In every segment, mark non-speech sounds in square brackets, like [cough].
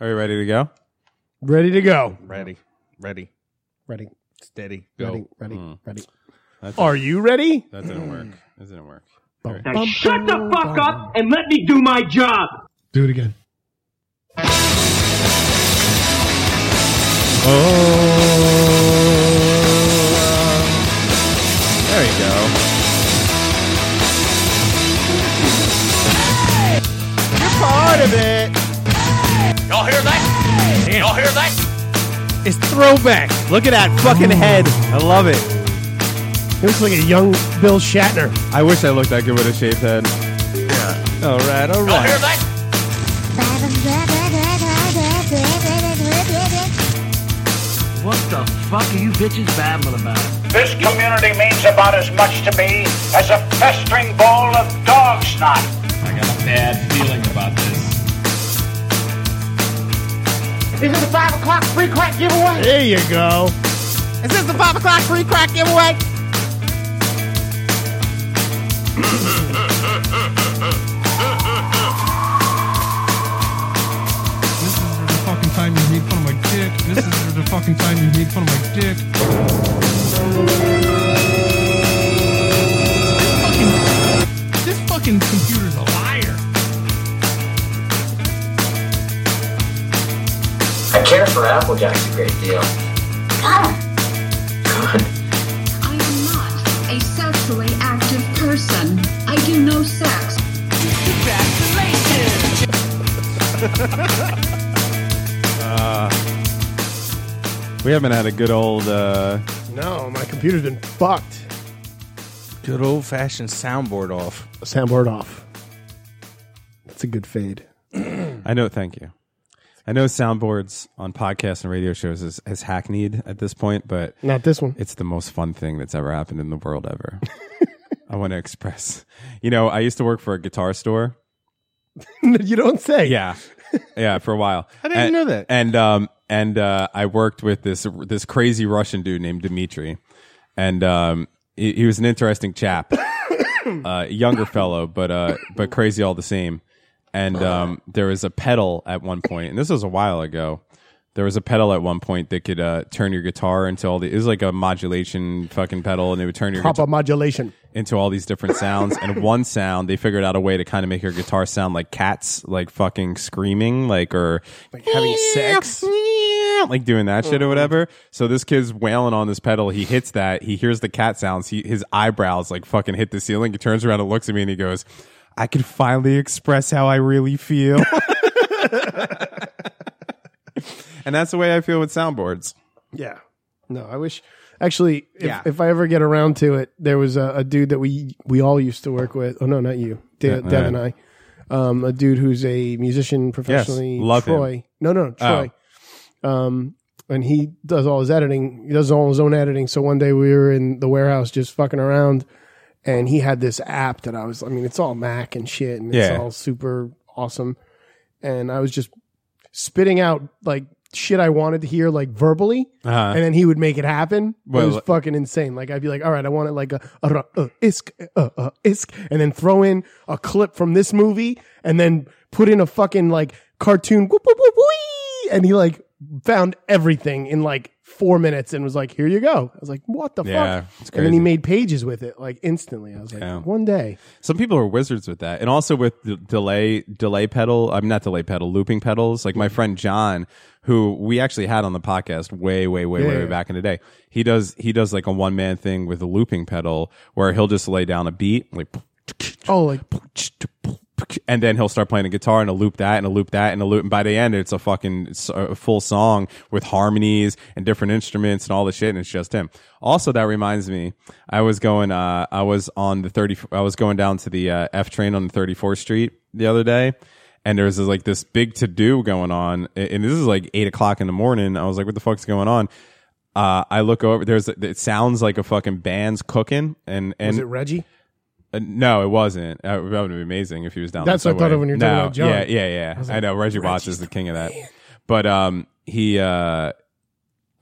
Are you ready to go? Ready to go. Ready, ready, Ready. steady, go. Ready. Ready. Mm. Ready. That's- Are you ready? That didn't work. That didn't work. Now shut the fuck up and let me do my job. Do it again. There you go. Y'all hear that? Y'all hear that? It's throwback. Look at that fucking head. I love it. He looks like a young Bill Shatner. I wish I looked that good with a shaved head. All right, all Oh, Y'all hear right. that? What the fuck are you bitches babbling about? This community means about as much to me as a festering ball of dog snot. This is a five o'clock free crack giveaway. There you go. Is this the five o'clock free crack giveaway? This is the fucking time you made fun of my dick. This is the fucking time you made fun of my dick. Fucking- This fucking computer's a liar. I care for Applejack's a great deal. God. I am not a sexually active person. I do no sex. We haven't had a good old uh, No, my computer's been fucked. Good old fashioned soundboard off. Soundboard off. That's a good fade. I know. Thank you. I know soundboards on podcasts and radio shows is, is hackneyed at this point, but Not this one. [laughs] it's the most fun thing that's ever happened in the world [laughs] ever. I want to express. You know, I used to work for a guitar store. you don't say. Yeah, yeah, for [laughs] a while. I didn't know that. And um, and uh, I worked with this this crazy Russian dude named Dmitri, and um, he, he was an interesting chap, [coughs] uh, younger fellow, but uh, but crazy all the same. And um, there was a pedal at one point, and this was a while ago. There was a pedal at one point that could uh, turn your guitar into all the. It was like a modulation fucking pedal, and it would turn your guitar Papa modulation. into all these different sounds. [laughs] and one sound, they figured out a way to kind of make your guitar sound like cats, like fucking screaming, like or like having sex, Mm-hmm. like doing that shit or whatever. So this kid's wailing on this pedal. He hits that. He hears the cat sounds. He, his eyebrows like fucking hit the ceiling. He turns around and looks at me and he goes, "I can finally express how I really [laughs] feel." and that's the way I feel with soundboards. Yeah. No, I wish. Actually, if, Yeah. if I ever get around to it, there was a, a dude that we we all used to work with. Oh no, not you, De- Yeah, Dev and I. Um, a dude who's a musician professionally. love him. Oh. Troy. No, no, Troy. Um, and he does all his editing. He does all his own editing. So one day we were in the warehouse just fucking around, and he had this app that I was. I mean, it's all Mac and shit, and Yeah. it's all super awesome. And I was just spitting out like shit I wanted to hear, like verbally Uh-huh. and then he would make it happen. Well, it was like- fucking insane. Like I'd be like, all right, I want it like a, a, ra- a isk a, a isk, and then throw in a clip from this movie, and then put in a fucking like cartoon, whoop, whoop, whoop, wee, and he like found everything in like four minutes and was like, here you go. I was like, what the Yeah, fuck? it's And then he crazy. made pages with it like instantly. I was like, Yeah. one day. Some people are wizards with that, and also with the delay delay pedal. I'm not delay pedal, looping pedals. Like my friend John, who we actually had on the podcast way, way, way, way, Yeah. way back in the day. He does he does like a one man thing with a looping pedal where he'll just lay down a beat like. Oh, like And then he'll start playing a guitar and a loop that and a loop that and a loop. And by the end, it's a fucking it's a full song with harmonies and different instruments and all the shit. And it's just him. Also, that reminds me, I was going, uh, I was on the 30, I was going down to the uh, F train on 34th Street the other day. And there was this, like this big to do going on. a- And this is like eight o'clock in the morning. I was like, what the fuck's going on? Uh, I look over, there's, it sounds like a fucking band's cooking. And, and was it Reggie? uh, no, it wasn't. Uh, that would be amazing if he was down. That's the what I thought subway. of when you were talking No, about John. Yeah, yeah, yeah. I, know Reggie Watts is the king of that. But um, he uh,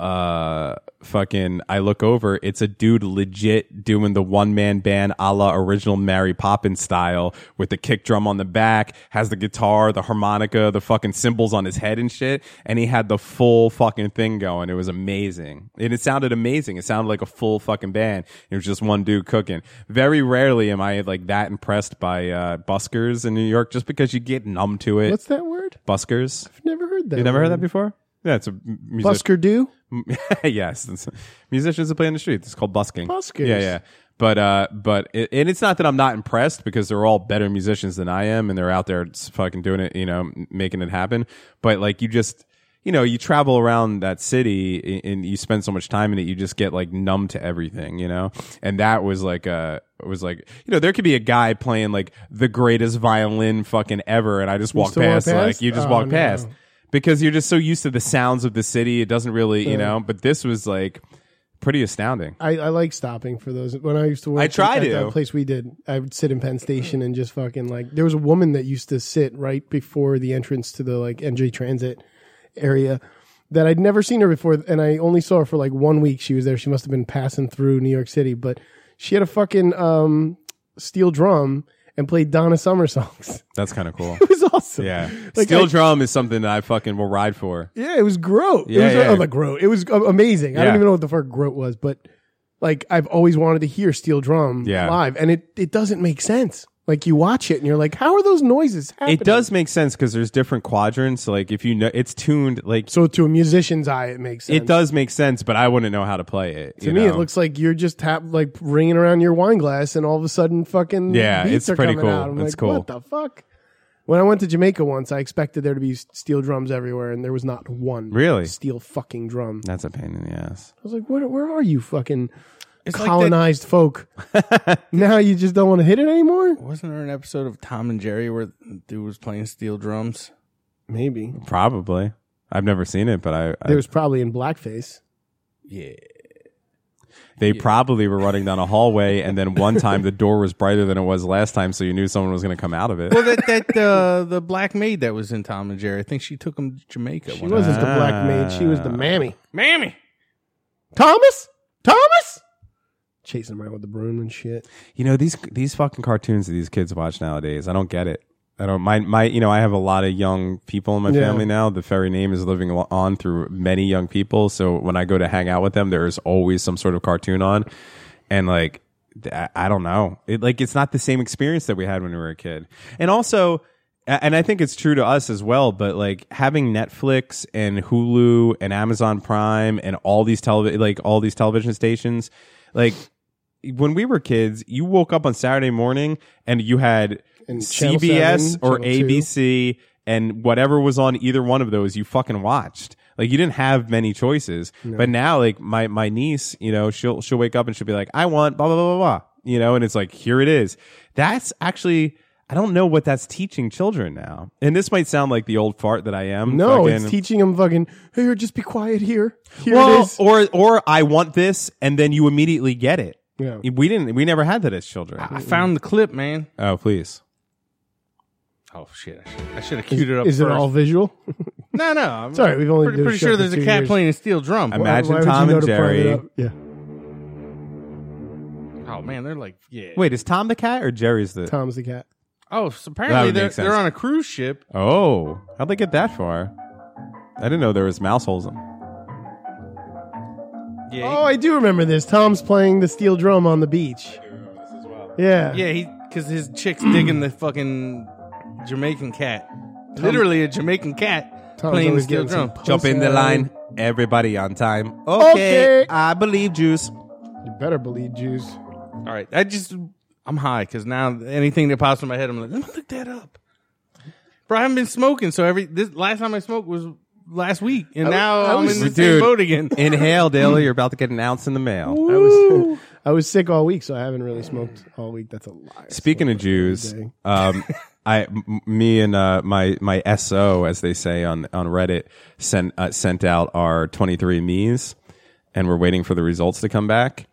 uh fucking I look over, it's a dude legit doing the one man band a la original Mary Poppins style with the kick drum on the back, has the guitar, the harmonica, the fucking cymbals on his head and shit, and he had the full fucking thing going. It was amazing. And it sounded amazing. It sounded like a full fucking band. It was just one dude cooking. Very rarely am I like that impressed by uh buskers in New York just because you get numb to it. What's that word? buskers? I've never heard that. You never heard that word. before? Yeah, it's a m- music- Busker do? [laughs] yes, it's- musicians that play in the streets. It's called busking. Buskers. Yeah, yeah. But uh, but it, and it's not that I'm not impressed because they're all better musicians than I am, and they're out there s- fucking doing it, you know, m- making it happen. But like you just, you know, you travel around that city a- and you spend so much time in it, you just get like numb to everything, you know. And that was like uh was like you know there could be a guy playing like the greatest violin fucking ever, and I just walk still walk past, past? like you just Oh, walk no. past because you're just so used to the sounds of the city. It doesn't really, you know, but this was like pretty astounding. I, I like stopping for those. When I used to work, I try at to. that place we did. I would sit in Penn Station and just fucking like. There was a woman that used to sit right before the entrance to the like NJ Transit area that I'd never seen her before, and I only saw her for like one week. She was there. She must have been passing through New York City, but she had a fucking um, steel drum and played Donna Summer songs. [laughs] That's kind of cool. it was awesome. Yeah. Like, Steel I- drum is something that I fucking will ride for. Yeah, it was groat. Yeah, it was yeah. oh, like groat. It was a- amazing. I Yeah. don't even know what the fuck groat was, but like I've always wanted to hear steel drum Yeah. live, and it it doesn't make sense. Like you watch it and you're like, how are those noises happening? It does make sense because there's different quadrants. Like if you know, it's tuned. Like So to a musician's eye, it makes sense. it does make sense, but I wouldn't know how to play it. To me, it looks like you're just tap like ringing around your wine glass, and all of a sudden, fucking Yeah, beats it's are pretty coming cool. Out. I'm It's like, cool. what the fuck? When I went to Jamaica once, I expected there to be steel drums everywhere, and there was not one Really? steel fucking drum. that's a pain in the ass. I was like, where, where are you, fucking like colonized folk? now you just don't want to hit it anymore? Wasn't there an episode of Tom and Jerry where the dude was playing steel drums? Maybe. Probably. I've never seen it, but I, I There was probably in blackface. Yeah. they probably were running down a hallway, and then [laughs] one time the door was brighter than it was last time, so you knew someone was going to come out of it. Well, [laughs] that that uh, the black maid that was in Tom and Jerry, I think she took him to Jamaica. She wasn't the black maid. She was the mammy. Mammy! Thomas? Thomas? Chasing him around with the broom and shit. you know these these fucking cartoons that these kids watch nowadays. I don't get it. I don't my my you know I have a lot of young people in my Yeah. family now. The fairy name is living al- on through many young people. So when I go to hang out with them, there is always some sort of cartoon on, and like th- I, I don't know, it like it's not the same experience that we had when we were a kid. And also, a- and I think it's true to us as well. But like having Netflix and Hulu and Amazon Prime and all these television like all these television stations, like when we were kids, you woke up on Saturday morning and you had And Channel CBS 7, or Channel 2. ABC and whatever was on either one of those, you fucking watched. Like you didn't have many choices. But now, like my my niece, you know, she'll she'll wake up and she'll be like, "I want blah blah blah blah blah," you know, and it's like here it is. That's actually. I don't know what that's teaching children now. And this might sound like the old fart that I am. No, it's fucking- teaching him fucking, here, just be quiet here. Here it well, is. or or I want this, and then you immediately get it. Yeah. We didn't. We never had that as children. I found the clip, man. Oh, please. Oh shit! I should have queued it up. Is it first. all visual? No, no. [laughs] I'm Sorry, we've only pretty, done pretty this show sure for there's a two cat years. playing a steel drum. Imagine Why would you Tom know and to put it Jerry. up? Yeah. oh man, they're like yeah. Wait, is Tom the cat or Jerry's the? Tom's the cat. Oh, That so apparently would they're, make sense. they're on a cruise ship. Oh, how'd they get that far? I didn't know there was mouse holes in. Yeah. Oh, I do remember this. Tom's playing the steel drum on the beach. Yeah. Yeah, he because his chick's digging the fucking Jamaican cat. Literally a Jamaican cat Tom's playing the always steel getting some drum. pussy. Jump in the Pussy. line, everybody on time. Okay. okay. I believe juice. uh, You better believe Jews. All right, I just I'm high because now anything that pops in my head, I'm like, let me look that up. Bro, I haven't been smoking, so every this last time I smoked was last week, and now I I am was- in the same Dude. [laughs] boat again. Inhale, [laughs] Dale. You're about to get an ounce in the mail. I was I was sick all week, so I haven't really smoked all week. That's a lie. Speaking of Jews, day. um, I, m- me and uh, my my SO, as they say on on Reddit, sent uh, sent out our 23andMe's, and we're waiting for the results to come back.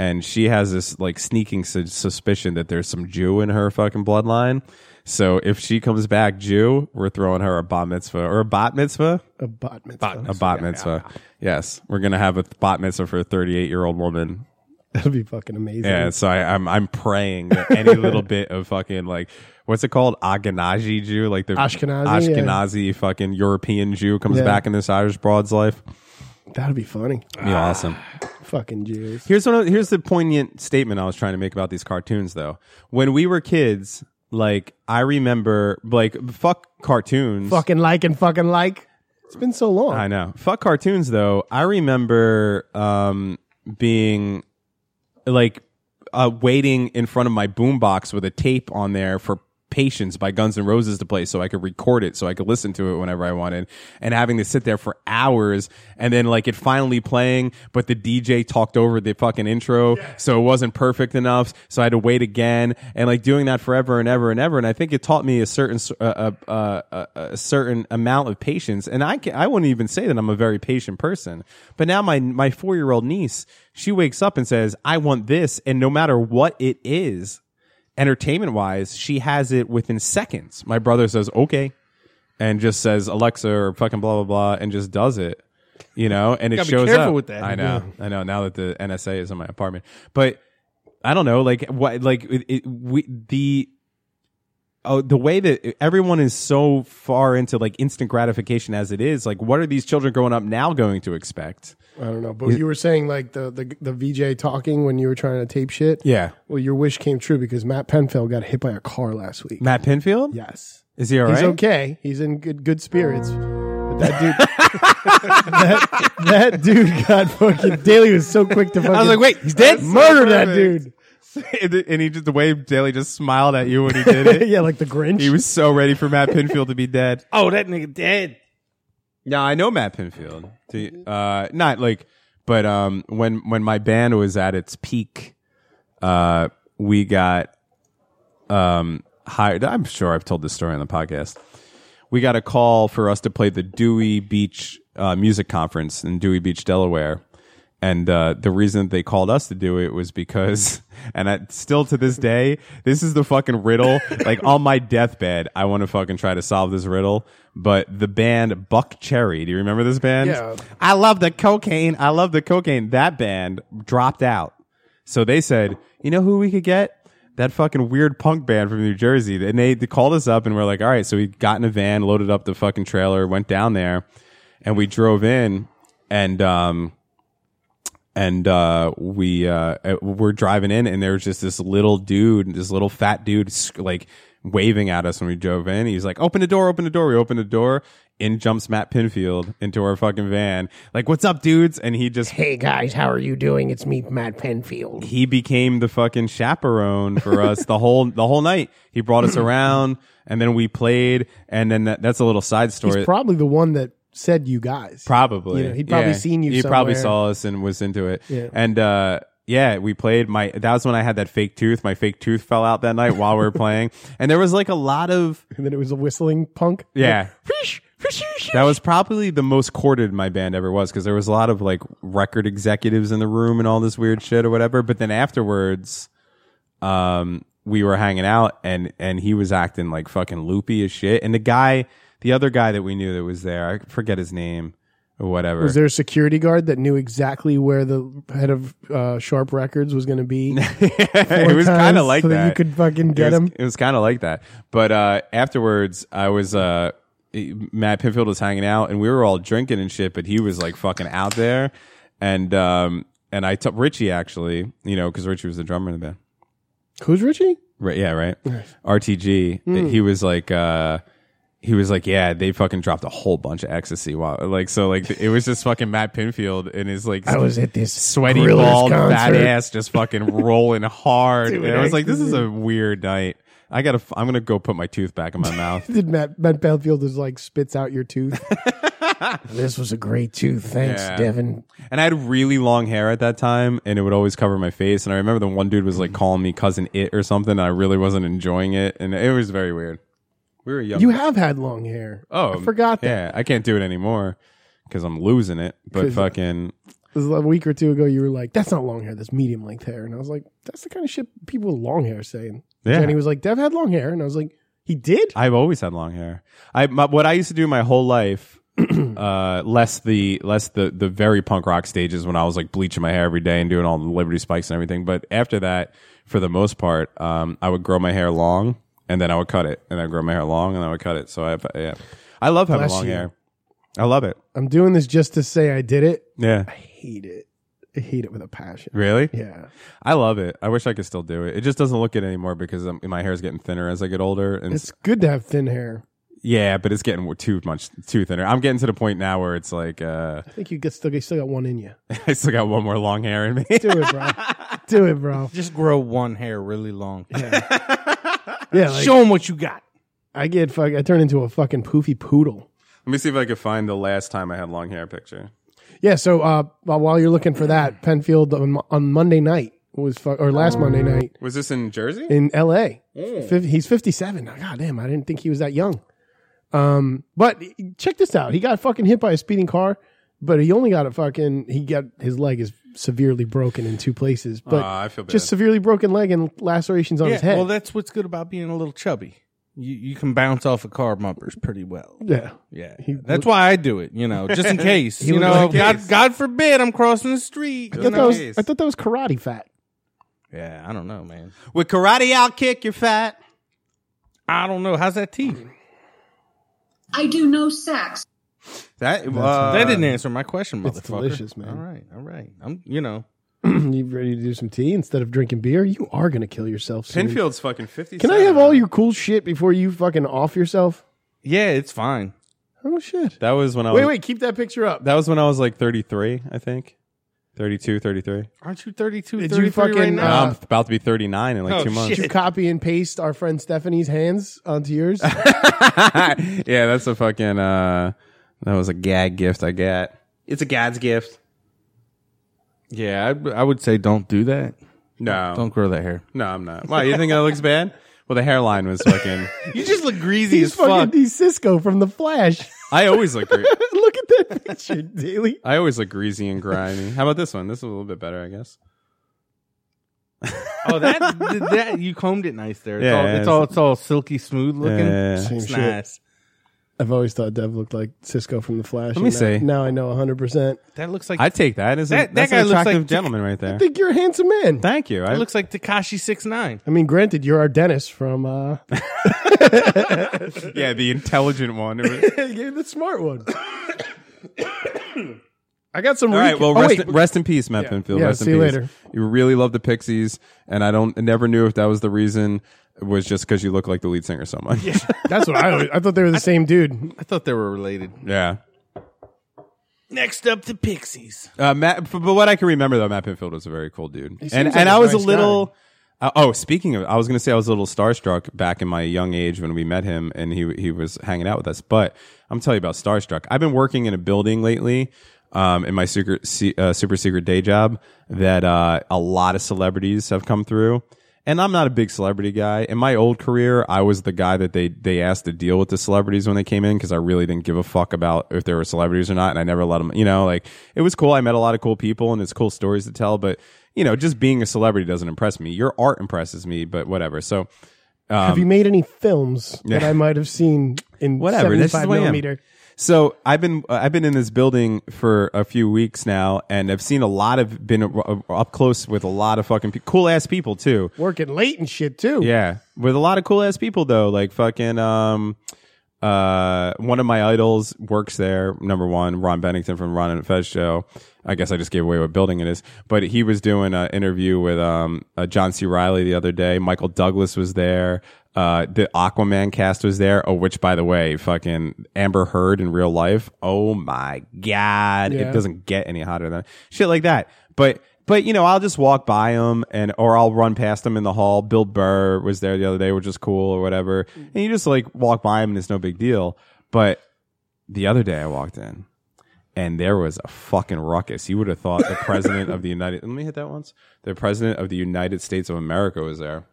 And she has this like sneaking sus- suspicion that there's some Jew in her fucking bloodline. So if she comes back Jew, we're throwing her a bat mitzvah or a bat mitzvah. A bot mitzvah. A bat mitzvah. Yes, we're gonna have a th- bat mitzvah for a 38 year old woman. [laughs] That'd be fucking amazing. Yeah, so I, I'm I'm praying that [laughs] any little bit of fucking like what's it called Ashkenazi Jew, like the Ashkenazi, yeah. Ashkenazi fucking European Jew comes Yeah. back in this Irish broad's life. That'd be funny. Be awesome. Ah. Fucking Jews. Here's one. of- Here's the poignant statement I was trying to make about these cartoons, though. When we were kids, like I remember, like fuck cartoons. Fucking like and fucking like. It's been so long. I know. Fuck cartoons, though. I remember um, being like uh, waiting in front of my boombox with a tape on there for Patience by Guns N' Roses to play so I could record it, so I could listen to it whenever I wanted, and having to sit there for hours and then like it finally playing, but the DJ talked over the fucking intro, so it wasn't perfect enough, so I had to wait again and like doing that forever and ever and ever. And I think it taught me a certain, s- uh, uh, uh, uh, a certain amount of patience. And I can, I wouldn't even say that I'm a very patient person, but now my, my four year old niece, she wakes up and says, I want this. And no matter what it is, entertainment wise, she has it within seconds. My brother says, okay, and just says, Alexa or fucking blah, blah, blah, and just does it. You know, and it Gotta be shows careful up. with that. I know, I know. Now that the NSA is in my apartment, but I don't know, like what, like it, it, we the oh, the way that everyone is so far into like instant gratification as it is, like what are these children growing up now going to expect? I don't know. But you were saying like the, the the VJ talking when you were trying to tape shit. Yeah, Well, your wish came true because Matt Penfield got hit by a car last week. Matt Pinfield. Yes. is he all right? He's okay. He's in good good spirits. But that [laughs] dude that, that dude got fucking Daly was so quick to fucking I was like, wait, he's dead. murder that dude. [laughs] and he just the way Daly just smiled at you when he did [laughs] it. [laughs] yeah, like the Grinch. He was so ready for Matt Pinfield to be [laughs] dead. Oh, that nigga dead. No, I know Matt Pinfield. Do- Uh, not like, but um, when when my band was at its peak, uh, we got um hired. I'm sure I've told this story on the podcast. We got a call for us to play the Dewey Beach uh, Music Conference in Dewey Beach, Delaware. And uh, the reason they called us to do it was because, [laughs] and I, still to this day, this is the fucking riddle. like on my deathbed, I want to fucking try to solve this riddle. But the band Buck Cherry, do you remember this band? Yeah. I love the cocaine. I love the cocaine. That band dropped out. So they said, you know who we could get? That fucking weird punk band from New Jersey. And they, they called us up and we're like, all right. So we got in a van, loaded up the fucking trailer, went down there, and we drove in and, um, and uh, we uh, we're driving in, and there was just this little dude, this little fat dude, sc- like waving at us when we drove in. He's like, "Open the door, open the door." We open the door. In jumps Matt Pinfield into our fucking van. Like, what's up, dudes? And he just hey guys, how are you doing? It's me, Matt Penfield. he became the fucking chaperone for us the whole the whole night. He brought us around, and then we played, and then that, that's a little side story. He's probably the one that said you guys. [laughs] Probably. You know, he'd probably Yeah. seen you He probably somewhere. saw us and was into it. Yeah. And uh yeah, we played my that was when I had that fake tooth. My fake tooth fell out that night while we were playing. And there was like a lot of And then it was a whistling punk. yeah. Fish, fish, fish, That was probably the most courted my band ever was because there was a lot of like record executives in the room and all this weird shit or whatever. But then afterwards, um, we were hanging out and and he was acting like fucking loopy as shit. And the guy, the other guy that we knew that was there, I forget his name or whatever. Was there a security guard that knew exactly where the head of uh, Sharp Records was going to [laughs] be? [laughs] it was kind of like so that. that you could fucking get it was, him. It was kind of like that. But uh, afterwards, I was uh, Matt Pinfield was hanging out, and we were all drinking and shit. But he was like fucking out there, and um, and I took Richie actually, you know, because Richie was the drummer in the band. Who's Richie? Right, yeah, right. RTG. Hmm. He was like, uh, he was like, yeah, they fucking dropped a whole bunch of ecstasy. Wow, like so, like it was just fucking Matt Pinfield and his like at this sweaty Grillers bald concert. fat ass just fucking rolling hard. Dude, and I was I- like, this is a weird night. I gotta. f- I'm gonna go put my tooth back in my [laughs] mouth. Did Matt, Matt Belfield is like spits out your [laughs] tooth? this was a great tooth. Thanks, Yeah. Devin. And I had really long hair at that time, and it would always cover my face. And I remember the one dude was like calling me cousin it or something. And I really wasn't enjoying it, and it was very weird. We were young. You have had long hair. oh, I forgot that. Yeah, I can't do it anymore because I'm losing it. But 'Cause- fucking It was a week or two ago, you were like, that's not long hair, that's medium length hair. And I was like, that's the kind of shit people with long hair saying. yeah, Jenny was like, Dev had long hair. And I was like, He did? I've always had long hair. I my, what I used to do my whole life, [clears throat] uh, less the less the the very punk rock stages when I was like bleaching my hair every day and doing all the Liberty spikes and everything. But after that, for the most part, um, I would grow my hair long and then I would cut it, and I would grow my hair long and I would cut it. So I yeah, I love having Bless long you. hair. I love it. I'm doing this just to say I did it. Yeah, I hate it. I hate it with a passion. really. Yeah. I love it. I wish I could still do it. It just doesn't look it anymore because um, my hair is getting thinner as I get older, and It's good to have thin hair. yeah, but it's getting too much too thinner. I'm getting to the point now where it's like uh, I think you get still, you still got one in you. [laughs] I still got one more long hair in [laughs] me. Do it, bro. do it, bro. Just grow one hair really long. Yeah. Like, Show them what you got. I get fuck. I turn into a fucking poofy poodle. Let me see if I could find the last time I had long hair picture. Yeah. So uh, while while you're looking for that, Penfield on, on Monday night was fuck or last Monday night Was this in Jersey? in L.A. Fif- he's 57. Now, God damn, I didn't think he was that young. Um, but check this out. He got fucking hit by a speeding car, but he only got a fucking. He got his leg is severely broken in two places, but Aw, Ah, I feel bad. just severely broken leg and lacerations on his head. well, that's what's good about being a little chubby. You you can bounce off of car bumpers pretty well. yeah. Yeah, that's why I do it. You know, just [laughs] in case. you looked know, like God, God forbid I'm crossing the street. I you thought, know? that was, I thought that was karate fat. [clears throat] yeah, I don't know, man. With karate, I'll kick your fat. I don't know. How's that tea? I do no sex. That uh, that didn't answer my question, motherfucker. it's delicious, man. All right, all right. I'm, you know, you ready to do some tea instead of drinking beer? You are gonna kill yourself. Soon. Pinfield's fucking fifty. Can I have all your cool shit before you fucking off yourself? yeah, it's fine. Oh shit! That was when I was, Wait, wait, keep that picture up. That was when I was like 33, I think. 32, 33. Aren't you 32, Did 33 you right fucking, now? uh, I'm about to be 39 in like Oh, two months. [laughs] Did you copy and paste our friend Stephanie's hands onto [laughs] yours? [laughs] yeah, that's a fucking uh that was a gag gift I got. It's a God's gift. yeah, I, I would say don't do that. No. Don't grow that hair. No, I'm not. Why, you think that looks [laughs] bad? Well, the hairline was fucking You just look greasy he's fucking [laughs] he's Cisco from The Flash. [laughs] I always look gre- Look at that [laughs] picture, Daily. I always look greasy and grimy. How about this one? This is a little bit better, I guess. Oh, that that you combed it nice there. It's, Yeah, all, yeah, it's, it's- all it's all silky smooth looking. Yeah. Same It's shit. nice. I've always thought Dev looked like Cisco from The Flash. Let me and see. now- Now I know 100. percent That looks like I take that as a, That- that that's guy an looks like attractive Dick- gentleman right [laughs] there. I think you're a handsome man. Thank you. I, it looks like Takashi six nine. I mean, granted, you're our dentist from [laughs] uh, yeah, the intelligent one. you're the smart [coughs] one. I got some. All right. reca- Well, oh, rest, wait. rest in peace, Matt Pinfield. Yeah, rest see in you peace. later. You really love the Pixies, and I don't I never knew if that was the reason. It was just because you look like the lead singer so much. [laughs] Yeah. That's what I. always- I thought they were the same dude. I thought they were related. Next up, the Pixies. Uh, Matt, f- but what I can remember though, Matt Pinfield was a very cool dude, and like and a I was nice a little. Uh, oh, speaking of, I was going to say I was a little starstruck back in my young age when we met him, and he he was hanging out with us. But I'm telling you about starstruck. I've been working in a building lately, um, in my secret se- uh, super secret day job that uh, a lot of celebrities have come through. And I'm not a big celebrity guy. In my old career, I was the guy that they they asked to deal with the celebrities when they came in because I really didn't give a fuck about if they were celebrities or not, and I never let them. You know, like it was cool. I met a lot of cool people, and it's cool stories to tell. But you know, just being a celebrity doesn't impress me. Your art impresses me, but whatever. So have you Um, made any [laughs] films that I might have seen in Whatever, this is 75 who I am. millimeter? So I've been uh, I've been in this building for a few weeks now, and I've seen a lot of been up close with a lot of fucking pe- cool ass people too. Working late and shit too. Yeah, with a lot of cool ass people though. Like fucking um, uh, one of my idols works there. Number one, Ron Bennington from Ron and Fez show. I guess I just gave away what building it is, but he was doing an interview with um uh, John C. Riley the other day. Michael Douglas was there. Uh, the Aquaman cast was there. Oh, which by the way, fucking Amber Heard in real life. Oh my god, Yeah. it doesn't get any hotter than shit like that. But but you know, I'll just walk by him and or I'll run past him in the hall. Bill Burr was there the other day, which is cool or whatever. And you just like walk by him and it's no big deal. But the other day I walked in and there was a fucking ruckus. You would have thought the president of the United Let me hit that once. The president of the United States of America was there.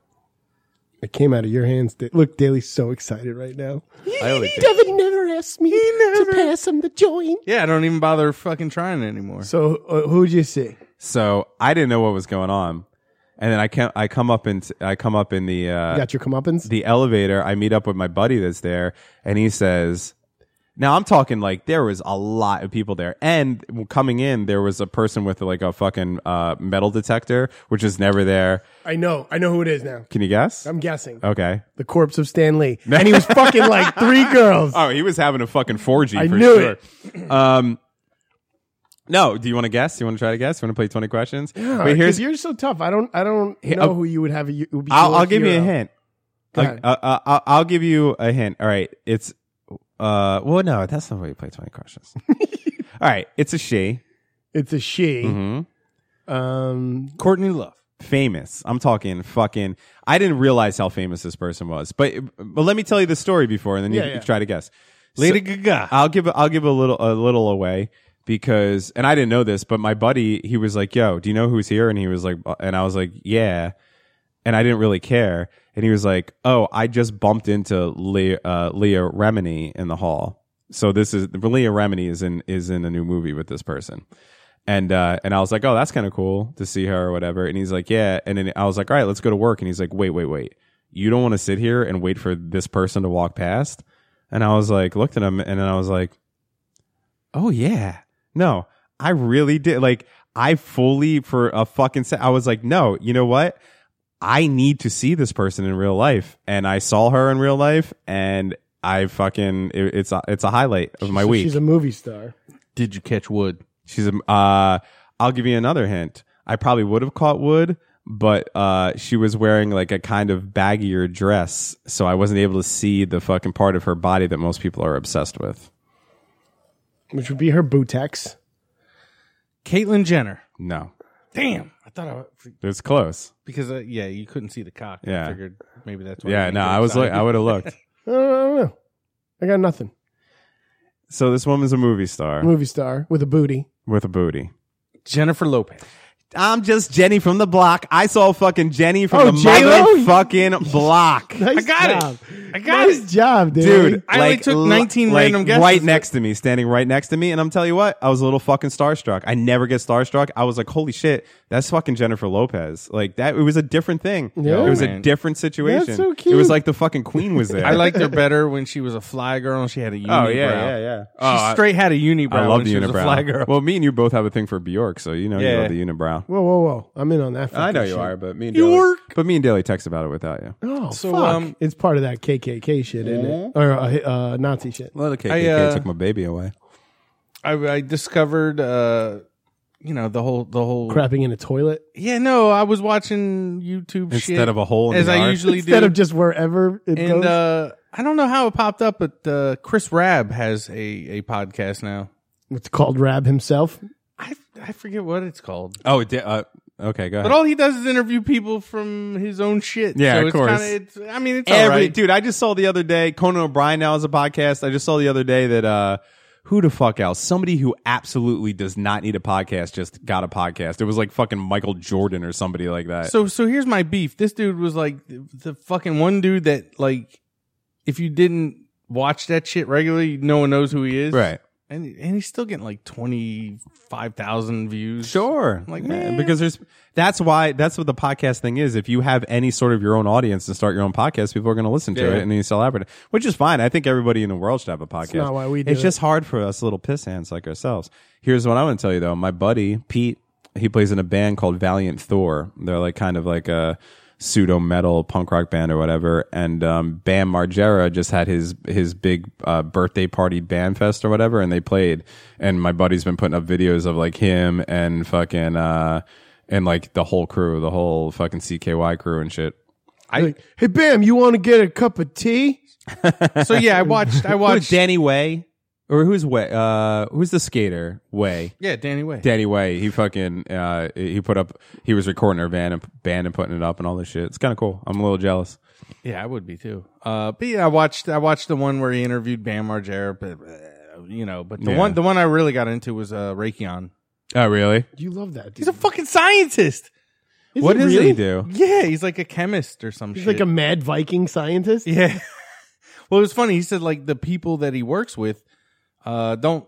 It came out of your hands. Da- Look, Daly's so excited right now. I only did- Devin never asked me to pass him the joint. Yeah, I don't even bother fucking trying anymore. So uh, who'd you see? So I didn't know what was going on. And then I can I come up and I come up in the uh, You got your comeuppance? the elevator, I meet up with my buddy that's there, and he says, "Now I'm talking like there was a lot of people there, and coming in there was a person with like a fucking uh, metal detector, which is never there. I know. I know who it is now. Can you guess? I'm guessing. okay. The corpse of [laughs] Stan Lee. And he was fucking like three girls. Oh, he was having a fucking 4G. I for knew sure. Um, no, do you want to guess? You want to try to guess? You want to play 20 questions? Yeah, Wait, here's 'cause you're so tough. I don't. I don't Here, know uh, who you would have. You would be I'll, your I'll give you a hero. hint. Go Like, ahead. uh, uh, I'll, I'll give you a hint. All right. It's, uh, well, no, that's not how you play 20 [laughs] questions. All right. It's a she. It's a she. Mm-hmm. Um, Courtney Love. Famous. I'm talking fucking. I didn't realize how famous this person was, but, but let me tell you the story before and then you Yeah, yeah. try to guess. Lady So- Gaga. I'll give I'll give a little a little away because and I didn't know this, but my buddy he was like, "Yo, do you know who's here?" And he was like, "Uh," and I was like, "Yeah," and I didn't really care. And he was like, "Oh, I just bumped into Le- uh, Leah Remini in the hall." So this is Leah Remini is in is in a new movie with this person. And uh, and I was like, oh, that's kind of cool to see her or whatever. And he's like, yeah. And then I was like, all right, let's go to work. And he's like, wait, wait, wait. You don't want to sit here and wait for this person to walk past. And I was like, looked at him, and then I was like, oh yeah, no, I really did. Like, I fully for a fucking se- I was like, no, you know what? I need to see this person in real life, and I saw her in real life, and I fucking it, it's a, it's a highlight of my so week. She's a movie star. Did you catch Wood? She's a. Uh, I'll give you another hint. I probably would have caught wood, but uh, she was wearing like a kind of baggier dress, so I wasn't able to see the fucking part of her body that most people are obsessed with. Which would be her bootex. Caitlyn Jenner. No, Damn, I thought I it's close. because uh, yeah, you couldn't see the cock. Yeah. I figured maybe that's why. Yeah, you no, didn't I was get like, excited. I would have [laughs] looked. I don't, I don't know. I got nothing. So this woman's a movie star Movie star with a booty. [laughs] with a booty. Jennifer Lopez. I'm just Jenny from the block. I saw fucking Jenny from Oh, the J-Lo? motherfucking [laughs] block. Nice got it. job. I got nice it. job, dude. dude. I only like, took l- 19 like, random guesses, Right but- next to me, standing right next to me, and I'm telling you what, I was a little fucking starstruck. I never get starstruck. I was like, holy shit, that's fucking Jennifer Lopez. Like that, it was a different thing. Yeah, it was a Oh, man. different situation. That's so It was cute. like the fucking queen was there. I liked her better when she was a fly girl and she had a [laughs] unibrow. Oh yeah, yeah, yeah. Oh, she I- straight had a unibrow. I love when the she was a unibrow. fly girl. Well, me and you both have a thing for Bjork, so you know you Yeah. love the unibrow. Whoa, whoa, whoa! I'm in on that. I fucking know you shit. are, but me and Bjork. Daly, but me and Daly text about it without you. Oh, So, fuck! um, it's part of that KKK shit, isn't it? Or uh, uh, Nazi shit. Well, the I, uh, took my baby away. I, I discovered, uh, you know, the whole the whole. Crapping in a [laughs] toilet Yeah, no, I was watching YouTube shit Instead of a hole in as the I yard. usually instead do. of just wherever it and goes. uh, I don't know how it popped up, but uh, Chris Rabb has a a podcast now. it's called Rab himself. I I forget what it's called. Oh, it did, uh, okay, go ahead. But all he does is interview people from his own shit. Yeah, so of it's course. Kinda, it's, I mean, it's all Every right. dude, I just saw the other day Conan O'Brien now has a podcast. I just saw the other day that uh who the fuck else? Somebody who absolutely does not need a podcast just got a podcast. It was like fucking Michael Jordan or somebody like that. So so here's my beef. This dude was like the, the fucking one dude that like if you didn't watch that shit regularly, no one knows who he is. right. And and he's still getting like twenty five thousand views. Sure. Like, eh. Yeah, man. because there's that's why that's what the podcast thing is. If you have any sort of your own audience and start your own podcast, people are going to listen to Yeah. it and then you sell advertising, which is fine. I think everybody in the world should have a podcast. not why we do It's it. just hard for us little piss hands like ourselves. Here's what I want to tell you though. My buddy Pete, he plays in a band called Valiant Thor. They're like kind of like a pseudo metal punk rock band or whatever. And um, Bam Margera just had his his big uh, birthday party band fest or whatever, and they played. And my buddy's been putting up videos of like him and fucking uh, and like the whole crew, the whole fucking CKY crew and shit. Like, hey, Bam, you want to get a cup of tea? So yeah, [laughs] I watched I watched Danny Way or who's Way? Uh, who's the skater Way? Yeah, Danny Way. Danny Way, he fucking uh, he put up he was recording her band and band and putting it up and all this shit. It's kind of cool. I'm a little jealous. Yeah, I would be too. Uh, but yeah, I watched I watched the one where he interviewed Bam Margera, but uh, you know, but the Yeah. one the one I really got into was uh Raytheon. Oh, really? You love that. Dude. He's a fucking scientist. what does really? he do? Yeah, he's like a chemist or some He's shit. like a mad Viking scientist. [laughs] Yeah. well, it was funny. He said like the people that he works with uh, don't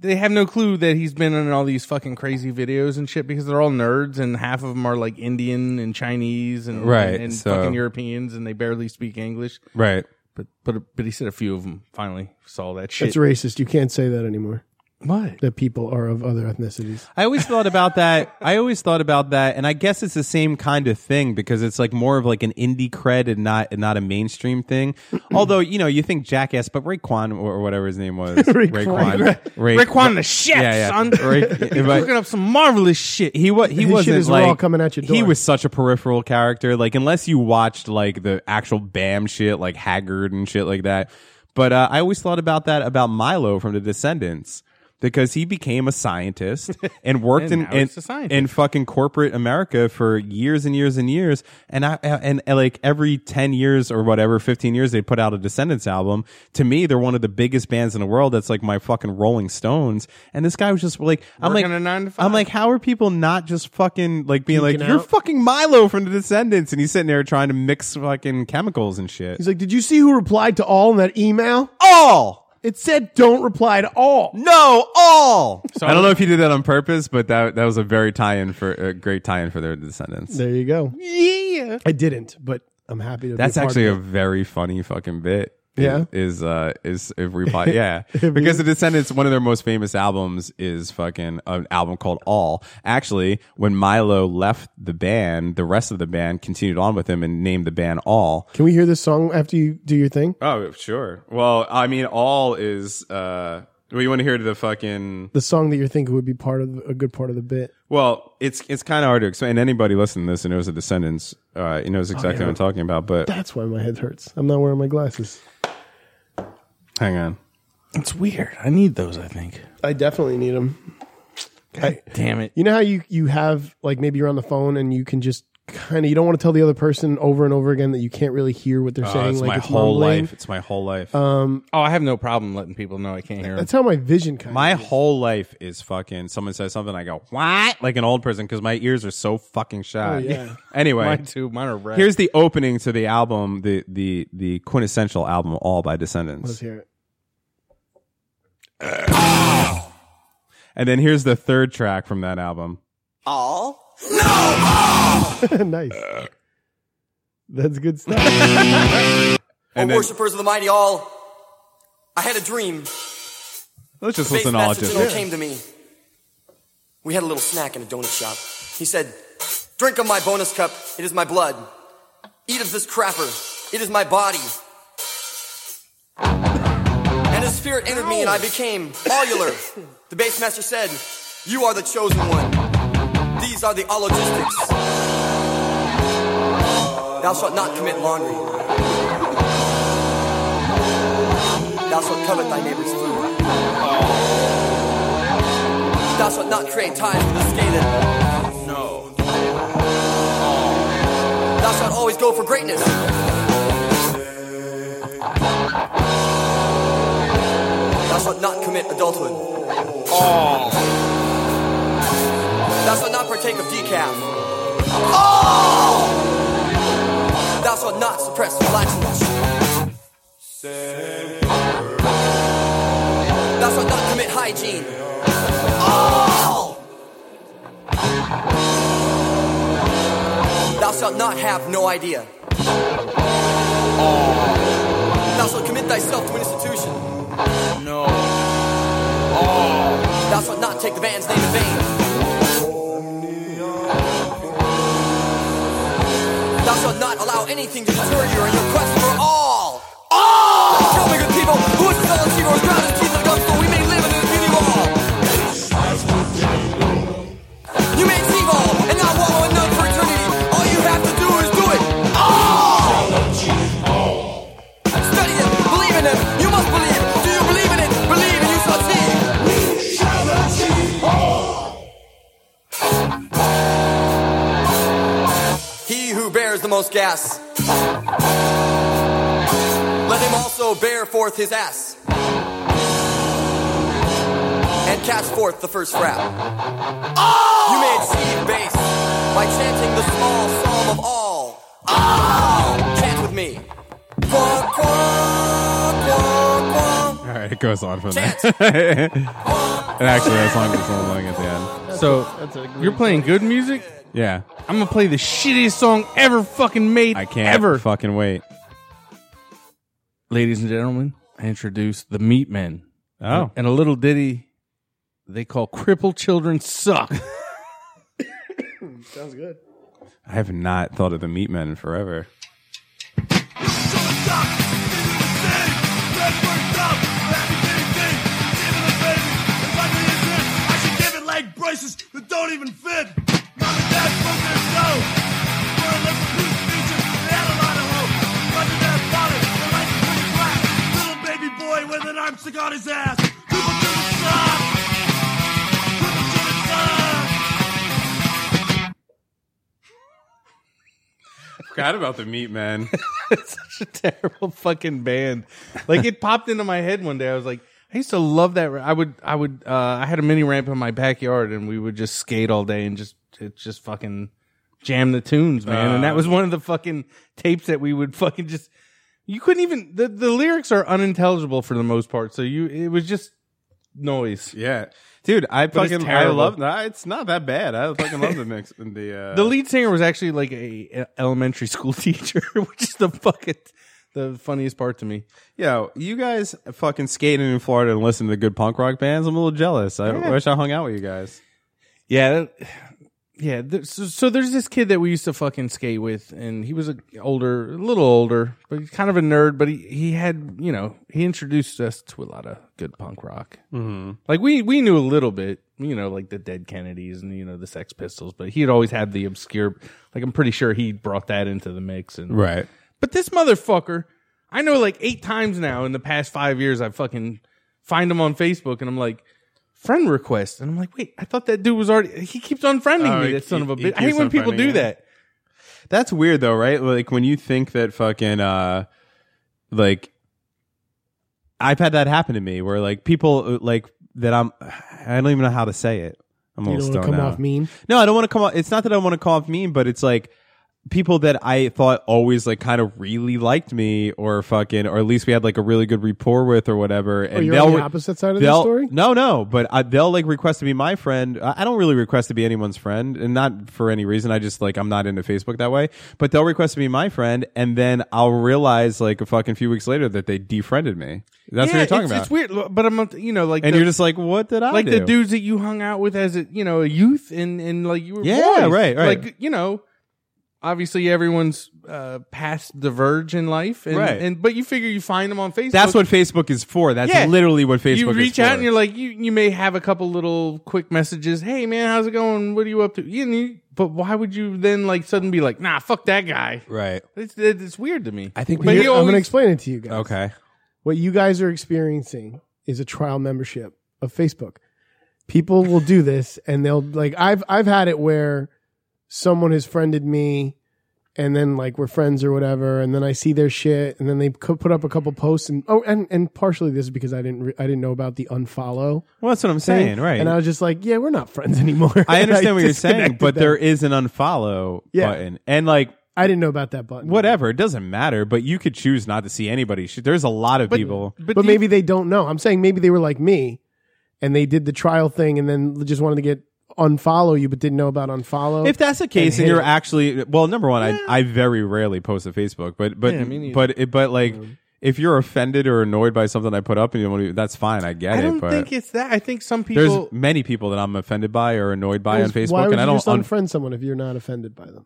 they have no clue that he's been in all these fucking crazy videos and shit because they're all nerds and half of them are like Indian and Chinese and Right, and, and so- fucking Europeans and they barely speak English. Right. But but but he said a few of them finally saw that shit. That's racist. You can't say that anymore. What? That people are of other ethnicities. I always thought about that. I always thought about that, and I guess it's the same kind of thing because it's like more of like an indie cred and not and not a mainstream thing. [clears throat] Although you know you think Jackass, but Raekwon or or whatever his name was, Raekwon. Ray- [laughs] Raekwon the shit, Yeah, yeah. son. [laughs] Raek- He's right. looking up some marvelous shit. he was he His shit wasn't is raw like coming at your He door. was such a peripheral character. Like unless you watched like the actual Bam shit, like Haggard and shit like that. But uh, I always thought about that about Milo from The Descendants because he became a scientist [laughs] and worked And in now in, he's a scientist. in fucking corporate America for years and years and years. And I uh, and, and like every ten years or whatever, fifteen years, they put out a Descendants album. To me, they're one of the biggest bands in the world. That's like my fucking Rolling Stones. And this guy was just like, I'm like, Working a nine to I'm five. like, how are people not just fucking like being like, Geeking you're out. fucking Milo from The Descendants, and he's sitting there trying to mix fucking chemicals and shit. He's like, did you see who replied to all in that email? all. It said don't reply to all. No, all. I don't know if he did that on purpose, but that that was a very tie-in for a great tie-in for their descendants. There you go. Yeah. I didn't, but I'm happy to. That's be a part actually a of it. very funny fucking bit. Yeah? is uh is [laughs] if reply yeah because the Descendants one of their most famous albums is fucking an album called All. Actually, when Milo left the band, the rest of the band continued on with him and named the band All. Can we hear this song after you do your thing? Oh sure. Well, I mean, All is uh. Well, you want to hear the fucking The song that you're thinking would be part of a good part of the bit. Well, it's it's kind of hard to explain. Anybody listening to this and knows the Descendants, uh, he knows exactly what I'm talking about. But That's why my head hurts. I'm not wearing my glasses. hang on, It's weird. I need those, I think. I definitely need them. I, Damn it. you know how you you have like maybe you're on the phone and you can just kind of you don't want to tell the other person over and over again that you can't really hear what they're Uh, saying. it's like my it's whole mumbling. life. It's my whole life. Um, Oh, I have no problem letting people know I can't hear them. That's how my vision kind. my whole life is fucking. Someone says something, I go what? Like an old person because my ears are so fucking shot. Oh, yeah. [laughs] anyway, Mine too. Mine are red. here's the opening to the album, the the the quintessential album, All by Let's Descendants. hear it. And then here's the third track from that album. [laughs] nice. Uh, That's good stuff. Oh, And then, Worshippers of the mighty all, I had a dream. let's just Faith listen to all just. Massagenator came to me. We had a little snack in a donut shop. He said, Drink of my bonus cup, it is my blood. Eat of this crapper, it is my body. And his spirit entered me, and I became allular. The basemaster said, You are the chosen one. These are the allogistics. Thou shalt not commit laundry. Thou shalt covet thy neighbor's food. Thou shalt not create ties with the skated. No. Thou shalt always go for greatness. Thou shalt not commit adulthood. Oh. Thou shalt not partake of decaf. Oh. Thou shalt not suppress flatulence. Thou shalt not commit hygiene. Thou shalt not have no idea. Thou shalt commit thyself to an institution. No. Thou shalt not take the man's name in vain. Thou shalt not allow anything to deter you in your quest for all. All! Tell me, good people, who is the fellow hero who's grounded teeth and guns so we may live in a beauty wall? You may seem all and not wallow in none for eternity. All you have to do is do it. All! Study it, believe in it. You must believe. Do you believe in it? Believe and you shall see. He who bears the most gas, let him also bear forth his ass and catch forth the first frap. You may achieve base by chanting the small psalm of all. All! Chant with me. Quack, quack, quack, quack. All right, [laughs] it goes on from Chant. there. Quack, And actually, that song is annoying at the end. So you're playing good music. Yeah, I'm gonna play the shittiest song ever fucking made. I can't ever. fucking wait. Ladies and gentlemen, I introduce the Meat Men. Oh. and a little ditty they call "Crippled Children Suck." [laughs] Sounds good. I have not thought of the Meat Men in forever. [laughs] Forgot about the Meat Men. it's [laughs] such a terrible fucking band. Like it popped into my head one day. I was like, I used to love that. ra- I would, I would, uh, I had a mini ramp in my backyard, and we would just skate all day and just, it just fucking jam the tunes, man. and that was one of the fucking tapes that we would fucking just. You couldn't even the, the lyrics are unintelligible for the most part. So you, it was just [laughs] noise. yeah, dude, I But it's fucking I terrible. love. nah, It's not that bad. I fucking love the mix. The uh, The lead singer was actually like a, a elementary school [laughs] teacher, which is the fucking the funniest part to me. Yo, you guys fucking skating in Florida and listening to good punk rock bands. I'm a little jealous. I wish I hung out with you guys. Yeah, that- yeah. There, so, so there's this kid that we used to fucking skate with, and he was a older, a little older, but he's kind of a nerd. But he he had you know he introduced us to a lot of good punk rock. Mm-hmm. Like we we knew a little bit, you know, like the Dead Kennedys and you know the Sex Pistols, but he had always had the obscure. Like I'm pretty sure he brought that into the mix and Right. But this motherfucker, I know like eight times now in the past five years, I fucking find him on Facebook and I'm like, friend request. And I'm like, wait, I thought that dude was already, he keeps unfriending Oh, me, he- that son of a he bitch. I hate keeps when people unfriending do you. that. That's weird though, right? Like when you think that fucking uh like I've had that happen to me where like people uh, like that I'm I don't even know how to say it. I'm You almost don't want to come out. off mean. Oh, No, I don't want to come off it's not that I want to come off mean, but it's like people that I thought always like kind of really liked me or fucking or at least we had like a really good rapport with or whatever and Oh, you're they'll on the re- opposite side of the they'll- story. No, no, but I, they'll like request to be my friend. I I don't really request to be anyone's friend, and not for any reason. I just like I'm not into Facebook that way. But they'll request to be my friend, and then I'll realize like a fucking few weeks later that they defriended me. That's what Yeah, you're talking it's, about. It's weird, lo- but I'm, you know, like, And the- you're just like, what did I like do? the dudes that you hung out with as a, you know, a youth and, and like you were, Yeah, boys. right, right. Like, you know, obviously everyone's, uh, past the verge in life and, Right. and, but you figure you find them on Facebook. That's what Facebook is for. That's Yeah. literally what Facebook. you reach is out for. and you're like you you may have a couple little quick messages hey man how's it going what are you up to you know, but why would you then like suddenly be like nah fuck that guy right. it's, it's weird to me I think But we- he I'm always- gonna explain it to you guys. [laughs] Okay. What you guys are experiencing is a trial membership of Facebook. People will do this, and they'll like I've I've had it where someone has friended me, and then like we're friends or whatever, and then I see their shit, and then they co- put up a couple posts, and oh, and and partially this is because I didn't re- I didn't know about the unfollow Well, that's what I'm thing, saying, right? And I was just like, yeah, we're not friends [laughs] anymore. [laughs] I understand what you're saying, disconnected but them. there is an unfollow Yeah. button, and like I didn't know about that button. whatever, it doesn't matter. But you could choose not to see anybody. Sh- There's a lot of but, people. but, maybe they don't know. I'm saying maybe they were like me, and they did the trial thing, and then just wanted to get unfollow you, but didn't know about unfollow. If that's the case, and, hit you're it. actually well, number one, I, I very rarely post to Facebook, but but Yeah, me neither. but it, but like if you're offended or annoyed by something I put up, and you want to, that's fine. I get i it, don't but think it's that i think some there's people many people that I'm offended by or annoyed by on Facebook, why would and I you don't. just un- unfriend someone if you're not offended by them,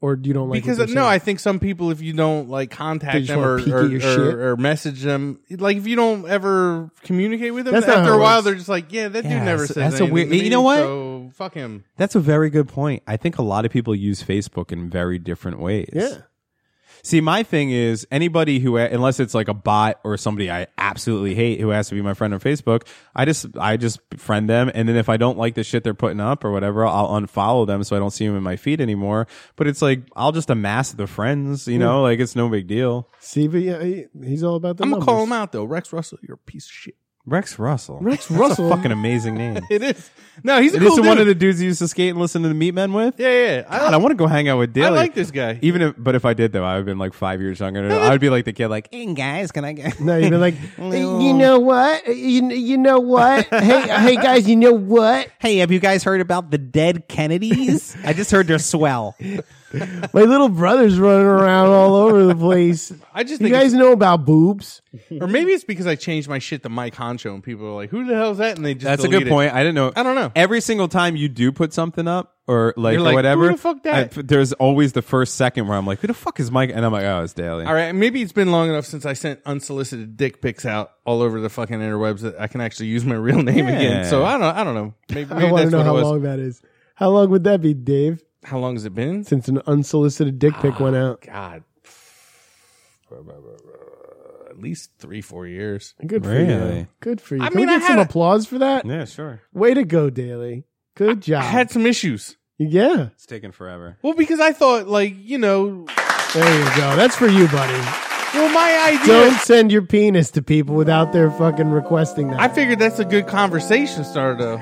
or you don't like? what because they're no saying? i think some people if you don't like They contact just them wanna or peek at or, your shit. or, or message them like if you don't ever communicate with them That's not after how a it while works. they're just like yeah that Yeah, dude never that's- that's says a anything weird- to you me, know what? so fuck him That's a very good point. I think a lot of people use Facebook in very different ways. yeah. See, my thing is anybody who, unless it's like a bot or somebody I absolutely hate who has to be my friend on Facebook, I just, I just friend them. And then if I don't like the shit they're putting up or whatever, I'll unfollow them so I don't see them in my feed anymore. But it's like, I'll just amass the friends, you know, like it's no big deal. See, but yeah, he, he's all about the. i'm gonna numbers. call him out though rex russell you're a piece of shit Rex Russell. Rex That's a Russell. fucking amazing name. It is. No, he's a Is cool this dude. one of the dudes you used to skate and listen to the Meat Men with? yeah, yeah. I, God, I want to go hang out with Dilly. I like this guy. Even if, but if I did though, I would have been like five years younger. I would be like the kid, like, hey guys, can I [laughs] get? No, you'd be like, you know what? You, you know what? [laughs] hey, hey guys, you know what? Hey, have you guys heard about the dead [laughs] Kennedys? I just heard they're swell. My little brother's running around all over the place. I just you think guys know about boobs. or maybe it's because I changed my shit to Mike Honcho and people are like, "Who the hell is that?" And they just That's a delete good it. point. I didn't know. I don't know. Every single time you do put something up or like, You're or like, whatever, who the fuck that? I- there's always the first second where I'm like, who the fuck is Mike? And I'm like, oh, it's Daly. All right, maybe it's been long enough since I sent unsolicited dick pics out all over the fucking interwebs that I can actually use my real name again. Yeah. So I don't, I don't know. Maybe, I maybe want to that's know what it how was. long that is. How long would that be, Dave? How long has it been? Since an unsolicited dick pic went out. God, [sighs] at least three, four years. [sighs] Good for you. Really? Good for you. I Can mean, we I get some had a- applause for that? Yeah, sure. Way to go, Daly. Good job. I had some issues. yeah. It's taking forever. Well, because I thought, like, you know, There you go. That's for you, buddy. well, my idea. Don't send your penis to people without their fucking requesting that. I figured that's a good conversation starter.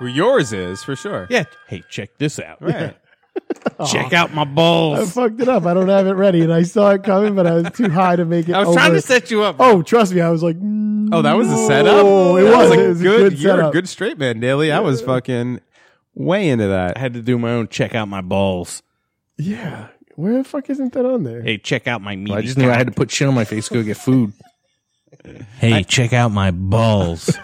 Well, yours is for sure. Yeah. Hey, check this out. Right. Check out my I balls. fucked it up. I don't have it ready, and I saw it coming, but I was too high to make it. I was trying over. to set you up. Oh, trust me, I was like, mm, Oh, that was a setup. No, it That was. a It was a good. good you're a setup. good straight man, Daly. I was fucking way into I that. had to do my own check out my balls. yeah. Where the fuck isn't that on there? Hey, check out my meat. I just knew I had to put shit on my face to go get [laughs] food. Hey, check out my balls.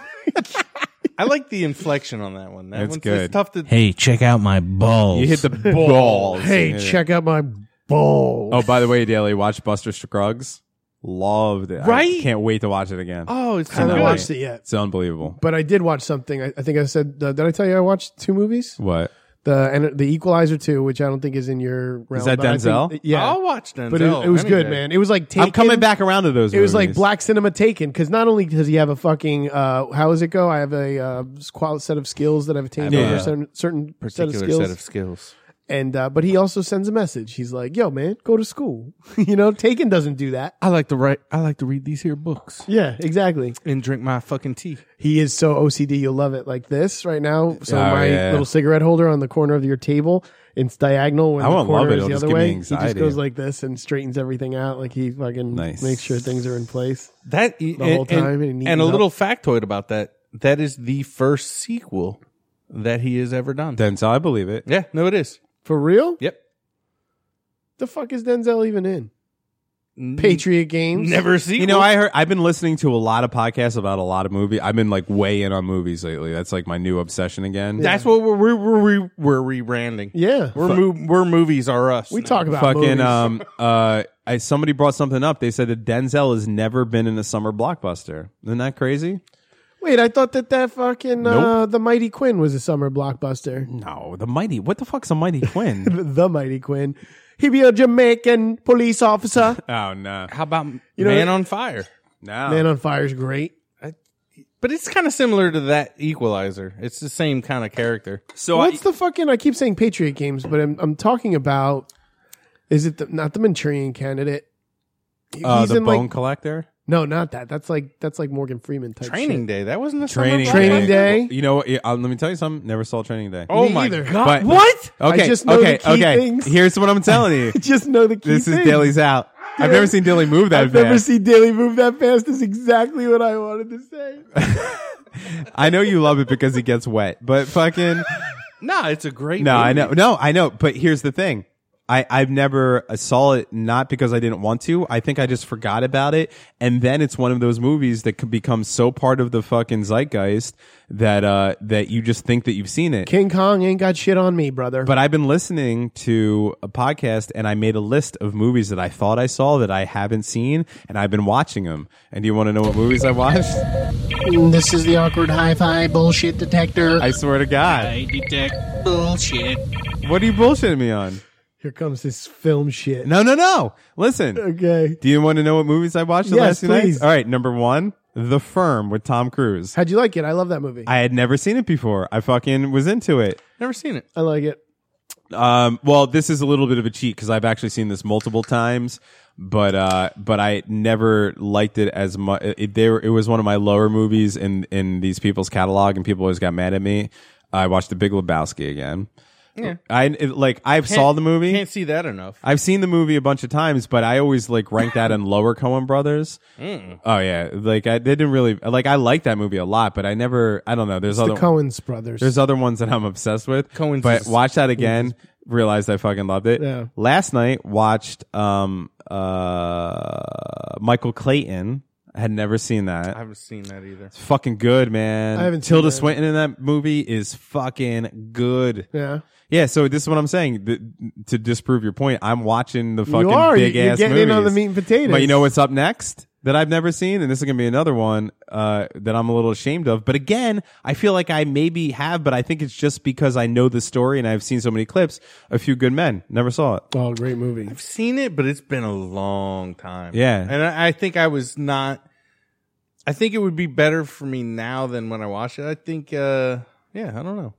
[laughs] I like the inflection on that one. That That's one's it's good. tough to. hey, check out my balls. You hit [laughs] the balls. Hey, Yeah. check out my balls. Oh, by the way, Daly, watch Buster Scruggs. Loved it. I Right? can't wait to watch it again. Oh, it's I so haven't no, good. watched it yet, It's unbelievable. but I did watch something. I, I think I said. Uh, did I tell you I watched two movies? What? The and the Equalizer two, which I don't think is in your realm. that but I Denzel? think- yeah, I'll watch Oh, Denzel. but it, it was any good, day. man. It was like taken. I'm coming back around to those. It was like movies. black cinema taken because not only does he have a fucking uh, how does it go? I have a uh, qual- set of skills that I've attained Yeah. over a certain, certain set of Particular skills, set of skills. and uh, but he also sends a message. He's like, "Yo, man, go to school." [laughs] you know, Taken doesn't do that. I like to write. I like to read these here books Yeah, exactly. and drink my fucking tea. He is so OCD. You'll love it. Like this right now. So Oh, my yeah. little cigarette holder on the corner of your table, it's diagonal. When I the won't corner love it. is It'll the just other give me way. He just anxiety. goes like this and straightens everything out. Like he fucking Nice. makes sure things are in place. That The whole time and and, eating a up. little factoid about that. That is the first sequel that he has ever done. Denzel. I believe it. yeah, no, it is. For real? Yep. The fuck is Denzel even in? Patriot Games. Never seen. You know, I heard. I've been listening to a lot of podcasts about a lot of movies. I've been like way in on movies lately. That's like my new obsession again. That's what we're we're we're, we're rebranding. Yeah. We're mov- we're movies are us. we now. talk about fucking movies. um uh. I, somebody brought something up. They said that Denzel has never been in a summer blockbuster. Isn't that crazy? Wait, I thought that that fucking uh, Nope. the Mighty Quinn was a summer blockbuster. [laughs] No, the mighty. What the fuck's a mighty Quinn? the Mighty Quinn. He be a Jamaican police officer. [laughs] [laughs] oh no, How about know- Man on Fire? no. Man on Fire's great. But it's kind of similar to that Equalizer. It's the same kind of character. so I, What's the fucking? I keep saying Patriot Games, but I'm I'm talking about. Is it the, not the Manchurian Candidate? He- uh, the bone like collector. no, not that. That's like that's like Morgan Freeman type Training shit. Day. That wasn't a Training summer Training blockbuster? Day. You know, what? Yeah, um, let me tell you something. Never saw Training Day. Oh Me my either. god! But- what? Okay, just know okay, the key okay. things. Here's what I'm telling you. Just know the [laughs] key this is thing. Dilly's out. I've never seen Dilly move that I've never fast. seen Daily move that fast. Is exactly what I wanted to say. [laughs] I know you love it because he gets wet, but [laughs] fucking No, it's a great. no, I movie. know, no, I know. But here's the thing. I, I've never uh, saw it not because I didn't want to. I think I just forgot about it. And then it's one of those movies that could become so part of the fucking zeitgeist that, uh, that you just think that you've seen it. King Kong ain't got shit on me, brother. But I've been listening to a podcast and I made a list of movies that I thought I saw that I haven't seen and I've been watching them. And do you want to know what movies I watched? [laughs] This is the awkward hi-fi bullshit detector. I swear to God. I detect bullshit. What are you bullshitting me on? Here comes this film shit. No, no, no. Listen, Okay. do you want to know what movies I watched the Yes, last few nights? please. All right, number one, The Firm with Tom Cruise. How'd you like it? I love that movie. I I, had never seen it before. I fucking was into it. Never seen it. like it. Um, well, this is a little bit of a cheat because I've actually seen this multiple times, but uh, but I never liked it as much. It, they were, it was one of my lower movies in in these people's catalog, and people always got mad at me. I watched The Big Lebowski again. Yeah. I it, like I Can't- saw the movie. Can't see that enough. I've seen the movie a bunch of times, but I always like ranked that in lower Coen Brothers. Mm. Oh yeah, like I they didn't really like. I like that movie a lot, but I never. I don't know. There's It's the other Coens brothers. There's other ones that I'm obsessed with. Cohen's, but watch that again. Realized I fucking loved it. Yeah. Last night watched um uh Michael Clayton. I had never seen that. I haven't seen that either. It's fucking good, man. I haven't seen Tilda that. Swinton in that movie is fucking good. Yeah. Yeah, so this is what I'm saying. Th- to disprove your point, I'm watching the fucking are. big You're ass getting in on the movies. meat and potatoes. But you know what's up next that I've never seen, and this is gonna be another one uh, that I'm a little ashamed of. But again, I feel like I maybe have, but I think it's just because I know the story and I've seen so many clips. A few good men never saw it. Oh, great movie. I've seen it, but it's been a long time. Yeah. And I, I think I was not. I think it would be better for me now than when I watched it. I think, uh, yeah, I don't know.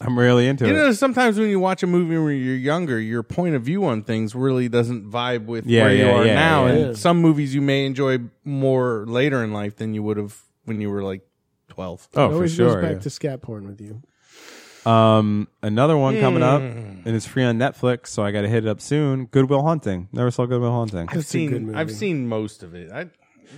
I'm really into You it. know, sometimes when you watch a movie when you're younger, your point of view on things really doesn't vibe with Yeah, where you yeah, are yeah, now. yeah. and Yeah. some movies you may enjoy more later in life than you would have when you were like 12. Oh, it for always sure. goes back yeah. to scat porn with you. Um, another one coming up, Hmm. and it's free on Netflix, so I got to hit it up soon. Goodwill Hunting. Never saw Goodwill Hunting. I've seen, good movie. I've seen most of it. I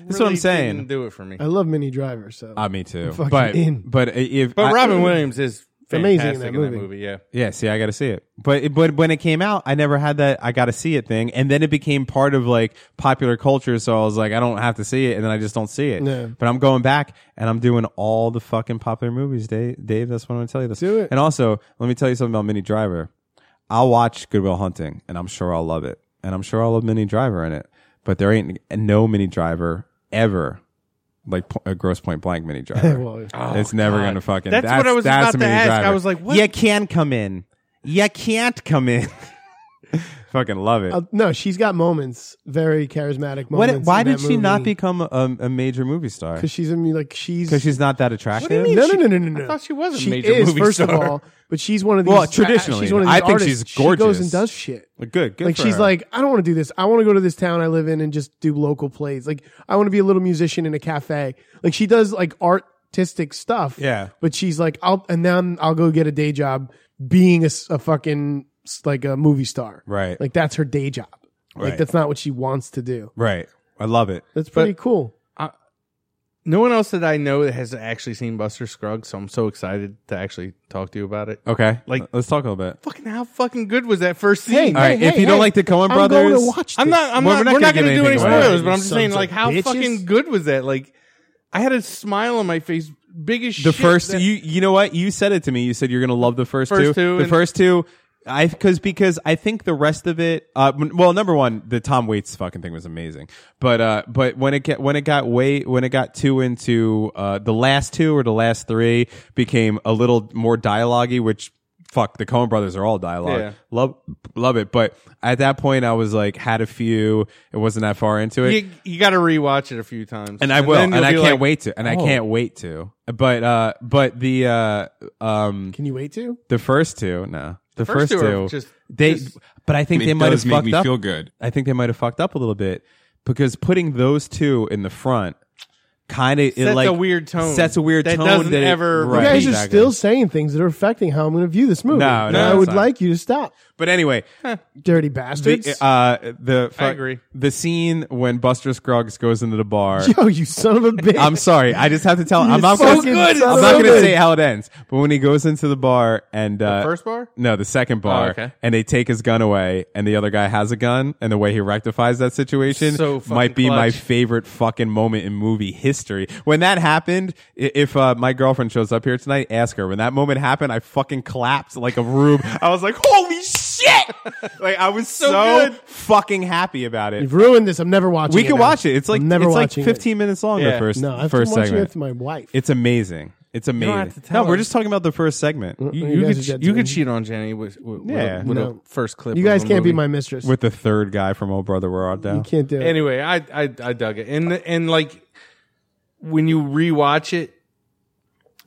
That's what I'm really saying. Didn't do it for me. I love Mini Driver, so Ah, me too. I'm fucking But in. but if But I- Robin Williams is Amazing in fantastic that in that, movie. movie. Yeah. Yeah, see, I got to see it. But it- but when it came out, I never had that. I got to see it thing, and then it became part of like popular culture. So I was like, I don't have to see it, and then I just don't see it. Yeah. But I'm going back, and I'm doing all the fucking popular movies, Dave. Dave, that's what I'm gonna tell you. This. Do it. And also, let me tell you something about Mini Driver. I'll watch Goodwill Hunting, and I'm sure I'll love it, and I'm sure I'll love Mini Driver in it. But there ain't no Mini Driver ever like po- a gross point blank Mini Driver. [laughs] Well, it's never gonna fucking. That's what I was that's about a to Mini ask. I Driver. was like, what? You can come in. You can't come in. [laughs] fucking love it. uh, no, she's got moments, very charismatic What- moments. why did she not become a, a major movie star? Because Because she's I mean, like she's she's not that attractive. What do you mean? no, she- no, no, no, no. I thought she was a she major is, movie first of star. all, but she's one of these. Well, traditionally, she's one of these I think artists. she's gorgeous. She goes and does shit. Good, good. like for she's her. like, I don't want to do this. I want to go to this town I live in and just do local plays. Like I want to be a little musician in a cafe. Like she does like artistic stuff. Yeah. But she's like, I'll and then I'll go get a day job being a, s- a fucking s- like a movie star. Right. Like that's her day job. Right. Like that's not what she wants to do. right. I love it. That's pretty cool. No one else that I know that has actually seen Buster Scruggs, so I'm so excited to actually talk to you about it. Okay, Like- like let's talk a little bit. Fucking how fucking good was that first scene? Hey, All right, hey, if you hey, don't hey, like the Coen I'm going Brothers- to watch I'm this. not. I'm Well, not. We're not gonna going to give do any anything away. spoilers, but I'm You just saying, sons of like, how bitches. fucking good was that? Like, I had a smile on my face, biggest. The shit first that- you you know what you said it to me. You said you're gonna love the first, First two The and- first two, I because because I think the rest of it. Uh, when- well, number one, the Tom Waits fucking thing was amazing. But uh, but when it get when it got way when it got two into uh the last two or the last three became a little more dialogue-y, which. Fuck the Coen Brothers are all dialogue. Yeah. Love, love it. But at that point, I was like, had a few. It wasn't that far into it. you, you got to rewatch it a few times, And I will, and, then you'll I be can't like, wait to, and I "Oh." can't wait to. But uh, but the uh, um, Can you wait to? the first two, no, the, first, first two are two, just- they. just- but I think It they might have does make fucked me up. feel good. I think they might have fucked up a little bit because putting those two in the front kind of Sets it like a weird tone. Sets a weird That tone doesn't that it- ever- You right, You guys are exactly. still saying things that are affecting how I'm going to view this movie. No, And no, I it's would not. like you to stop, But anyway, dirty bastards. the uh, the I agree. the scene when Buster Scruggs goes into the [laughs] bar. Yo, you son of a bitch. I'm sorry. I just have to [laughs] tell. I'm You're not so gonna, good. I'm So not going to good. say how it ends. But when he goes into the bar and uh, first bar? Oh, no, the second bar, okay. and they take his gun away, and the other guy has a gun, and the way he rectifies that situation So fucking might be my clutch. favorite fucking moment in movie history. When that happened, i- if uh, my girlfriend shows up here tonight, ask her. When that moment happened, I fucking clapped like a rube. [laughs] I was like, holy shit! like I was so, good. fucking happy about it. You've ruined this. I'm never watching. we it can now. watch it. It's like I'm never it's like watching it. 15 minutes long. The Yeah. first No, I've first been watching segment. it with my wife. It's amazing. It's amazing. have to tell no, we're us. just talking about the first segment You, you you guys could are dead you to could me. cheat on Jenny with, with, with Yeah. a, with No. a first clip. you of guys a can't be movie. my mistress. with the third guy from Oh Brother Where Art Thou. you can't do it. Anyway, I, I I dug it, and and like when you rewatch it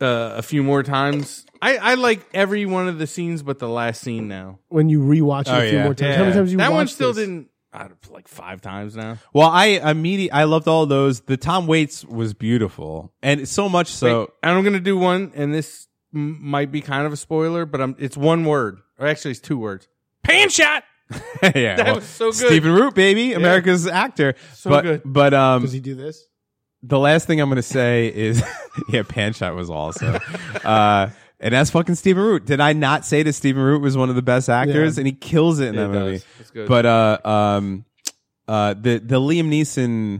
uh, a few more times, I, I like every one of the scenes but the last scene now. when you rewatch it a few more times. How many times you that one watched still this? didn't. I don't- like five times now. Well, I immediately I loved all those. The Tom Waits was beautiful, and so much so. Wait, and I'm gonna do one, and this m- might be kind of a spoiler, but I'm, it's one word, or actually it's two words. Pan shot. [laughs] yeah, That well, was so good. Stephen Root, baby, Yeah. America's actor. So but, good. But um, Does he do this? the last thing I'm going to say is, [laughs] yeah, Pan Shot was [laughs] awesome. uh, and that's fucking Stephen Root. Did I not say that Stephen Root was one of the best actors, Yeah. and he kills it in It that does. movie? It's good. But uh, um, uh, the the Liam Neeson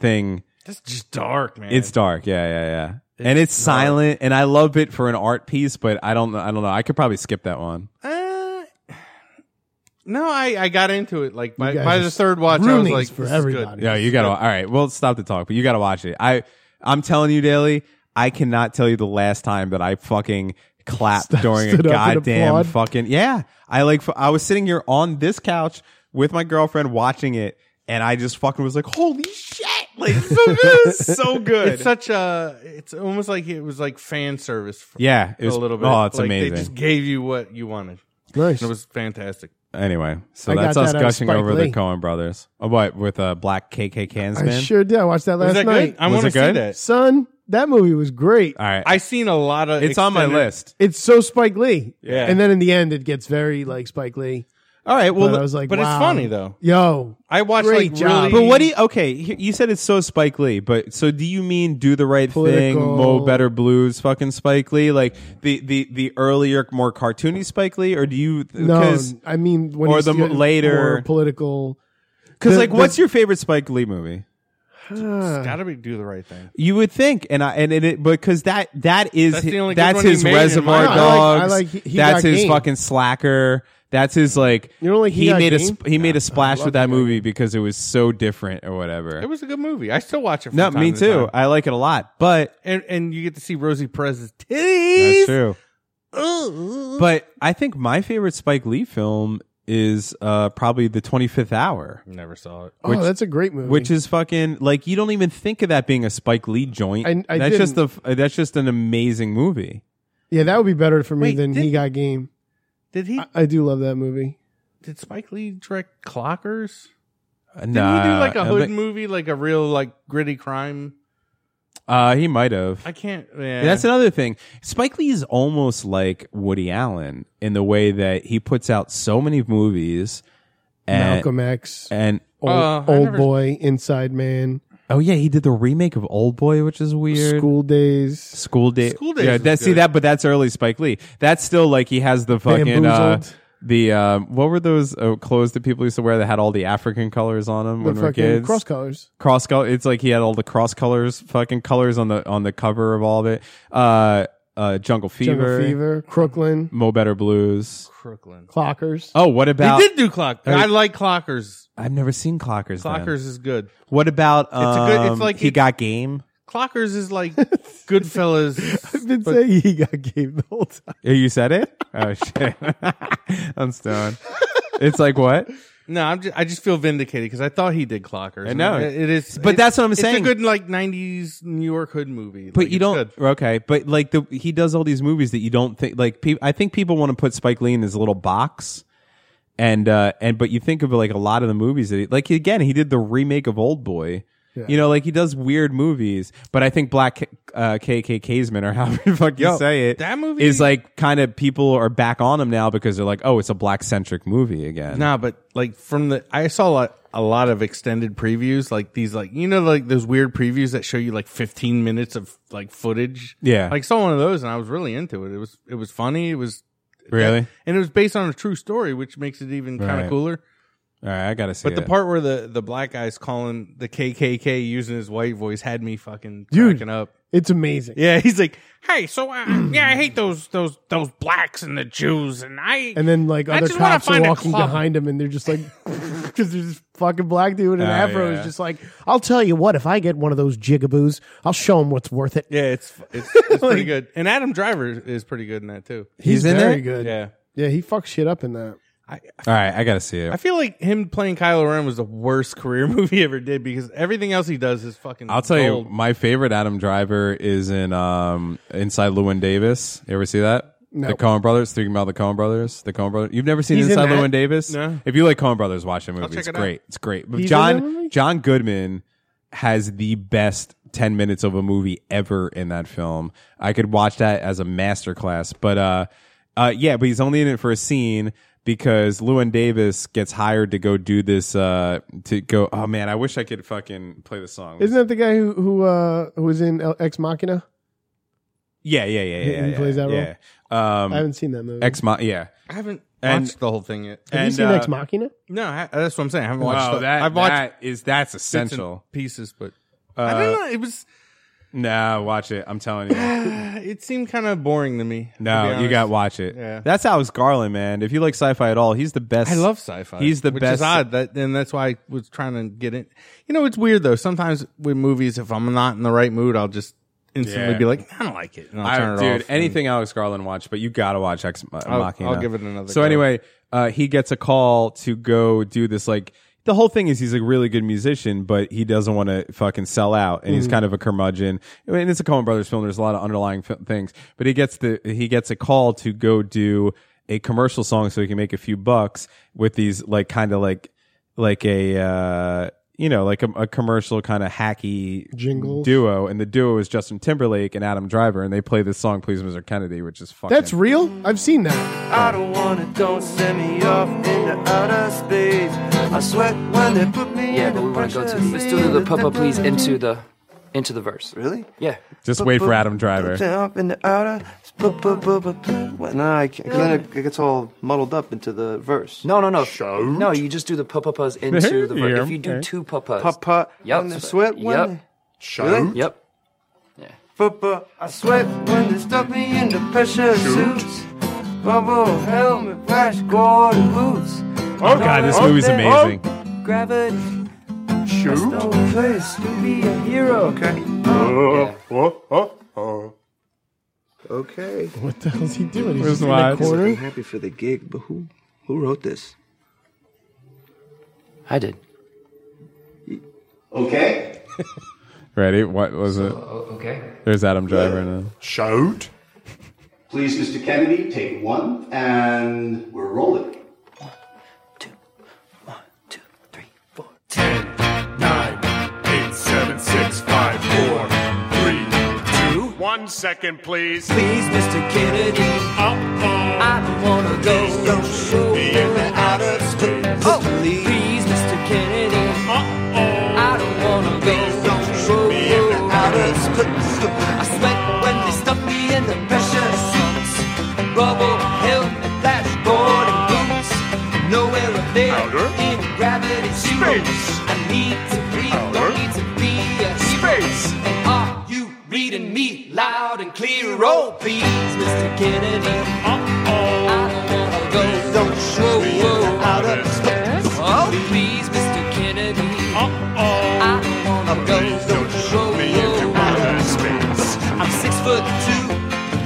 thing. That's just dark, man. It's dark. Yeah, yeah, yeah. and it's silent, and I love it for an art piece. But I don't know. I don't know. I could probably skip that one. Uh, [sighs] no, I, I got into it like by, guys by are the third watch. I was ruining like, this for this is good. everybody. Yeah, you gotta. All right, well, stop the talk, but you gotta watch it. I, I'm telling you, Daily, I cannot tell you the last time that I fucking clapped during a stood up and goddamn applaud. fucking. Yeah, I like. f- I was sitting here on this couch with my girlfriend watching it, and I just fucking was like, holy shit, like this is so good. It's such a. It's almost like it was like fan service. For Yeah, it was- a little bit. oh, it's Like, amazing. They just gave you what you wanted. Nice. And it was fantastic. anyway, so I that's got us that out of gushing Spike over Lee. the Cohen brothers. Oh, what with a uh, black KK cans I man. sure did. I watched that last was that night. good? I Was want to it see good? that. Son, that movie was great. all right, I seen a lot of. it's on my extended- list. It's so Spike Lee. Yeah. And then in the end, it gets very like Spike Lee. All right, well, but I was like, But it's wow. funny though. Uh, Yo, I watched Great like job. really. But what do you? Okay, he- you said it's so Spike Lee, but so do you mean do the right thing, Political. Mo Better Blues, fucking Spike Lee, like the the the earlier, more cartoony Spike Lee, or do you? no, Because I mean when or he's the mo- good- later- or political. the- like, the- what's your favorite Spike Lee movie? It's gotta be do the right thing. You would think, and I and, and it because that that is That's hi- the only good that's one he his made in Reservoir I my- like- I Dogs. like he- he that's got his game. fucking slacker. That's his like. You don't like He he Got made a Game? sp- he made a splash with that movie because it was so different or whatever. It was a good movie. I still watch it. From no, time me to too. time. I like it a lot, but And and you get to see Rosie Perez's titties. that's true. Mm. But I think my favorite Spike Lee film is uh, probably The 25th Hour, Never saw it. oh, that's a great movie. which is fucking like you don't even think of that being a Spike Lee joint. I- I that's just didn't. the f- uh, that's just an amazing movie. yeah, that would be better for me Wait, than did- He Got Game. Did he? I, I do love that movie. did Spike Lee direct Clockers? Uh, Did not he do nah, like a I hood think- movie, like a real like gritty crime? Uh, he might have. I can't. Yeah, And that's another thing. Spike Lee is almost like Woody Allen in the way that he puts out so many movies. And, Malcolm X, and Old, Uh, I Old never- Boy, Inside Man, oh yeah, he did the remake of Old Boy, which is weird. School Days. School day. School Days Yeah, was that, see good. that, but that's early Spike Lee. That's still like he has the fucking uh, Bamboozled. the uh, what were those uh, clothes that people used to wear that had all the African colors on them The when we were fucking kids? cross colors. cross color. It's like he had all the cross colors, fucking colors on the on the cover of all of it. Uh, uh, Jungle Fever, Jungle Fever, Crooklyn, Mo Better Blues. Crooklyn. Clockers. Oh, what He about? did do Clock. I like Clockers. I've never seen Clockers. then. Clockers is good. What about? Um, It's a good- it's like he it- got game. Clockers is like Goodfellas. [laughs] I've been saying He Got Game the whole time. Oh, You said it. Oh shit, [laughs] I'm stoned. It's like what? no, I'm just, I just feel vindicated because I thought he did Clockers. I know. it, it is, But it- that's what I'm saying. It's a good like '90s New York hood movie. But Like, you it's don't good. okay. But like the he does all these movies that you don't think like. Pe- I think people want to put Spike Lee in his little box, and uh and but you think of like a lot of the movies that he, like again he did the remake of Old Boy. You know, like he does weird movies, but I think Black K- uh, KKKsman or [laughs] however the fuck you Yo, say it, that movie- is like kind of people are back on him now because they're like, oh, it's a black centric movie again. Nah, but like from the, I saw a lot, a lot of extended previews, like these, like you know, like those weird previews that show you like 15 minutes of like footage. Yeah. like saw one of those, and I was really into it. It was, it was funny. It was Really? and it was based on a true story, which makes it even kind Right. of cooler. All right, I gotta see. But the it. part where the the black guy's calling the KKK using his white voice had me fucking Dude. cracking up. It's amazing. Yeah, [laughs] he's like, Hey, so uh, yeah, I hate those those those blacks and the Jews, and I And then like I other just wanna cops are find a walking club. behind him, and they're just like, [laughs] because there's this fucking black dude and an Oh, afro yeah. is just like, I'll tell you what, if I get one of those jigaboos, I'll show him what's worth it. yeah, it's it's, it's pretty good. And Adam Driver is pretty good in that too. He's in it? very good. Yeah. yeah, he fucks shit up in that. all right, I gotta see it. I feel like him playing Kylo Ren was the worst career [laughs] movie he ever did because everything else he does is fucking. I'll tell gold. you, my favorite Adam Driver is in um, Inside Llewyn Davis. You ever see that? The Coen Brothers, thinking about the Coen Brothers, the Coen Brothers. You've never seen He's in Inside that? Llewyn Davis? No. If you like Coen Brothers, watch that movie. check it's it out. great. It's great. But He's in that John John Goodman has the best ten minutes of a movie ever in that film. I could watch that as a masterclass. But uh, uh, yeah, but he's only in it for a scene because Llewyn Davis gets hired to go do this. Uh, to go. Oh man, I wish I could fucking play the song. Isn't that the guy who who uh, who was in El- Ex Machina? Yeah, yeah, yeah, He- yeah. he yeah, plays that role? yeah. Um, I haven't seen that movie. Ex Ma- yeah. I haven't And- watched the whole thing yet. Have you and, seen uh, Ex Machina? No, I, that's what I'm saying. I haven't watched. Wow, the- that- I've watched that is- that's bits and essential. pieces, but Uh, I don't know. It was. Nah, watch it. I'm [laughs] telling you. It seemed kind of boring to me. to be No, you honest. got to watch it. Yeah. That's Alex Garland, man. If you like sci-fi at all, he's the best. I love sci-fi. He's the which best. Is odd that, and that's why I was trying to get it. You know, it's weird though. Sometimes with movies, if I'm not in the right mood, I'll just instantly Yeah. be like, I don't like it. And I'll I- turn it dude, off. anything Alex Garland watched, but you got to watch Ex Ma- I'll- Machina. I'll give it another So go. anyway, uh, he gets a call to go do this. Like the whole thing is, he's a really good musician, but he doesn't want to fucking sell out, and he's Mm-hmm. Mhm. kind of a curmudgeon. I mean, it's a Coen Brothers film. There's a lot of underlying fi- things, but he gets the he gets a call to go do a commercial song so he can make a few bucks with these like kind of like like a uh you know like a, a commercial kind of hacky Jingles. duo and the duo is Justin Timberlake and Adam Driver and they play this song Please Mr. Kennedy which is fucking That's real. I've seen that. I don't wanna, don't send me off into outer space. I sweat when they put me Yeah, in but we want to go to pressure let's do the field. papa please into the into the verse. Really? Yeah. Just wait for Adam Put Driver. it up in the outer. bu- bu- bu- bu- bu- Well, no, I can't. 'cause Then it gets all muddled up into the verse. No, no, no. No, you just do the papas into the verse. Yeah, If you do okay. two papas. Papa, Yep. when they that's sweat, right. when Yep. they- Really? Yep. Papa, I sweat when they stuck me in the pressure suits. Bubble helmet, flash Gordon boots. Oh god, this movie's amazing. Oh, Gravity. Shoot. No place to be a hero. Okay. Oh, Okay. What the hell's he doing? He's Where's just in that corner. I'm happy for the gig, but who who wrote this? I did. Okay. [laughs] Ready? What was it? okay. There's Adam Driver now. Shout. Please, Mr. Kennedy, take one, and we're rolling. Ten, nine, eight, seven, six, five, four, three, two, one second, please. Please, Mr. Kennedy. Uh-oh. I don't wanna go. Don't show me in the outer space. Oh, please, Mr. Kennedy. Uh-oh. I don't wanna go. Don't show me in the outer space. I sweat when they stuff me in the pressure suits. Rubble, helmet, flashboard, and boots. Nowhere up there in gravity space. I need to breathe, don't need to be a space. And are you reading me loud and clear? Oh, please, Mr. Kennedy. Uh-oh. I don't wanna go. Don't show whoa, out of space. Oh, please, Mr. Kennedy. Uh-oh. I don't wanna go. Don't show whoa, out of space. I'm six foot two,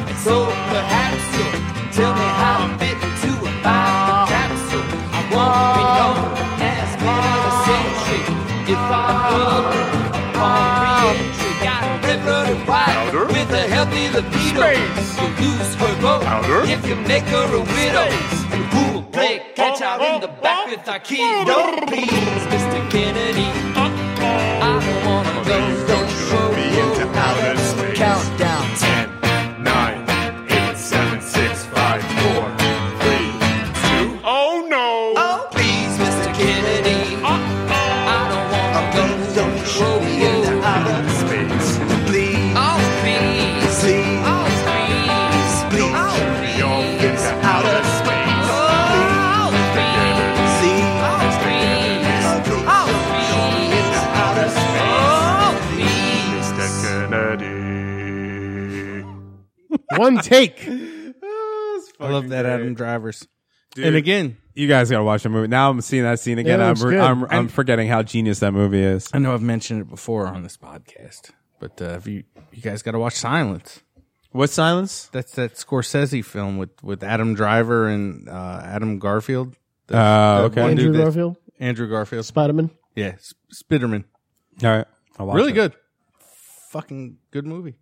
and so perhaps you'll tell me how I fit into a five capsule. I won't be known as penitentiary if I'm ugly. Upon reentry, got ripped and wide with a healthy libido. You'll lose her vote if you make her a widow. And who will play catch out in the back with Aikido? Please, Mr. Kennedy. I don't wanna go. Don't show me into outer space. Countdown. Ten, nine, eight, seven, six, five, four, three, two. Oh no! Oh please, Mr. Kennedy. I don't wanna go. Don't show me into outer space. Please. Oh please. Please. Oh please. Please. Oh please. into outer space. Oh please. Oh please. Oh please. Into outer space. Oh please. One take. I love that Adam Driver's. Dude, and again, you guys gotta watch the movie. Now I'm seeing that scene again. Yeah, it I'm, looks re- good. I'm I'm And- forgetting how genius that movie is. I know I've mentioned it before on this podcast, but uh, if you you guys got to watch Silence. What Silence? That's that Scorsese film with with Adam Driver and uh, Adam Garfield. The- Uh, that okay. one dude Andrew that- Garfield? Andrew Garfield. Spiderman. Yeah, S- Spiderman. All right, I'll watch Really it. good. Fucking good movie.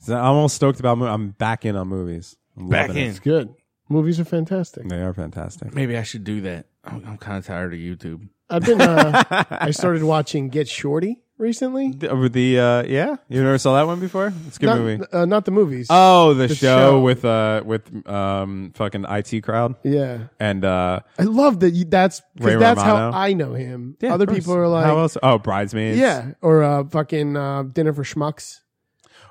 So I'm all stoked about. Mo- I'm back in on movies. I'm Back loving it. in. It's good. Movies are fantastic. They are fantastic. Maybe I should do that. I'm, I'm kind of tired of YouTube. I've [laughs] been. Uh, I started watching Get Shorty recently. The, uh, the uh, yeah, you never saw that one before. It's a good not, movie. Uh, not the movies. Oh, the, show, with uh with um fucking IT crowd. Yeah. and uh I love that. You, that's 'cause Ray that's Romano. how I know him. yeah, Other of course. people are like, how else? Oh, bridesmaids. yeah, or uh, fucking uh, Dinner for Schmucks.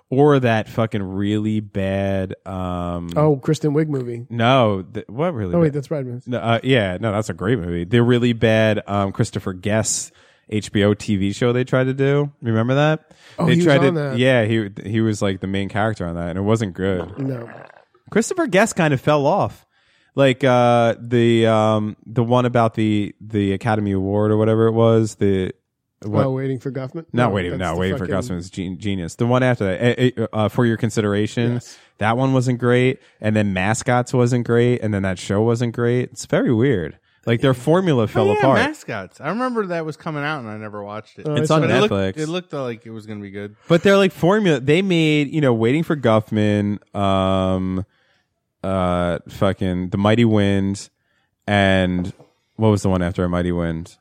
or that fucking really bad. um Oh, Kristen Wiig movie. no, th- what really? Oh wait, bad? that's Bridesmaids. No, uh, yeah, no, that's a great movie. The really bad um, Christopher Guest HBO TV show they tried to do. Remember that? Oh, they he was tried on to. that. Yeah, he he was like the main character on that, and it wasn't good. No. Christopher Guest kind of fell off. Like uh, the um, the one about the the Academy Award or whatever it was. The what- Oh, waiting for Guffman. not waiting. that's No, the waiting for fucking- Guffman's gen- genius. The one after that, eh, eh, uh, for your consideration, that one wasn't great, and then mascots wasn't great, and then that show wasn't great. It's very weird. Like their formula fell yeah, apart. mascots. I remember that was coming out and I never watched it. Oh, It's I on saw But it looked- Netflix. It looked, like it was going to be good. but they're like formula. They made you know waiting for Guffman, um, uh, fucking the Mighty Wind, and what was the one after a Mighty Wind?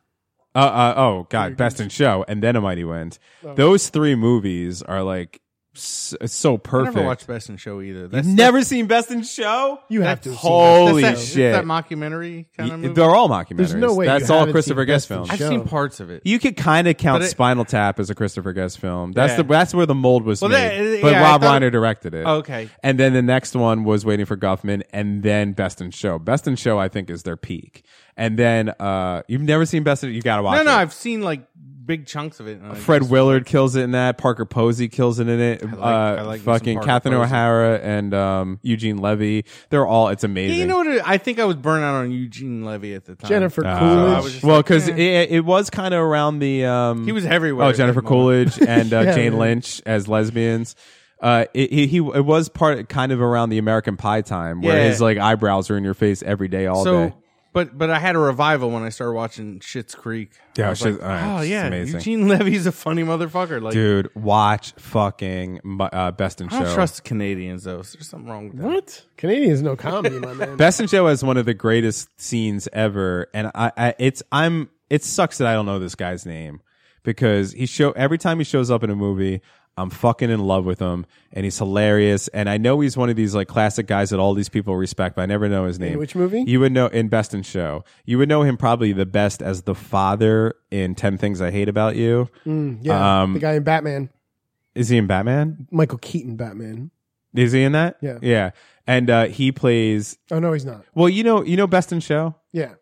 Uh, uh oh god, Best in Show, and then a Mighty Wind. Oh. Those three movies are like so, so perfect. I never watched Best in Show either. You've never seen Best in Show? You have to have seen Best in Holy Show. shit. That mockumentary kind Y- of movie. They're all mockumentaries. There's no way That's you all haven't Christopher seen Guest Best in films. I've seen parts of it. You could kind of count But it- Spinal Tap as a Christopher Guest film. That's Yeah. the that's where the mold was Well, made. that- uh, yeah, but I Rob thought- Reiner directed it. Okay. And then the next one was Waiting for Guffman, and then Best in Show. Best in Show, I think, is their peak. And then uh, you've never seen Best in. You gotta watch. No, no, it. I've seen like big chunks of it. and I Fred just- Willard kills it in that. Parker Posey kills it in it. like- uh, I like me some fucking Parker Catherine Posey. O'Hara and um, Eugene Levy. They're all. It's amazing. Yeah, you know what? it- I think I was burnt out on Eugene Levy at the time. Jennifer So I Uh, was just well, like, because eh. it, it was kind of around the um, He was everywhere Oh, at that Jennifer moment. Coolidge [laughs] and uh, Yeah, Jane man. Lynch as lesbians. Uh, it, he, he it was part kind of around the American Pie time where Yeah. his like eyebrows are in your face every day, all so, day. But but I had a revival when I started watching Shit's Creek. Yeah, I was Schitt's- like, all right, oh it's yeah, amazing. Eugene Levy's a funny motherfucker. Like, Dude, watch fucking mu- uh, Best in I don't Show. trust Canadians though. So there's something wrong with that. What? Canadians no comedy, my [laughs] man. Best in Show has one of the greatest scenes ever, and I, I it's I'm it sucks that I don't know this guy's name because he show every time he shows up in a movie. I'm fucking in love with him, and he's hilarious. And I know he's one of these like classic guys that all these people respect, but I never know his name. which movie? You would know in Best in Show. You would know him probably the best as the father in Ten Things I Hate About You. Mm, yeah, Um, the guy in Batman, Is he in Batman? Michael Keaton, Batman. Is he in that? Yeah. yeah. And uh, he plays. Oh no, he's not. Well, you know, you know Best in Show. Yeah,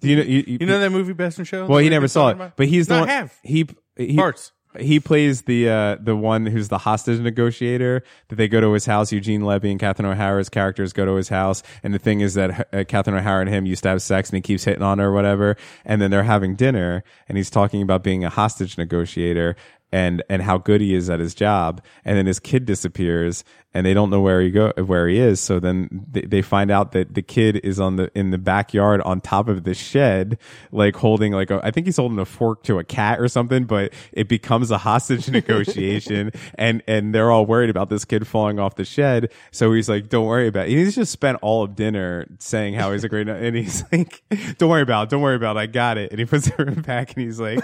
Do you know? You, you- You know that movie Best in Show? Well, he We've never been saw talking it, about? but he's the No, I one, have. he he Parts. he plays the uh, the one who's the hostage negotiator that they go to his house. Eugene Levy and Catherine O'Hara's characters go to his house, and the thing is that uh, Catherine O'Hara and him used to have sex, and he keeps hitting on her or whatever. And then they're having dinner, and he's talking about being a hostage negotiator and and how good he is at his job. And then his kid disappears, and they don't know where he go where he is. So then they, they find out that the kid is on the in the backyard on top of the shed, like holding like a, I think he's holding a fork to a cat or something. But it becomes a hostage [laughs] negotiation, and and they're all worried about this kid falling off the shed. So he's like, "Don't worry about it." He's just spent all of dinner saying how he's a great, and he's [laughs] like, "Don't worry about it. Don't worry about it. I got it." And he puts [laughs] it back, and he's like,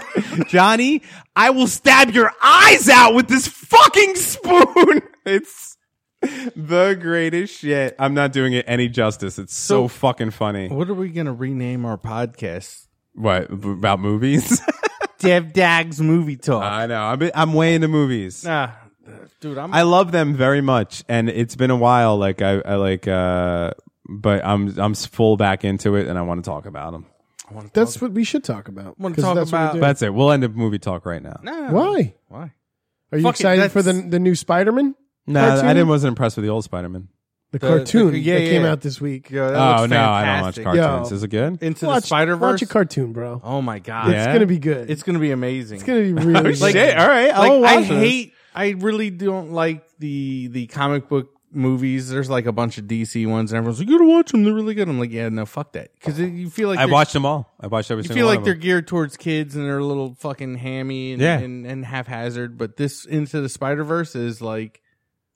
"Johnny, I will stab your eyes out with this fucking spoon." [laughs] It's the greatest shit. I'm not doing it any justice. It's so, So- fucking funny. What are we gonna rename our podcast? What b- about movies? [laughs] Dev Dag's movie talk. I know. I'm I'm way into movies. Nah, dude, I'm. I love them very much, and it's been a while. Like I, I like, uh, but I'm I'm s- full back into it, and I want to talk about them. that's what we should talk about. Wanna 'cause talk that's what we about- do. That's it. We'll end up movie talk right now. No, no, no. why? Why? Are you Fuck it, excited for the that's- the new Spider Man? No, I didn't. Wasn't impressed with the old Spider Man. The, cartoon yeah, that yeah, came yeah. out this week. Yo, that Oh looks no, I don't watch fantastic. cartoons. Yo. Is it good? Into watch, the Spider Verse. Watch a cartoon, bro. oh my god, It's gonna be good. It's Oh, gonna be amazing. It's [laughs] gonna be really Like, shit, all right, Like, I'll I watch this. hate. I really don't like the the comic book movies. There's like a bunch of DC ones, and everyone's like, "You gotta watch them. They're really good." I'm like, "Yeah, no, fuck that," because you feel like I they're- watched them all. I watched every You single. feel one like of they're them. geared towards kids and they're a little fucking hammy and Yeah. and, and haphazard. But this Into the Spider Verse is like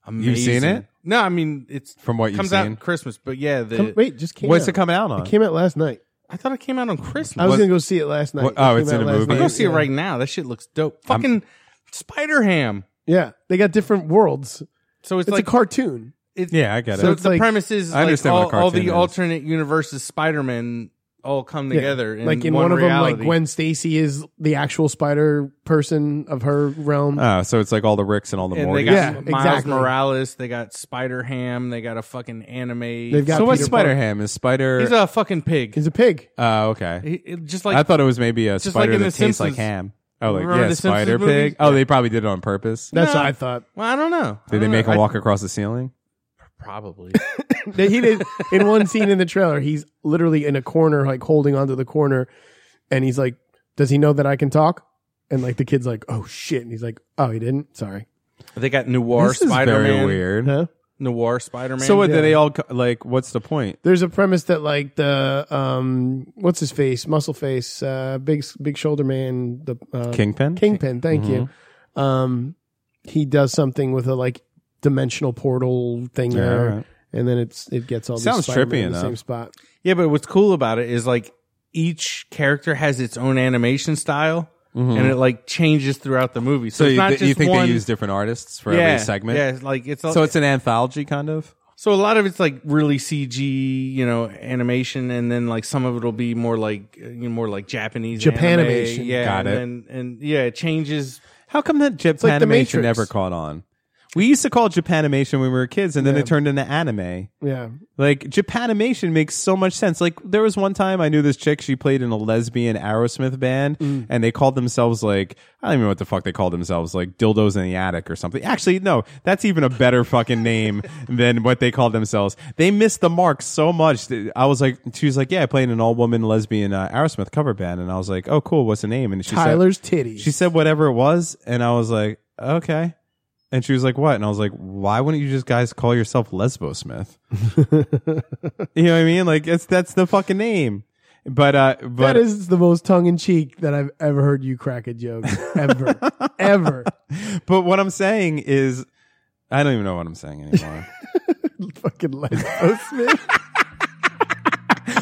amazing. You've seen it? No, I mean it's From what you've comes seen? out Christmas, but yeah, the, Come- wait, just came What's out. it coming out on? It came out last night. I thought it came out on Christmas. I was gonna go see it last night. What- oh, It came it's in out a last movie? I'll night. go see Yeah. it right now. That shit looks dope. Fucking Spider Ham. Yeah, they got different worlds. So it's it's like- a cartoon. It's, Yeah, I get So it. it's the like- premise is I like understand all, what a all the cartoon is. alternate universes Spider Man all come Yeah. together. In like in one, one, of them, reality. like Gwen Stacy is the actual spider person of her realm. Uh, Oh, so it's like all the Ricks and all the And they Mortys. got Yeah, Miles exactly. Morales. They got Spider Ham. They got a fucking anime. They've got so what's Peter Spider Parker. Ham? Is Spider? He's a fucking pig. He's a pig. Oh, okay. He- it- just like I thought it was maybe a just spider like in that the tastes like Simpsons. ham. Oh, like Remember yeah, the Simpsons spider movies? pig. Oh, they probably did it on purpose. That's No. what I thought. Well, I don't know. I Did they don't make know. him I- walk across the ceiling? Probably. They- he did in one scene in the trailer. He's literally in a corner, like holding onto the corner, and he's like, "Does he know that I can talk?" And like the kid's like, "Oh shit!" And he's like, "Oh, he didn't. Sorry." They got [laughs] noir this is Spider very Man. weird. Huh? Noir Spider Man. So what? Did they all co- like? What's the point? There's a premise that like the um, what's his face, muscle face, uh, big big shoulder man, the uh, Kingpin? Kingpin. Thank Mm-hmm. you. Um, he does something with a like dimensional portal thing Yeah, there, alright. and then it's it gets all these Sounds Spider-Man trippy in the enough. same spot. Yeah, but what's cool about it is like each character has its own animation style, and it like changes throughout the movie. Mm-hmm. So So, it's you, not th- just you think one, they use different artists for yeah, every segment? Yeah, like it's so it's an anthology kind of. so a lot of it's like really CG, you know, animation, and then like some of it'll be more like uh, you know, more like Japanese anime. Japanimation. Yeah, Got it. and, and and yeah, it changes. How come that Japanimation like The Matrix. never caught on? We used to call it Japanimation when we were kids, and then it turned into anime. Yeah, Like Japanimation makes so much sense. Like there was one time I knew this chick. She played in a lesbian Aerosmith band, and they called themselves like I don't even know what the fuck they called themselves, like dildos in the attic or something. Actually, no, that's even a better fucking name [laughs] than what they called themselves. They missed the mark so much. that I was like, she was like, yeah, I played in an all woman lesbian uh, Aerosmith cover band, and I was like, oh cool, what's the name? And she Tyler's said, titties. she said whatever it was, and I was like, okay. And she was like, "What?" And I was like, "Why wouldn't you just guys call yourself Lesbo [laughs] Smith?" you know what I mean? Like it's that's the fucking name. But uh, but that is the most tongue in cheek that I've ever heard you crack a joke [laughs] ever, ever. but what I'm saying is, I don't even know what I'm saying [laughs] anymore. Fucking Lesbo Smith.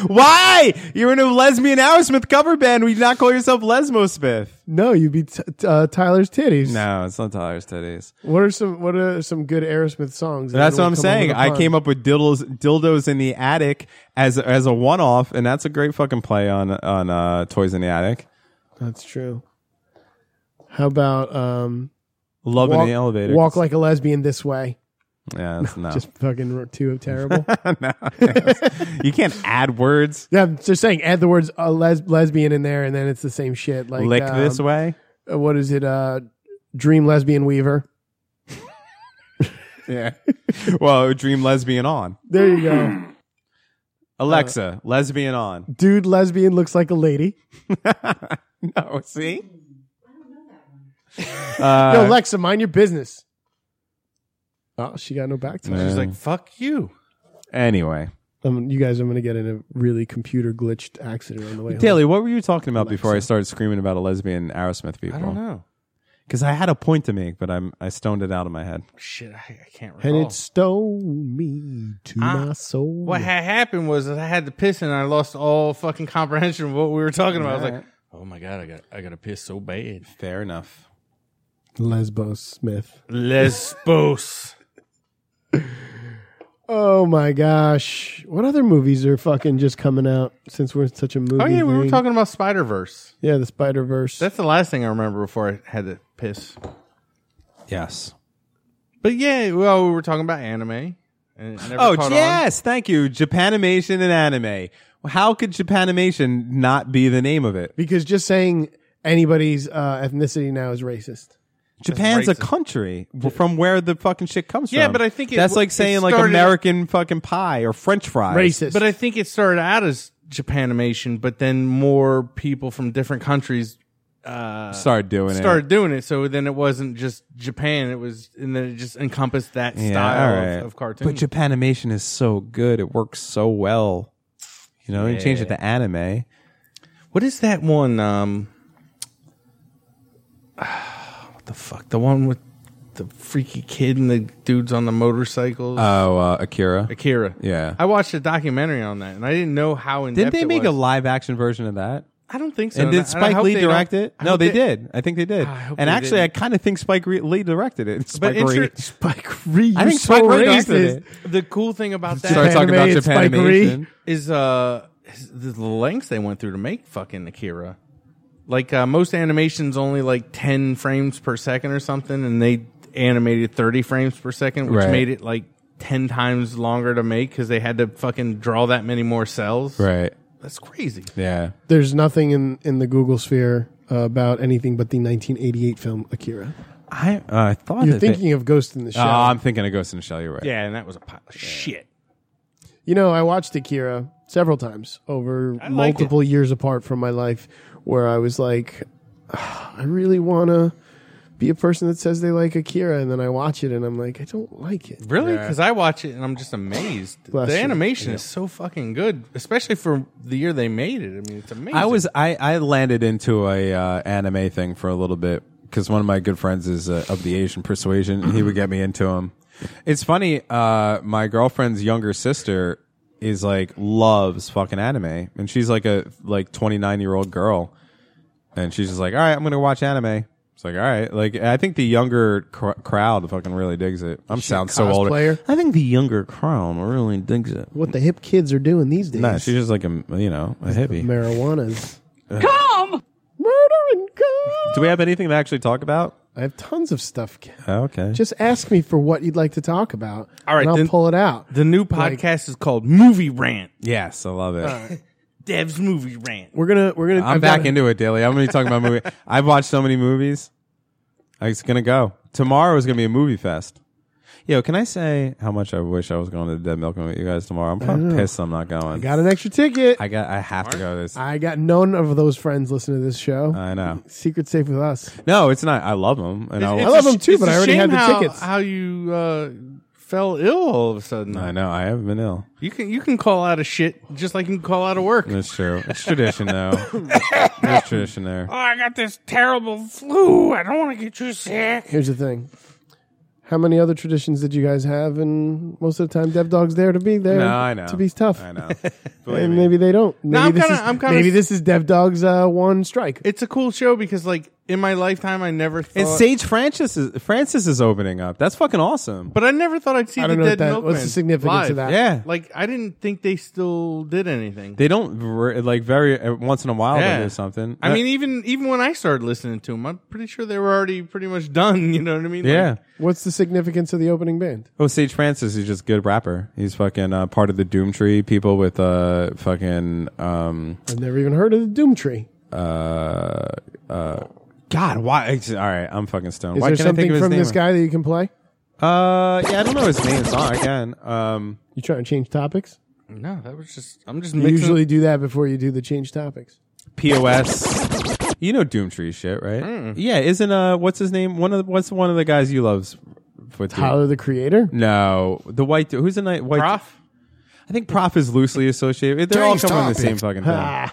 Why? You're in a lesbian Aerosmith cover band. Would you not call yourself Lesbo Smith? [laughs] No, you be t- t- uh, Tyler's titties. No, it's not Tyler's titties. What are some What are some good Aerosmith songs? That's what I'm saying. I came up with dildos, dildos in the attic as as a one off, and that's a great fucking play on on uh, toys in the attic. That's true. How about um, Love walk, in the elevator. Walk like a lesbian this way. yeah, that's no. Just fucking r- [laughs] too terrible. no. you can't add words. yeah, I'm just saying. Add the words uh, les- lesbian in there, and then it's the same shit. Like Lick um, this way. uh, What is it? Uh, Dream lesbian weaver. Yeah. [laughs] well, dream lesbian on. There [clears throat] you go. Alexa, lesbian [laughs] on. Dude, lesbian looks like a lady. no, see? Yo, Uh, Alexa, mind your business. Oh, she got no back time. She's like, "Fuck you." anyway, Um, you guys, I'm gonna get in a really computer glitched accident on the way. Daly, what were you talking about before I started screaming about a lesbian Aerosmith I don't people? know. Because I, had a point to make, but I'm I stoned it out of my head. Shit, I, I can't home. recall. and it stole me to Uh, my soul. Oh. What had happened was that I had to piss and I lost all fucking comprehension of what we were talking about. I was like, "Oh my god, I got I got to piss so bad." Fair enough. Lesbo Smith. [laughs] Lesbos. Oh my gosh! What other movies are fucking just coming out since we're such a movie? oh yeah, we were thing? talking about Spider Verse. Yeah, the Spider Verse. That's the last thing I remember before I had to piss. Yes. But yeah, well, we were talking about anime. And it never Oh caught yes, thank you. Japanimation and anime. How could Japanimation not be the name of it? because just saying anybody's uh, ethnicity now is racist. Japan's a racist. country w- from where the fucking shit comes Yeah, from. but I think it that's w- like saying it like started- American fucking pie or French fries. Racist. on. But I think it started out as Japanimation, but then more people from different countries uh, Start doing started doing it. So then it wasn't just Japan; it was, and then it just encompassed that it. Yeah, style all right. of, of cartoon. But Japanimation is so good; it works so well. You know, you change it to anime. What is that [sighs] one? Um, what the fuck? The one with the freaky kid and the dudes on the motorcycles. Oh, uh, Akira. Akira. Yeah. I watched a documentary on that, and I didn't know how in Didn't they make a live action version of that? I don't think so. and I- did I Spike hope Lee they don't- direct it? I No, hope they, did. I think they did. hope and they actually, didn't. I kind of think Spike Re- Lee directed it. Spike inter- [laughs] Lee. Spike Lee. I think Spike Lee directed it. The cool thing about that Start talking about Japanimation, Spike Japanimation. Lee. is uh is the lengths they went through to make fucking Akira. Like uh, most animations, only like ten frames per second or something, and they animated thirty frames per second, which Right. made it like ten times longer to make because they had to fucking draw that many more cells. Right. That's crazy. Yeah. There's nothing in, in the Google sphere uh, about anything but the 1988 film Akira. I uh, I thought You're of it. thinking of Ghost Ah. in the Shell. Oh, I'm thinking of Ghost in the Shell. You're right. Yeah, and that was a pile of shit. You know, I watched Akira several times over liked multiple years apart from my life, where I was like, "Ah, I really want to be a person that says they like Akira, and then I watch it and I'm like, I don't like it. Really? Because I watch it and I'm just amazed. Bless the you. animation Yeah. is so fucking good, especially for the year they made it. I mean, it's amazing. I was I, I landed into a uh, anime thing for a little bit because one of my good friends is uh, of the Asian persuasion. and He would get me into them. It's funny. Uh, my girlfriend's younger sister is like loves fucking anime, and she's like a like twenty nine year old girl, and she's just like, all right, I'm gonna watch anime. It's like all right, like I think the younger cr- crowd fucking really digs it. I'm sound so old. cosplayer? I think the younger crowd really digs it. What the hip kids are doing these days? Nah, she's just like a you know a hippie. Marijuana's Uh. Come! murder and God. Do we have anything to actually talk about? I have tons of stuff. Ken. Okay. Just ask me for what you'd like to talk about. All right, and I'll then- pull it out. The new podcast is called Movie Rant. yes, I love it. Dev's Movie Rant. We're gonna we're gonna. I'm I've back got a- into it daily. I'm going to be talking about [laughs] movie. I've watched so many movies. I It's going to go. Tomorrow is going to be a movie fest. Yo, can I say how much I wish I was going to the Dead Milkman with you guys tomorrow? I'm kind know. of pissed I'm not going. I Got an extra ticket. I got. I have to go to this. I got none of those friends listening to this show. I know. Secret safe with us. No, it's not. I love them. And I, I love them too, but I already had the how, tickets. How you uh, fell ill all of a sudden? I know. I have been ill. You can you can call out of shit just like you can call out of work. That's true. It's tradition [laughs] though. It's tradition there. Oh, I got this terrible flu. I don't want to get you sick. Here's the thing. How many other traditions did you guys have? And most of the time, Dev Dog's there to be there. No, I know. To be tough. I [laughs] know. Believe And me. maybe they don't. Maybe No, I'm this kinda- is- I'm kinda- Maybe this is Dev Dog's uh, one strike. It's a cool show because like in my lifetime I never thought, And Uh, Sage Francis is Francis is opening up. That's fucking awesome. but I never thought I'd see I the don't know Dead what that- Milkman. what's the significance of live. that? Yeah. Like I didn't think they still did anything. They don't ver- like very uh, once in a while they do something. I mean, even even when I started listening to them, I'm pretty sure they were already pretty much done. [laughs] You know what I mean? Like, yeah. What's the significance of the opening band? Oh, Sage Francis is just good rapper. He's fucking uh, part of the Doom Tree people with uh fucking um I've never even heard of the Doom Tree. uh uh God why it's, all right I'm fucking stoned. Is why there can't I think something of his from name? this guy that you can play? Uh yeah I don't know his name song I can um You trying to change topics? No, that was just I'm just You mixing- usually do that before you do the change topics. POS. You know Doom Tree shit right? Hmm. Yeah, isn't uh what's his name one of the, what's one of the guys you loves with Doom? Tyler the Creator. No, the white dude. Who's the night white? Prof? I think Prof is loosely associated. They're all coming from the same fucking thing. Ah,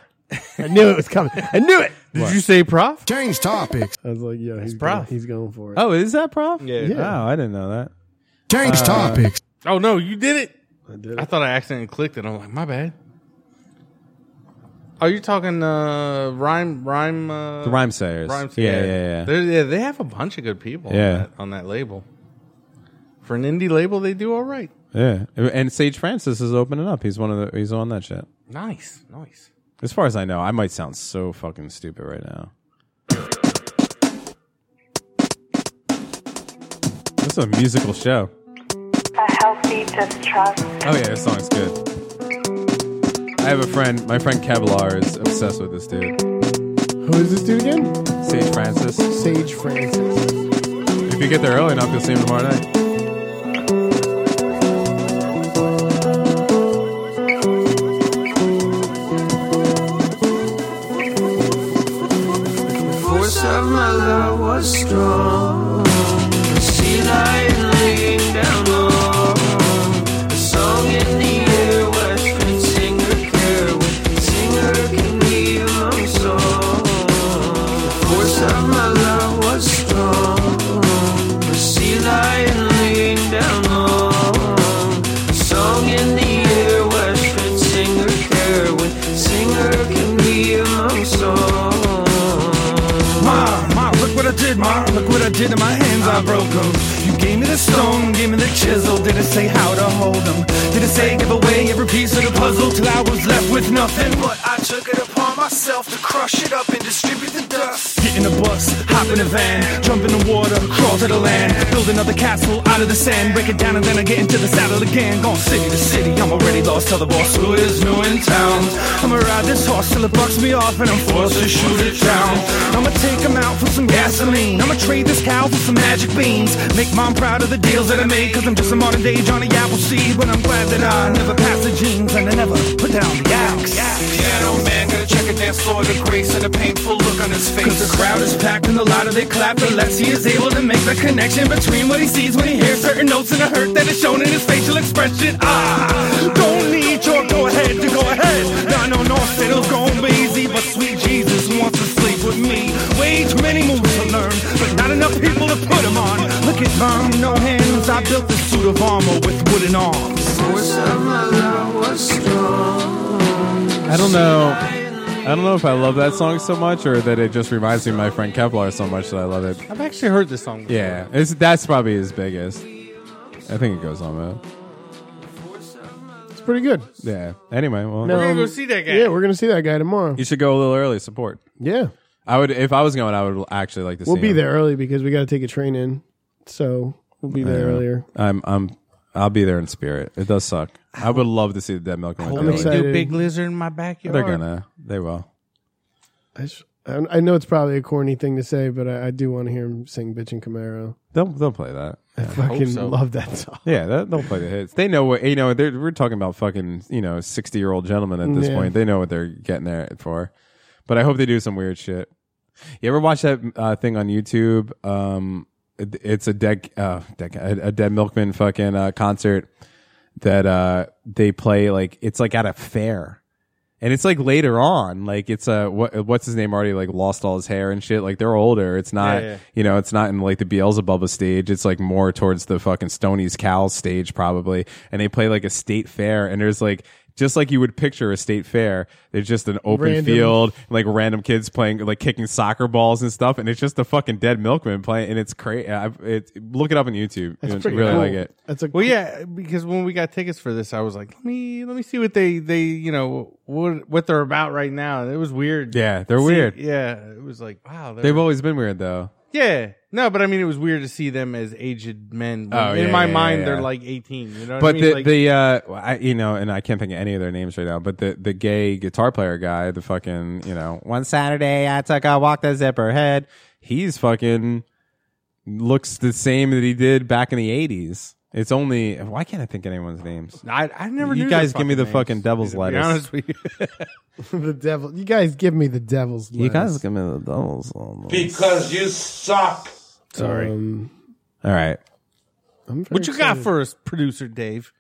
I knew it was coming. I knew it. Did you say prof? Change topics. I was like, yo, he's prof. going, he's going for it. Oh, is that Prof? Yeah. Oh, I didn't know that. Change topics. Oh no, you did it. I did I it. thought I accidentally clicked it. I'm like, my bad. Are you talking uh, rhyme rhyme uh, The Rhyme Sayers. rhyme? Yeah, yeah, yeah. They're, yeah, they have a bunch of good people. Yeah. on that, on that label. For an indie label, they do all right. Yeah, and Sage Francis is opening up. He's one of the. He's on that shit. Nice, nice. As far as I know, I might sound so fucking stupid right now. This is a musical show. A healthy distrust. Oh yeah, this song's good. I have a friend. My friend Kevlar is obsessed with this dude, Who is this dude again? Sage Francis. Sage Francis. If you get there early enough, you'll see him tomorrow night. force of my love was strong. The sea lion laying down low. The song in the air, Western singer care. Singer can be a long song. The force of my love was strong. The sea my bro goes. You gave me the stone, gave me the chisel. Didn't say how to hold 'em. Didn't say give away every piece of the puzzle till I was left with nothing. But I took it upon myself to crush it up and distribute the dust. Get in a bus, hop in a van, jump in the water, crawl to the land. Build another castle out of the sand, break it down and then I get into the saddle again. Gone city to city, I'm already lost. Tell the boss who is new in town. I'ma ride this horse till it bucks me off and I'm forced to shoot it down. I'ma take him out for some gasoline. I'ma trade this cow for some magic beans. Make mom proud of the deals that I made, cause I'm just a modern day Johnny Appleseed. But I'm glad that I never passed the jeans and I never put down the axe. Piano man, gotta check a dance floor, the grace and a painful look on his face. Cause the crowd is packed and the louder they clap, the less he is able to make the connection between what he sees when he hears certain notes and the hurt that is shown in his facial expression. Ah, don't need your go ahead to go ahead. Now I know no fiddle's gonna be easy, but sweet Jesus wants to sleep with me. Way too many moves to learn, but not enough people to put him on. Look at mom, no hands, I built this suit of armor with wooden arms. I don't know. I don't know if I love that song so much or that it just reminds me of my friend Kevlar so much that I love it. I've actually heard this song. Before. Yeah, it's, that's probably his biggest. I think it goes on, man. It's pretty good. Yeah. Anyway, well, No, um, Yeah, we're gonna see that guy tomorrow. You should go a little early. Support. Yeah. I would if I was going. I would actually like to. We'll see be him. there early because we got to take a train in, so we'll be there Yeah. earlier. I'm. I'm. I'll be there in spirit. It does suck. I would love to see the Dead Milkman. I'm do it. excited. Do big lizard in my backyard. They're gonna. They will. I, s- I- I know it's probably a corny thing to say, but I, I do want to hear him sing "Bitch and Camaro." They'll. They'll play that. I Yeah. fucking so. love that song. Yeah, that, they'll play the hits. They know what you know. They're, we're talking about fucking you know sixty year old gentlemen at this Yeah. point. They know what they're getting there for. But I hope they do some weird shit. You ever watch that uh, thing on YouTube? Um, it- it's a dead uh, dead a, a dead milkman fucking uh, concert that uh, they play like it's like at a fair. And it's like later on, like it's uh, what what's his name already like lost all his hair and shit. Like they're older. It's not Yeah, yeah. you know, it's not in like the Beelzebubba stage. It's like more towards the fucking Stony's Cow stage probably. And they play like a state fair and there's like just like you would picture a state fair, there's just an open Random. field, like random kids playing, like kicking soccer balls and stuff, and it's just a fucking dead milkman playing, and it's crazy. It, look it up on YouTube. That's You'll pretty really cool. like it. That's a Well, yeah, because when we got tickets for this, I was like, let me let me see what they they you know what what they're about right now. It was weird. Yeah, they're See- weird. Yeah, it was like wow. they're- They've always been weird though. yeah. No, but I mean, it was weird to see them as aged men. Oh, In yeah, my yeah, yeah, mind, yeah. they're like eighteen. You know what but I mean? the like, the uh, I, you know, and I can't think of any of their names right now. But the the gay guitar player guy, the fucking you know, one Saturday I took a walk to zipper head. He's fucking looks the same that he did back in the eighties. It's only why can't I think of anyone's names? I I never. you knew their guys give me the names, fucking devil's to be lettuce. honest with you. [laughs] the devil. You guys give me the devil's. you guys lettuce. give me the devil's. [laughs] lettuce. Because you suck. Sorry. Um, All right, I'm very what you got excited. for us, producer Dave?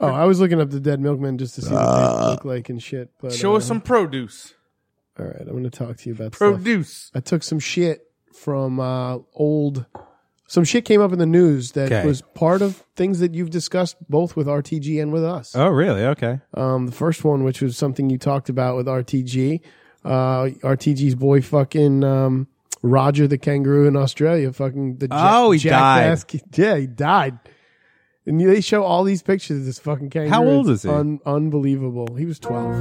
Oh, I was looking up the Dead Milkman just to see what Ah. they look like and shit. But Show us uh, some produce. All right, I'm going to talk to you about stuff. Produce. I took some shit from uh, old. Some shit came up in the news that Okay. was part of things that you've discussed both with RTG and with us. Oh really? Okay. Um, the first one, which was something you talked about with RTG, uh, RTG's boy, fucking um, Roger the kangaroo in Australia, fucking the ja- Oh, he jackass ki- Yeah, he died. And they show all these pictures of this fucking kangaroo. How old It's is he? Un- unbelievable. He was twelve.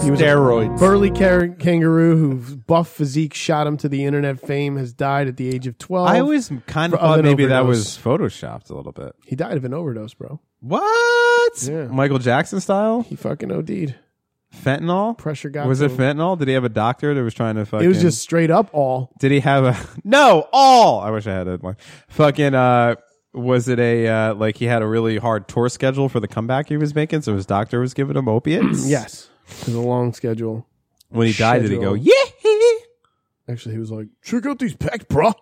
He was a Steroids. burly car- kangaroo whose buff physique shot him to the internet fame has died at the age of twelve. I always kind of for- of thought an maybe that was overdose. photoshopped a little bit. he died of an overdose, bro. What? Yeah. Michael Jackson style? He fucking OD'd. Fentanyl? Pressure got Was to it him. fentanyl? Did he have a doctor that was trying to fucking? It was just straight up all. Did he have a [laughs] no? All I wish I had that one. Fucking uh, was it a uh, like he had a really hard tour schedule for the comeback he was making, so his doctor was giving him opiates. [clears throat] Yes. It was a long schedule. When he died, did he go? Schedule. Yeah. Actually, he was like, check out these packs, bruh.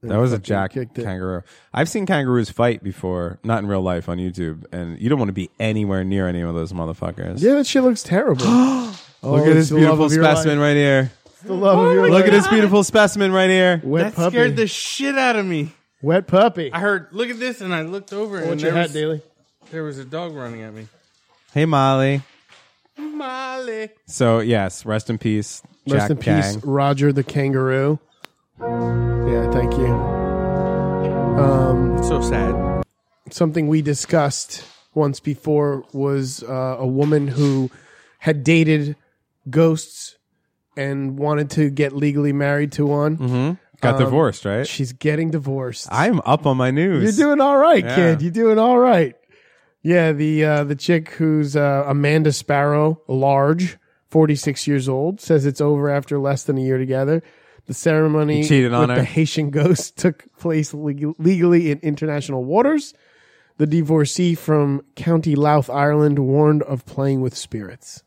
And That was a fucking jack kicked it. kangaroo. I've seen kangaroos fight before, not in real life on YouTube, and you don't want to be anywhere near any of those motherfuckers. Yeah, that shit looks [gasps] terrible. Oh, Look at it's this the love beautiful of your specimen life. right here. It's the love of your Look at life. this beautiful specimen right here. Wet That puppy. scared the shit out of me. Wet puppy. I heard. Look at this, and I looked over, and What's there your hat, was, Daily? there was a dog running at me. Hey Molly. Molly. So yes, rest in peace, Rest Jack in peace, Kang. Roger the kangaroo. Yeah, thank you. Um, so sad. Something we discussed once before was uh, a woman who had dated ghosts and wanted to get legally married to one. Mm-hmm. Got Um, divorced, right? She's getting divorced. I'm up on my You're news. doing all right, Yeah. kid. You're doing all right. Yeah, the uh, the chick who's uh, Amanda Sparrow, large, 46 years old, says it's over after less than a year together. The ceremony He cheated on with her. the Haitian ghost [laughs] took place leg- legally in international waters. The divorcee from County Louth, Ireland, warned of playing with spirits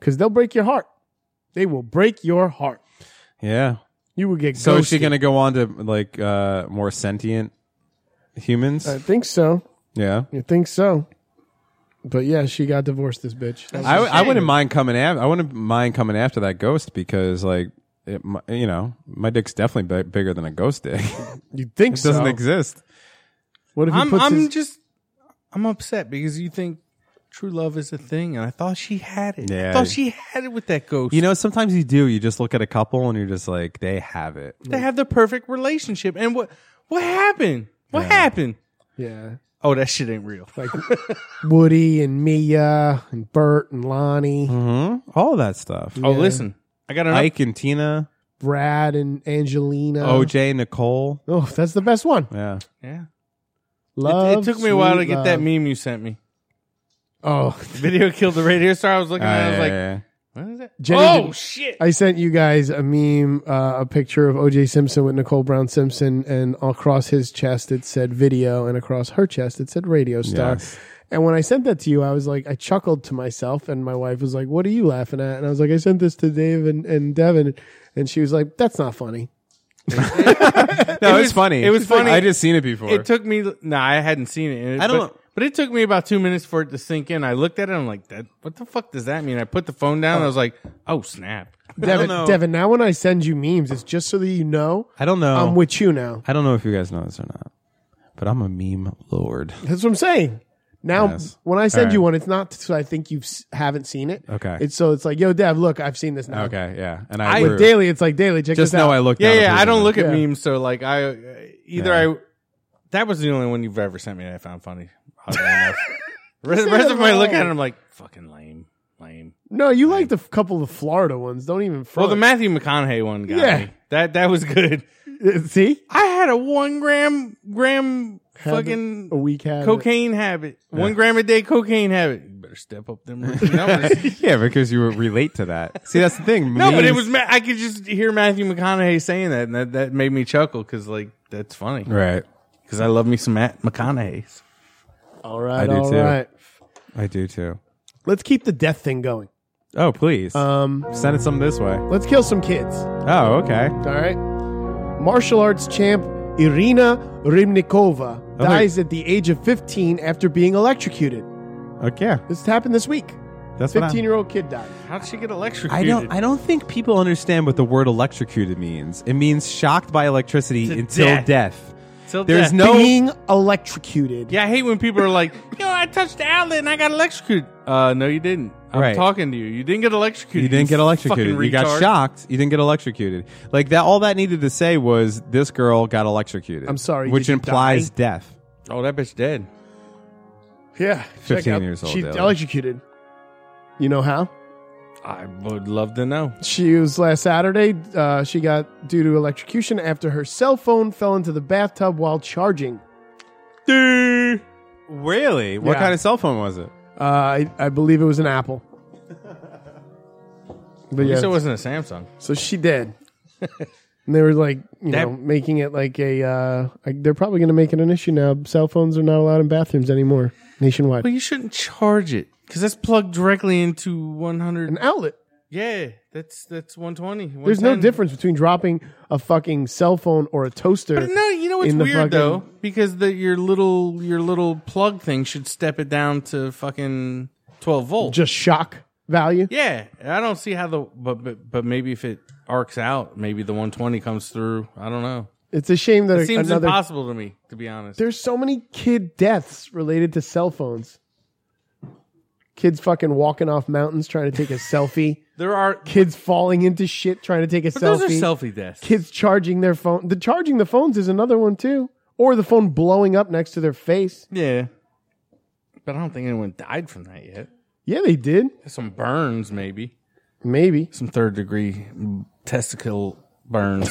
because they'll break your heart. They will break your heart. yeah. You will get So is she ghosted. going to go on to like uh more sentient humans? I think so. yeah. I think so. But yeah, she got divorced. This bitch. I, I wouldn't mind coming after. I wouldn't mind coming after that ghost because, like, it, mi- you know, my dick's definitely b- bigger than a ghost dick. [laughs] you think it doesn't so? exist? What if he I'm, puts I'm his- just I'm upset because you think true love is a thing, and I thought she had it. Yeah. I thought she had it with that ghost. You know, sometimes you do. You just look at a couple and you're just like, they have it. they have the perfect relationship, and what what happened? What happened? Yeah. Oh, that shit ain't real. Like [laughs] Woody and Mia and Bert and Lonnie, Mm-hmm. All that stuff. Oh, listen, I got an Ike and Tina, Brad and Angelina. OJ, Nicole. Oh, that's the best one. Yeah. Yeah. Love. it, it took me a while to sweet get that love. meme you sent me. Oh, Video [laughs] killed the radio star. I was looking at. it, I was Ah, like, yeah, what is that? Jenny oh did- shit! I sent you guys a meme, uh, a picture of OJ Simpson with Nicole Brown Simpson, and across his chest it said video, and across her chest it said radio star. Yes. And when I sent that to you, I was like, I chuckled to myself, and my wife was like, What are you laughing at? And I was like, I sent this to Dave and, and Devin, and she was like, That's not funny. No, it's It was- funny. It was It's like, funny. I just seen it before. It took me. No, I hadn't seen it. I I don't- don't. But, but it took me about two minutes for it to sink in. I looked at it. I'm like, that. What the fuck does that mean? I put the phone down. I was like, oh snap. Devin, know. Devin, now when I send you memes, it's just so that you know I don't know. I'm with you now. I don't know if you guys know this or not, but I'm a meme lord. That's what I'm saying. Now, Yes. when I All send right. you one, it's not so I think you s- haven't seen it. Okay. It's so it's like, yo, Dev, look, I've seen this now. Okay, yeah. And I, I, agree. with daily, it's like daily. Check Just this know out. I looked Yeah, down yeah. for I don't look at Yeah. memes. So like, I uh, either I. That was the only one you've ever sent me that I found funny. [laughs] Oddly enough. Rest, rest of them I look at it, I'm like, fucking lame, lame. No, you like the f- couple of the Florida ones. Don't even. Front. Well, the Matthew McConaughey one got Yeah. me. That that was good. [laughs] See, I had a one gram gram Habit, fucking a week habit. cocaine habit. One gram a day cocaine habit. You better step up them [laughs] numbers. yeah, because you relate to that. See, that's the [laughs] thing. no, but it Memes- was Ma- I could just hear Matthew McConaughey saying that, and that, that made me chuckle because like that's funny, right. Because I love me some Matt McConaughey's. All I right, do all too. right. I do too. Let's keep the death thing going. Oh, please. Um, Send it some this way. let's kill some kids. Oh, okay. All right. Martial arts champ Irina Rimnikova Oh, my- dies at the age of 15 after being electrocuted. Okay. This happened this week. That's what I'm- 15 year old kid died. How'd she get electrocuted? I don't. I don't think people understand what the word electrocuted means. It means shocked by electricity To until death. death. Till There's death. no. Being electrocuted. Yeah, I hate when people are like, "Yo, I touched the outlet and I got electrocuted." Uh, no, you didn't. I'm Right. talking to you. You didn't get electrocuted. You didn't get electrocuted. fucking You got retard. shocked. You didn't get electrocuted. Like that. All that needed to say was this girl got electrocuted. I'm sorry, which did you implies die? death. Oh, that bitch dead. Yeah. check 15 out- years old, She Dylan. electrocuted. You know how? I would love to know. She was last Saturday. Uh, she got due to electrocution after her cell phone fell into the bathtub while charging. Really? What Yeah. kind of cell phone was it? Uh, I, I believe it was an [laughs] apple. But At yeah, least it wasn't a Samsung. so she did. And they were like, you That- know, making it like a. Uh, like they're probably going to make it an issue now. Cell phones are not allowed in bathrooms anymore nationwide. Well, you shouldn't charge it because that's plugged directly into 100. An outlet. yeah, that's that's 120. There's no 110. difference between dropping a fucking cell phone or a toaster. But no, you know what's in the weird fucking- though, because the, your little your little plug thing should step it down to fucking 12 volt. Just shock value. yeah, I don't see how the but but, but maybe if it arcs out, maybe the 120 comes through. I don't know. It's a shame that It seems another. impossible to me, to be honest. There's so many kid deaths related to cell phones. Kids fucking walking off mountains trying to take [laughs] a selfie. There are kids falling into shit trying to take a But selfie. those are selfie desks. Kids charging their phone. The charging the phones is another one too, or the phone blowing up next to their face. Yeah, but I don't think anyone died from that yet. Yeah, they did. Some burns, maybe. Maybe some third degree testicle burns.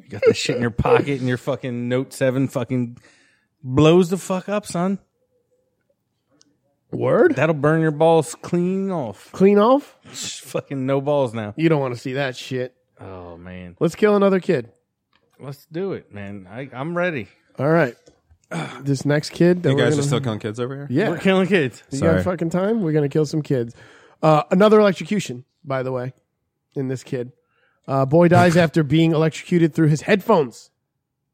you got that shit in your pocket, and your fucking Note Seven fucking blows the fuck up, son. Word. That'll burn your balls clean off. [laughs] Clean off. fucking no balls now. You don't want to see that shit. Oh man, Let's kill another kid. let's do it, man. I, I'm ready. All right. This next kid. that You we're guys gonna- are still killing kids over here? Yeah, We're killing kids. You Sorry. got fucking time? We're gonna kill some kids. Uh, another electrocution, by the way, in this kid. Uh, boy dies after being electrocuted through his headphones.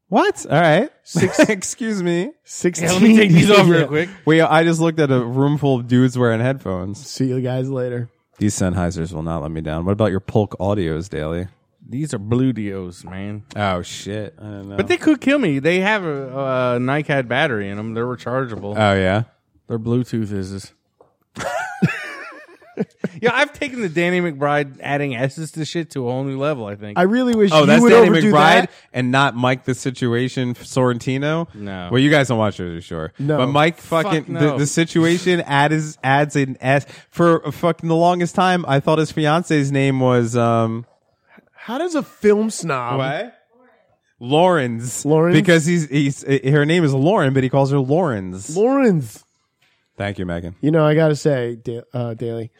What? All right. [laughs] Excuse me. Sixteen. Yeah, let me take these off real Yeah. quick. Wait, I just looked at a room full of dudes wearing headphones. See you guys later. These Sennheisers will not let me down. What about your Polk Audios, Daily? These are blue dios, man. Oh shit! I don't know. Oh. But they could kill me. They have a, a NICAD battery in them. They're Uh, [laughs] rechargeable. oh yeah. Their Bluetooth is. is- yeah, I've taken the Danny McBride adding S's to shit to a whole new level. I think. I really wish Oh, you that's would Danny overdo McBride that. and not Mike the Situation Sorrentino. No. well, you guys don't watch it, sure. No. but Mike Fuck fucking no. the, the Situation [laughs] adds adds an S for fucking the longest time. I thought his fiance's name was um How does a film snob? Lawrence. Lawrence? because he's he's her name is Lauren, but he calls her Lawrence. Lawrence. Thank you, Megan. You know, I gotta say, da- uh, Daly,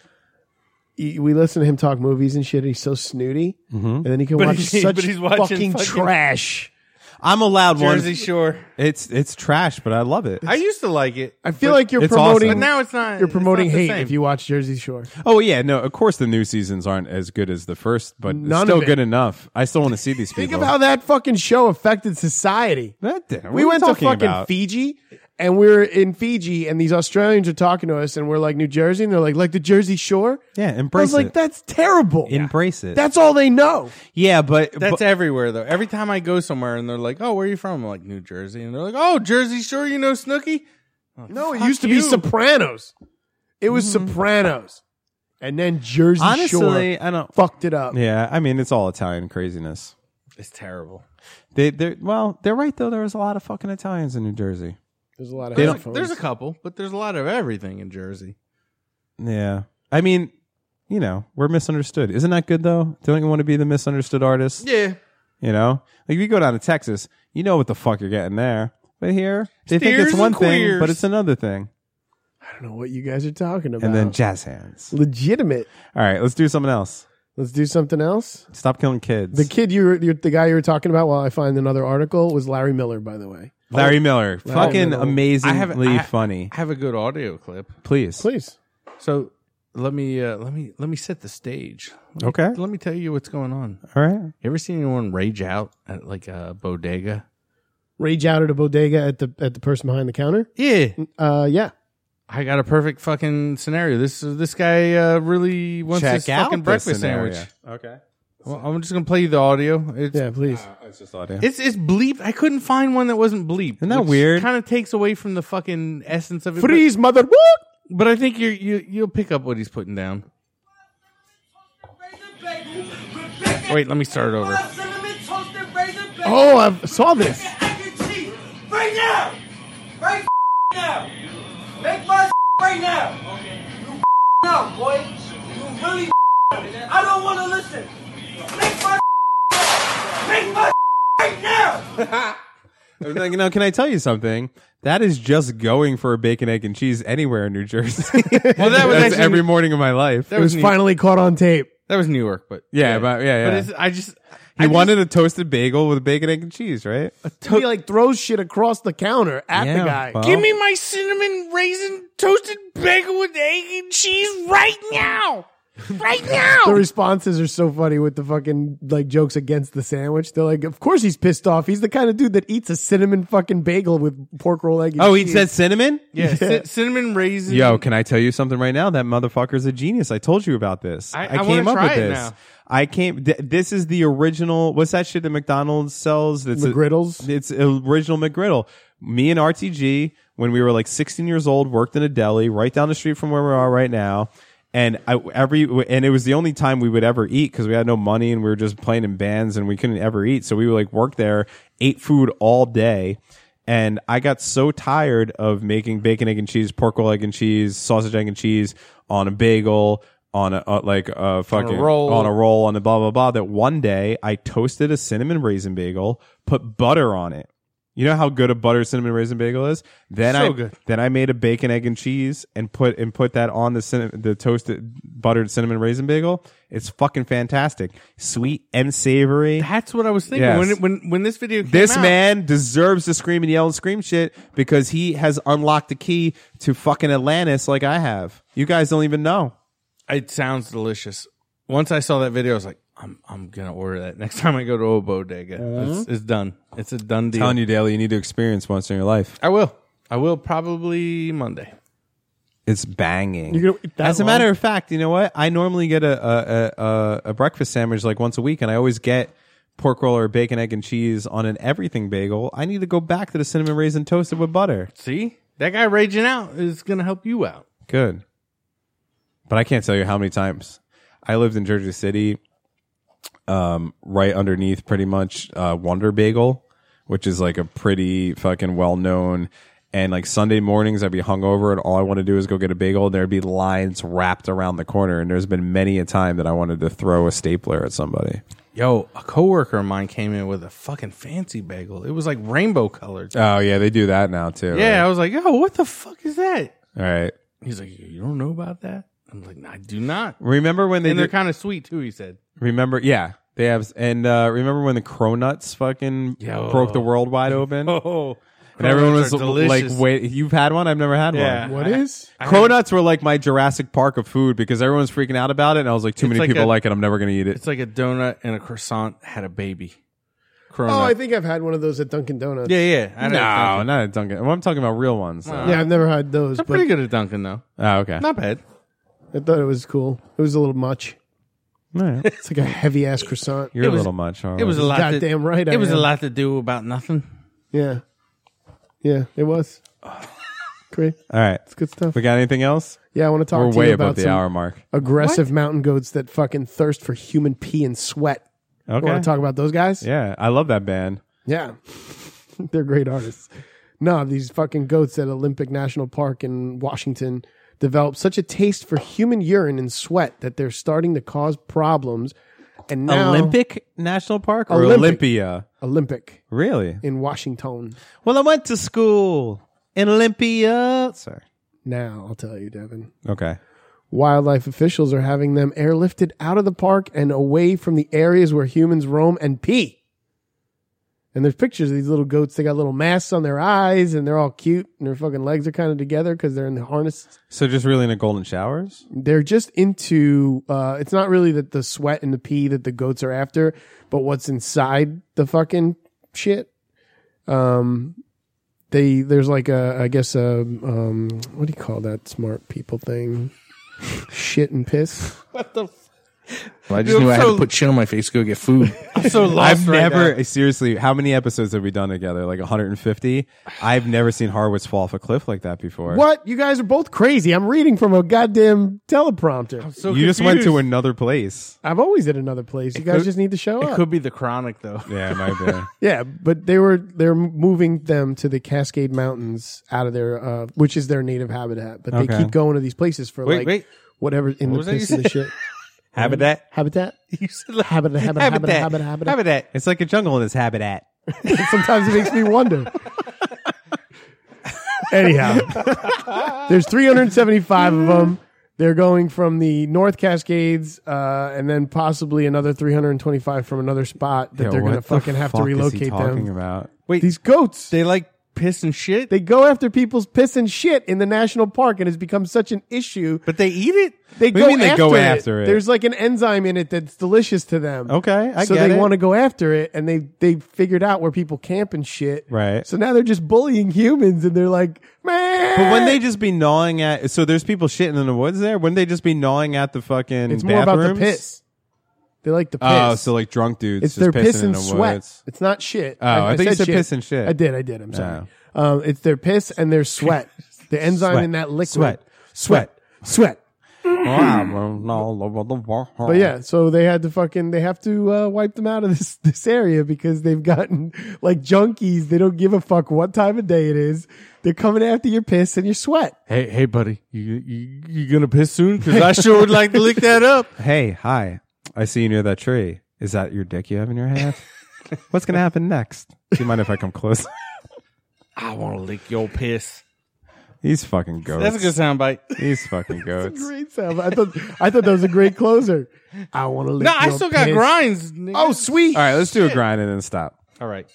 y- we listen to him talk movies and shit. And he's so snooty, and then he can But watch he- such but he's watching fucking, fucking- trash. I'm allowed Jersey one. Shore. It's it's trash, but I love it. I used to like it. I feel but- like you're it's promoting. awesome. But now it's not- You're it's not promoting the hate same. if you watch Jersey Shore. Oh yeah, no. Of course, the new seasons aren't as good as the first, but it's None still of it. good enough. I still want to see these people. Think of how that fucking show affected society. That did- what we are you went to talking fucking about? Fiji and we are in Fiji and these Australians are talking to us and we're like New Jersey and they're like like the Jersey Shore. Yeah, I was embrace like it. that's terrible. Embrace it. That's all they know. yeah, but That's but, everywhere though. Every time I go somewhere and they're like, "Oh, where are you from?" I'm like, "New Jersey," and they're like, "Oh, Jersey Shore, you know Snooki?" No, it fuck used to you. be Sopranos. It was Sopranos. And then Jersey Mm-hmm. honestly, Shore I don't. fucked it up. Yeah, I mean, it's all Italian craziness. It's terrible. They they well, they're right though. There was a lot of fucking Italians in New Jersey. There's a lot of They There's a, headphones. there's a couple, but there's a lot of everything in Jersey. Yeah, I mean, you know, we're misunderstood. Isn't that good though? Don't you want to be the misunderstood artist? Yeah, You know, like if you go down to Texas, you know what the fuck you're getting there. But here, they think Steers it's and one thing, queers. but it's another thing. I don't know what you guys are talking about. And then jazz hands. legitimate. All right, let's do something else. Let's do something else. Stop killing kids. The kid you were, you the guy you were talking about while I find another article was Larry Miller, by the way. Larry Miller, fucking Miller. amazingly I have- I- funny. I have a good audio clip. Please. Please. So let me uh, let me let me set the stage. Let me- Okay. let me tell you what's going on. All right. You ever seen anyone rage out at like a bodega? Rage out at a bodega at the at the person behind the counter. Yeah, Uh yeah. I got a perfect fucking scenario. This this guy uh, really wants Check his out fucking this breakfast scenario. sandwich. Okay. Well, I'm just gonna play you the audio. It's, Yeah, please. Oh, It's just audio. It's it's bleep. I couldn't find one that wasn't bleep. Isn't that weird? Kind of takes away from the fucking essence of it. but- Freeze mother But, I think you you you'll pick up what he's putting down. Wait, let me start it over. Oh, I saw this. Right now! Right now! Make my right now! You out, boy! You really I don't wanna listen! Make my Make my right now! Like, now, can I tell you something? That is just going for a bacon, egg, and cheese anywhere in New [laughs] Jersey. well, that was That's actually- every morning of my life. That It was was New, finally caught on tape. that was New York, but yeah, but yeah, yeah. But it's, I just he I just- wanted a toasted bagel with bacon, egg, and cheese, right? he like throws shit across the counter at the Yeah, guy. well. Give me my cinnamon raisin toasted bagel with egg and cheese right now. [laughs] Right now. The responses are so funny with the fucking like jokes against the sandwich. They're like, "Of course he's pissed off. He's the kind of dude that eats a cinnamon fucking bagel with pork roll egg." and Oh, he cheese." said cinnamon? yeah, cin- cinnamon raisin. Yo, can I tell you something right now? That motherfucker's a genius. I told you about this. I- I, I wanna came up try with it this. now. I came. Th- this is the original. What's that shit that McDonald's sells? That's a- McGriddles? it's original McGriddle. Me and RTG when we were like 16 years old, worked in a deli right down the street from where we are right now. And I every and it was the only time we would ever eat because we had no money and we were just playing in bands and we couldn't ever eat. So we would like work there, ate food all day. And I got so tired of making bacon, egg, and cheese, pork roll, egg, and cheese, sausage, egg, and cheese on a bagel, on a uh, like a fucking roll. on a roll, on a blah blah blah. That one day I toasted a cinnamon raisin bagel, put butter on it. You know how good a butter cinnamon raisin bagel is. Then So I good. then I made a bacon, egg, and cheese, and put and put that on the cinnamon, the toasted buttered cinnamon raisin bagel. It's fucking fantastic, sweet and savory. That's what I was thinking Yes. when it, when when this video came This out, man deserves to scream and yell and scream shit because he has unlocked the key to fucking Atlantis like I have. You guys don't even know. It sounds delicious. Once I saw that video, I was like, I'm I'm gonna order that next [laughs] time I go to a bodega. It's, it's done. It's a done deal. Uh-huh. Telling you daily, you need to experience once in your life. I will. I will probably Monday. It's banging. You're gonna eat that As a long? matter of fact, you know what? I normally get a a, a a a breakfast sandwich like once a week, and I always get pork roll or bacon, egg, and cheese on an everything bagel. I need to go back to the cinnamon raisin toasted with butter. See that guy raging out is gonna help you out. Good. But I can't tell you how many times I lived in Jersey City, um, right underneath pretty much uh, Wonder Bagel, which is like a pretty fucking well known. And like Sunday mornings, I'd be hungover, and all I want to do is go get a bagel. There'd be lines wrapped around the corner, and there's been many a time that I wanted to throw a stapler at somebody. Yo, a coworker of mine came in with a fucking fancy bagel. It was like rainbow colored. Oh yeah, they do that now too. yeah, I was like, yo, what the fuck is that? All right. He's like, you don't know about that? I'm like, I do not. Remember when they and they're did- kind of sweet too. He said. Remember, yeah, they have. And uh, remember when the Cronuts fucking Yo. broke the world wide open? [laughs] Oh, and everyone was Cronuts are like, delicious. "Wait, you've had one? I've never had Yeah. one." What I- is? I Cronuts were like my Jurassic Park of food because everyone's freaking out about it, and I was like, "Too It's many like people a- like it. I'm never going to eat it." It's like a donut and a croissant had a baby. Cronut. Oh, I think I've had one of those at Dunkin' Donuts. yeah, yeah. I no, don't think- not a Dunkin'. Well, I'm talking about real ones. though. Yeah, I've never had those. I'm but pretty good at Dunkin' though. Oh, okay. Not bad. I thought it was cool. It was a little much. [laughs] It's like a heavy ass croissant. You're a little much. It was a lot. to- Goddamn right. I It was am. a lot to do about nothing. Yeah, yeah, it was. Great. All right, it's good stuff. We got anything else? Yeah, I want to talk. We're to way you above about the some hour mark. Aggressive mountain goats that fucking thirst for human pee and sweat. Okay. Want to talk about those guys? Yeah, I love that band. Yeah. [laughs] They're great artists. No, these fucking goats at Olympic National Park in Washington developed such a taste for human urine and sweat that they're starting to cause problems. And now Olympic National Park or Olympic. Olympia? Olympic Really? in Washington. Well, I went to school in Olympia. Sorry. Now, I'll tell you, Devin. Okay. Wildlife officials are having them airlifted out of the park and away from the areas where humans roam and pee. And there's pictures of these little goats. They got little masks on their eyes and they're all cute and their fucking legs are kind of together because they're in the harness. So just really in the golden showers? they're just into uh it's not really that the sweat and the pee that the goats are after but what's inside the fucking shit um they there's like a i guess a um what do you call that smart people thing [laughs] shit and piss What the? F- I just knew I had to put shit on my face to go get food. [laughs] I'm so [laughs] lost I've right never now. seriously. How many episodes have we done together? Like 150. I've never seen Harwitz fall off a cliff like that before. what you guys are both crazy i'm reading from a goddamn teleprompter i'm you just went to another place. i've always at another place you guys could- just need to show It up could be the chronic though. Yeah, it might be. Yeah, but they were they're moving them to the Cascade Mountains out of their uh, which is their native habitat. But they Okay. keep going to these places for Wait, like wait. whatever in What was the that you piss and the said? shit. [laughs] Habitat? [laughs] Habitat. [laughs] habitat, habitat, habitat, habitat, habitat. It's like a jungle in its habitat. Sometimes it makes me wonder. Anyhow, there's 375 of them. They're going from the North Cascades, uh, and then possibly another 325 from another spot that Yo, they're going to what the fucking have to fuck is he relocate them. talking about? Wait, these goats. They like piss and shit. They go after people's piss and shit in the national park, and it's become such an issue. But they eat it. They, What do go, you mean they after go it. after it? There's like an enzyme in it that's delicious to them. Okay, I so get they it. want to go after it, and they they figured out where people camp and shit. Right. So now they're just bullying humans, and they're like, man. But wouldn't they just be gnawing at? So there's people shitting in the woods there. Wouldn't they just be gnawing at the fucking? it's more about the bathrooms? piss. They like the piss. Oh, so like drunk dudes. it's just their pissing piss in and [clears throat] the sweat. Woods. It's not shit. Oh, I, think you said piss and shit. I did. I did. I'm sorry. Um, it's their piss and [laughs] their sweat. The enzyme Sweat. in that liquid. Sweat. Sweat. Sweat. but But yeah, so they had to fucking they have to uh, wipe them out of this [laughs] this area because they've gotten like junkies. They don't give a fuck what time of day it is. They're coming after your piss and your sweat. [laughs] Hey, hey, buddy, you you, you gonna piss soon? [laughs] Because I sure would like to lick that up. Hey, hi. I see you near that tree. Is that your dick you have in your [laughs] hand? What's gonna happen next? Do you mind if I come close? [laughs] I want to lick your piss. These fucking goats. That's a good [laughs] soundbite. These fucking goats. Great sound. I thought I thought that was a great closer. I want to. No, I still got grinds. Oh, sweet. All right, let's do a grind and then stop. All right.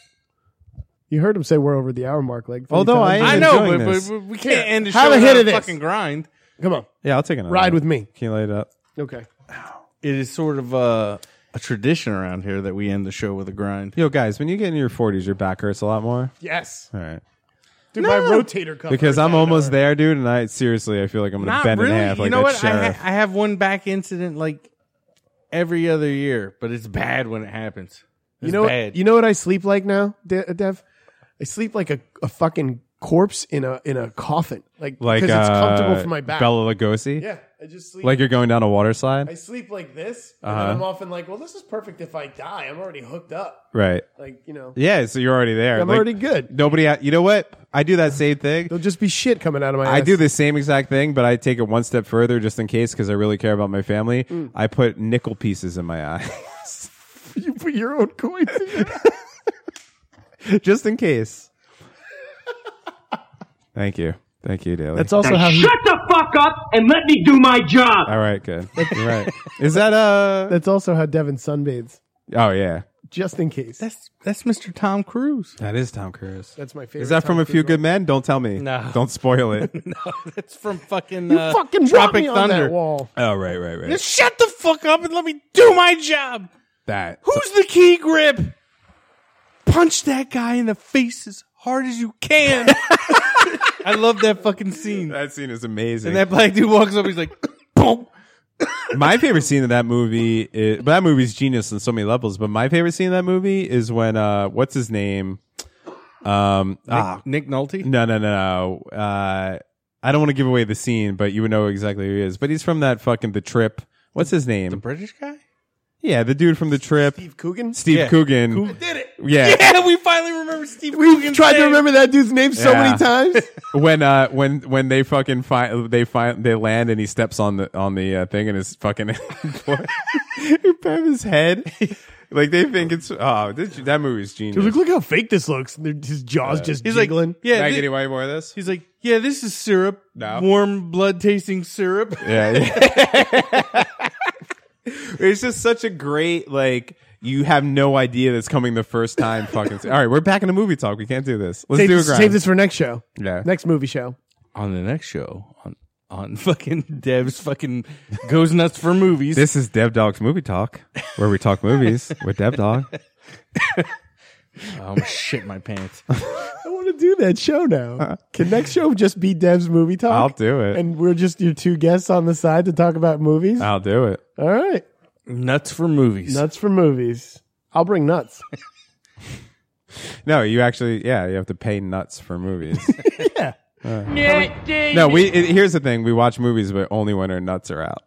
You heard him say we're over the hour mark. Like, three Although I times. am I know, enjoying but, but, this. but we can't end the show Have a hit without of this. fucking grind. Come on. Yeah, I'll take another. Ride one. with me. Can you light it up? Okay. It is sort of a, a tradition around here that we end the show with a grind. Yo, guys, when you get in your forties, your back hurts a lot more. Yes. All right. Dude, my rotator cuff. Because I'm almost there, dude, and I seriously, I feel like I'm gonna Not bend really. in half you like know that what? I, sheriff. ha- I have one back incident like every other year, but it's bad when it happens. It's You know, bad. you know what I sleep like now, De- Dev? I sleep like a, a fucking corpse in a in a coffin, like like because it's comfortable uh, for my back. Bella Lugosi. Yeah, I just sleep Like you're going down a water slide. I sleep like this, and Uh-huh. then I'm often like, well, this is perfect if I die. I'm already hooked up. Right. Like, you know. Yeah, so you're already there. I'm Like, already good. Nobody, ha- you know what? I do that same thing. There'll just be shit coming out of my I ass. do the same exact thing, but I take it one step further just in case because I really care about my family. Mm. I put nickel pieces in my eye [laughs] [laughs] [laughs] You put your own coins in your just in case. Thank you. Thank you, Daly. That's [laughs] also Now how he. shut the fuck up and let me do my job. All right, good. You're right. Is that uh That's also how Devin sunbathes, Oh yeah. just in case. That's that's Mr. Tom Cruise. That is Tom Cruise. That's my favorite. Is that Tom from a Cruise few movie. good men? Don't tell me. No. Don't spoil it. [laughs] No, that's from fucking You uh, fucking Tropic Tropic me on Thunder. that wall. oh, right, right, right. Just shut the fuck up and let me do my job. that. Who's the key grip? Punch that guy in the face as hard as you can. [laughs] I love that fucking scene. That scene is amazing. And that black dude walks up. He's like, [laughs] boom. my favorite scene in that movie is but that movie's genius on so many levels but my favorite scene in that movie is when uh what's his name um ah, Nick Nolte. no no no no uh i don't want to give away the scene but you would know exactly who he is but he's from that fucking the trip what's his name The British guy. yeah the dude from the trip Steve Coogan. steve Yeah. coogan Who did it? yeah, Yeah, we finally remember Steve. [laughs] We've tried to remember that dude's name so Yeah. [laughs] many times. when uh when when they fucking find they find they land and he steps on the on the uh, thing and his fucking [laughs] he pats his head like they think it's oh this, that movie's Dude, genius. look, look how fake this looks. And they're- his jaws just He's jiggling. like, yeah. Can I thi- get any more of this? he's like, yeah. This is syrup. No. Warm blood tasting syrup. Yeah, yeah. [laughs] it's just such a great like you have no idea that's coming the first time. Fucking all right, we're back in the movie talk. We can't do this. Let's save, do a this, grind. save this for next show. Yeah. Next movie show. On the next show, on on [laughs] fucking Dev's fucking goes nuts for movies. This is Dev Dog's movie talk, where we talk [laughs] movies with Dev Dog. Oh, I'm gonna shit my pants. I want to do that show now. Can next show just be Dev's movie talk? Uh-uh. I'll do it. Uh. And we're just your two guests on the side to talk about movies. I'll do it. All right. nuts for movies. Nuts for movies. I'll bring nuts. No, you actually, yeah, you have to pay nuts for movies. [laughs] Uh, yeah. no, we. It, here's the thing: we watch movies, but only when our nuts are out.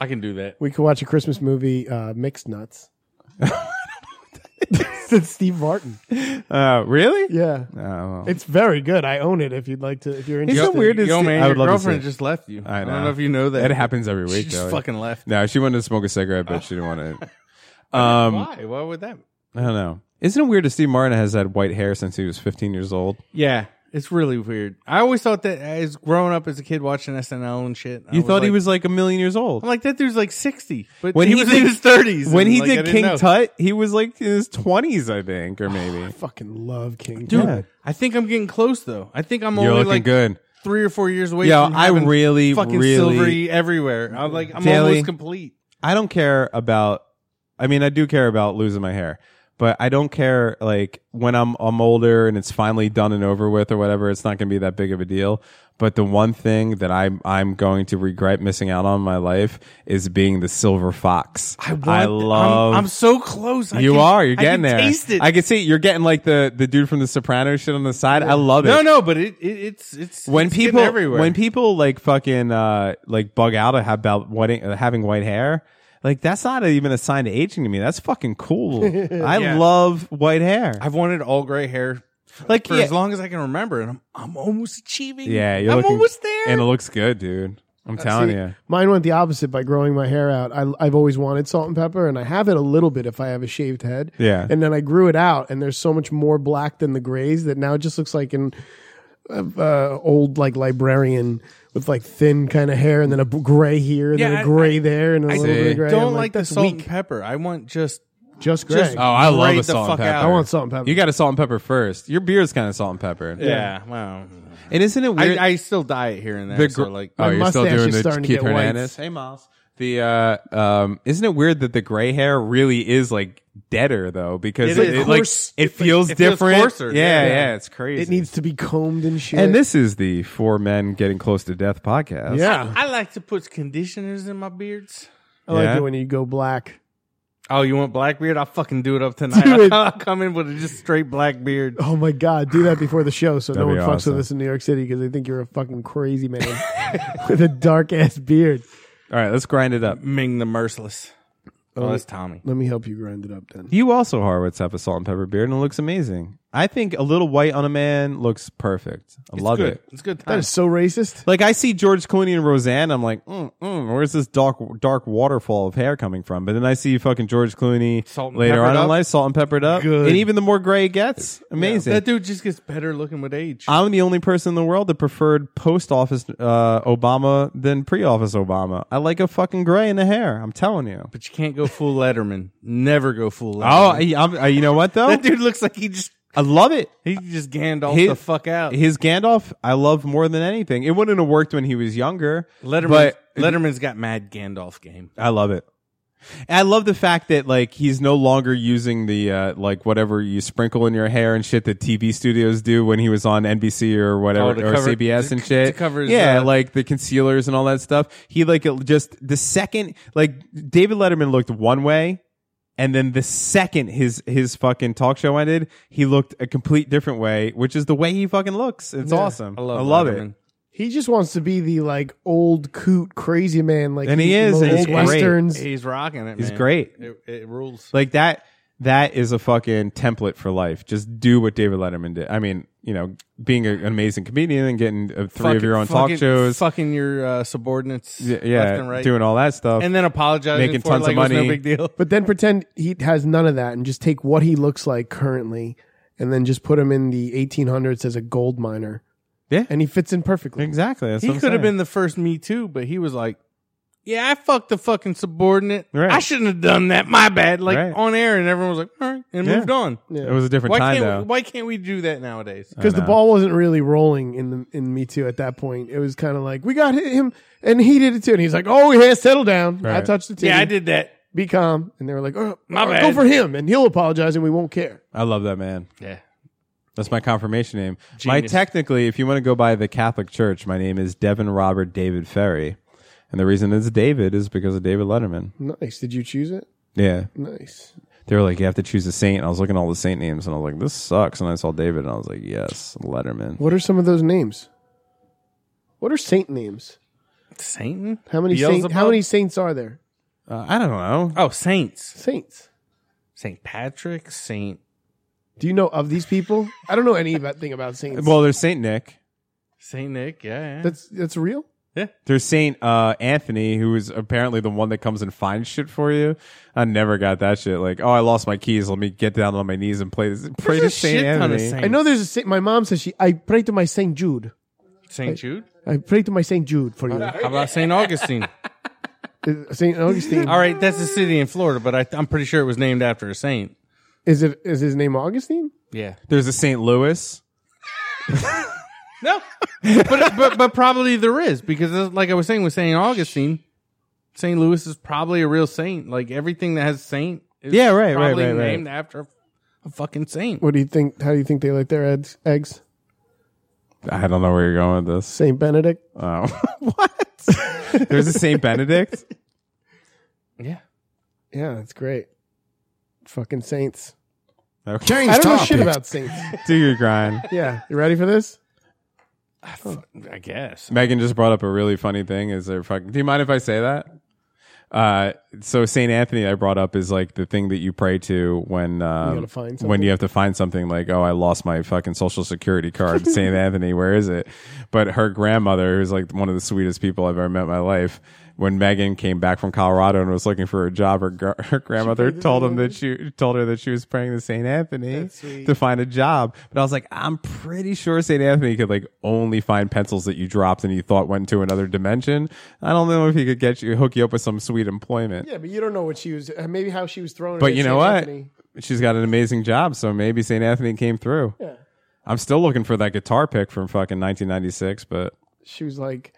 I can do that. We could watch a Christmas movie, uh, Mixed Nuts. [laughs] That's Steve Martin. Uh, really? Yeah. Oh, well. It's very good. I own it if you'd like to, if you're interested. the weirdest Yo, thing- man, I your would love to see girlfriend it. just left you. I, don't know if you know that. It happens every week. She just though. fucking left. No, she wanted to smoke a cigarette, but she didn't want to. Um, [laughs] Why? Why would that? I don't know. Isn't it weird that Steve Martin has had white hair since he was 15 years old? Yeah, it's really weird. I always thought that as growing up as a kid watching SNL and shit. I You thought he like- was like a million years old. I'm like that dude's like sixty, but When he, he was did- in his thirties. when he did King Tut, he was like in his 20s, I think, or [sighs] maybe. Fucking love King. dude, Yeah. I think I'm getting close though. I think I'm You're only looking like good. three or four years away. Yo, from I having really, fucking really- silvery everywhere. I'm like I'm Daily. almost complete. I don't care about. I mean, I do care about losing my hair, but I don't care like when I'm I'm older and it's finally done and over with or whatever. It's not going to be that big of a deal. But the one thing that I'm I'm going to regret missing out on in my life is being the silver fox. I, want- I I'm- love. I'm so close. I you can- are. You're I getting can there. taste it. I can see you're getting like the the dude from The Sopranos shit on the side. I love it. No, no, but it, it it's it's When it's getting people everywhere. when people like fucking uh like bug out about white, uh, having white hair, like that's not even a sign of aging to me. That's fucking [laughs] cool. I Yeah. love white hair. I've wanted all gray hair like for yeah. as long as I can remember, and I'm I'm almost achieving. Yeah, you're I'm looking, almost there. and it looks good, dude. I'm Uh, telling see, you. Mine went the opposite by growing my hair out. I, I've always wanted salt and pepper, and I have it a little bit if I have a shaved head. Yeah. And then I grew it out, and there's so much more black than the grays that now it just looks like an uh, uh, old like librarian with like thin kind of hair, and then a b- gray here, and Yeah, then I- a gray there, and a little bit of gray. don't I'm like, the that's salt and weak. pepper. I want just Just gray. just Oh, I love grade a salt the fuck and pepper. Out. salt and pepper. You got a salt and pepper first. Your beer's kind of salt and pepper. Yeah, wow. And isn't it weird? I, I still diet here and there. The gr- so like, oh, you're still doing the Keith Hernandez. Hey, Miles. The uh, um, isn't it weird that the gray hair really is like deader though because It it, is. it, like Coarse. it It's like- feels it feels different. coarser. Yeah, Yeah. yeah, it's crazy. It needs to be combed and shit. and this is the Four Men Getting Close to Death podcast. Yeah. I like to put conditioners in my beards. I like Yeah. it when you go black. Oh, you want black beard? I'll fucking do it up tonight. Do it. [laughs] I'll come in with a just straight black beard. Oh my god, do that before the show so no one That'd fucks be awesome. with us in New York City because they think you're a fucking crazy man [laughs] with a dark ass beard. All right, let's grind it up. Ming the merciless. Oh, Let that's me- Tommy. Let me help you grind it up then. You also Horowitz have a salt and pepper beard and it looks amazing. I think a little white on a man looks perfect. I love good. it. It's good time. That is so racist. Like I see George Clooney and Roseanne, I'm like, mm, mm, where's this dark dark waterfall of hair coming from? But then I see fucking George Clooney Salt and later peppered on up. in life, salt and peppered up, Good. and even the more gray it gets, amazing. Uh, That dude just gets better looking with age. I'm the only person in the world that preferred post office uh, Obama than pre office Obama. I like a fucking gray in the hair. I'm telling you. But you can't go full Letterman. Never go full Oh, I, Letterman. I'm- I- you know what though? [laughs] that dude looks like he just I love it. he just Gandalf His- the fuck out. His Gandalf, I love more than anything. It wouldn't have worked when he was younger. Letterman but Letterman's got mad Gandalf game. I love it. And I love the fact that like he's no longer using the uh, like whatever you sprinkle in your hair and shit that TV studios do when he was on NBC or whatever Oh, to or cover- CBS to- and shit. to cover his, yeah, uh, like the concealers and all that stuff. He like it just the second like David Letterman looked one way. And then the second his his fucking talk show ended, he looked a complete different way, which is the way he fucking looks. It's Yeah. awesome. I love it. Letterman. He just wants to be the like old coot crazy man like And he in is, the and he's old great. westerns. He's rocking it. He's man. great. It, it rules. Like that that is a fucking template for life. Just do what David Letterman did. I mean, you know, being a, an amazing comedian and getting uh, three of Fucking- your own fucking- talk shows. fucking your uh, subordinates, Y- yeah, left and right, doing all that stuff. and then apologizing, Making for tons it of like it was money. no big deal. But then pretend he has none of that and just take what he looks like currently and then just put him in the 1800s as a gold miner. Yeah. And he fits in perfectly. exactly. That's he what I'm could have saying. been the first Me Too, but he was like, "Yeah, I fucked the fucking subordinate. I shouldn't have done that. My bad." Like Right. on air, and everyone was like, "All right," and Yeah. moved on. It was a different Why time can't though. Uh, we, why can't we do that nowadays? because the know. ball wasn't really rolling in the in Me Too at that point. It was kind of like we got hi- him, and he did it too, and he's like, "Oh yeah, settle down. I Right. touched the team. Yeah, I did that. Be calm." And they were like, "Oh, My all right, bad. go for him, and he'll apologize, and we won't care." I love that man. Yeah. That's my confirmation name. My Genius. technically, if you want to go by the Catholic Church, my name is Devin Robert David Ferry. And the reason it's David is because of David Letterman. Nice. Did you choose it? Yeah. Nice. They were like, you have to choose a saint. And I was looking at all the saint names and I was like, this sucks. And I saw David and I was like, yes, Letterman. What are some of those names? What are saint names? Satan? How many saint, Beelzebub? How many saints are there? Uh, I don't know. Oh, saints. Saints. Saint Patrick, Saint. Do you know of these people? I don't know any about thing about saints. Well, there's Saint Nick. Saint Nick, yeah, yeah. that's that's real. There's Saint uh, Anthony, who is apparently the one that comes and finds shit for you. I never got that shit. Like, oh, I lost my keys. Let me get down on my knees and play this. Pray to There's a Saint shit ton of Anthony. saints. I know there's a saint. My mom says she. I pray to my Saint Jude. Saint Jude. I pray to my Saint Jude [laughs] for you, How about [laughs] Saint Augustine? Uh, Saint Augustine. All right, that's a city in Florida, but I, I'm pretty sure it was named after a saint. Is it is his name Augustine? Yeah. There's a Saint Louis. No, but, but but probably there is because, uh, like I was saying with Saint Augustine, Saint Louis is probably a real saint. Like everything that has saint, is Yeah, right, right, probably right, right. named after a, a fucking saint. What do you think? How do you think they like their eggs? Eggs? I don't know where you're going with this. Saint Benedict. Oh, [laughs] what? There's a Saint Benedict. Yeah, that's great. Fucking saints. Okay. I don't know shit about saints. Do your grind. yeah, you ready for this? I guess. Megan just brought up a really funny thing. Is there fucking? Do you mind if I say that? Uh, so Saint Anthony I brought up is like the thing that you pray to when um, gotta find when you have to find something like oh I lost my fucking social security card [laughs] Saint Anthony where is it? But her grandmother who's like one of the sweetest people I've ever met in my life. When Megan came back from Colorado and was looking for a job, her, gr- [laughs] her grandmother prayed to told Saint him that she told her that she was praying to Saint Anthony That's sweet. to find a job. But I was like, I'm pretty sure Saint Anthony could like only find pencils that you dropped and you thought went to another dimension. I don't know if he could get you hook you up with some sweet employment. Yeah, but you don't know what she was. uh, Maybe how she was throwing. it But at you know Saint what? Anthony. She's got an amazing job, so maybe St. Anthony came through. Yeah. I'm still looking for that guitar pick from fucking 1996, but She was like,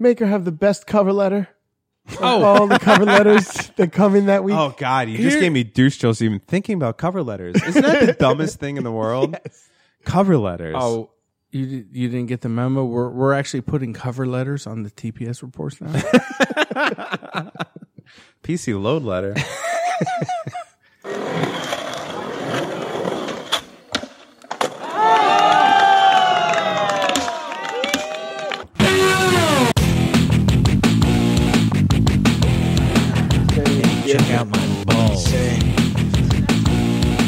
"Make her have the best cover letter." of [laughs] Oh. all the [laughs] cover letters that come in that week. oh god, you just Here- gave me douche chills even thinking about cover letters. Isn't that the [laughs] dumbest thing in the world? Cover letters. Oh, you di- you didn't get the memo. We're we're actually putting cover letters on the TPS reports now. PC load letter. Check out my balls. Say,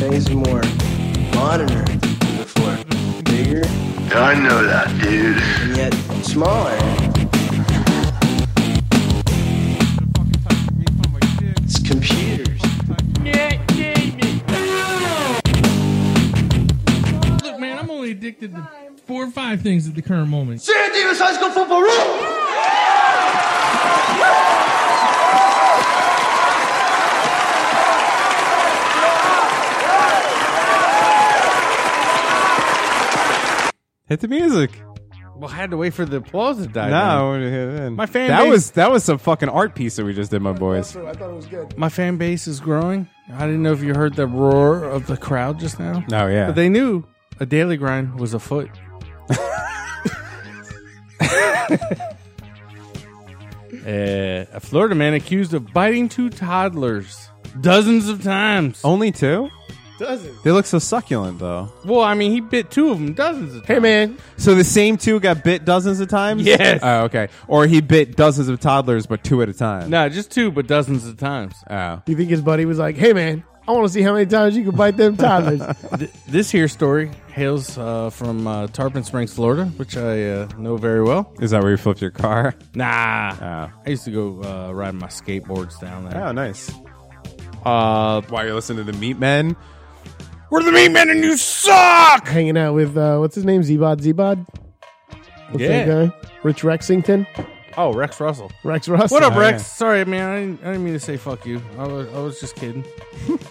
things more moderner than before. Bigger. I know that, dude. And yet smaller. It's computers. [laughs] Look, man, I'm only addicted to four or five things at the current moment. San Diego's high school football room. Hit the music. well, I had to wait for the applause to die. down. No, we're here then. My fan That base- was that was some fucking art piece that we just did, my boys. I thought it was good. my fan base is growing. I didn't know if you heard the roar of the crowd just now. Oh, yeah. but they knew a daily grind was [laughs] afoot. Uh, a Florida man accused of biting two toddlers dozens of times. Only two? Dozens. They look so succulent though. Well, I mean, he bit two of them dozens of times. Hey, man. So the same two got bit dozens of times? Yes. Oh, okay. Or he bit dozens of toddlers, but two at a time. No, just two, but dozens of times. Oh. Do you think his buddy was like, "Hey, man, I want to see how many times you can bite [laughs] them toddlers"? Th- this here story hails uh, from uh, Tarpon Springs, Florida, which I uh, know very well. Is that where you flipped your car? Nah. I used to go uh, ride my skateboards down there. Oh, nice. Uh, While you're listening to the Meat Men, We're the main men and you suck! Hanging out with uh, what's his name, Zebod Zebod. What's that Yeah. guy? Rich Rexington, Oh, Rex Russell. Rex Russell. What up, Oh, Rex? yeah. Sorry, man. I didn't, I didn't mean to say fuck you. I was, I was just kidding.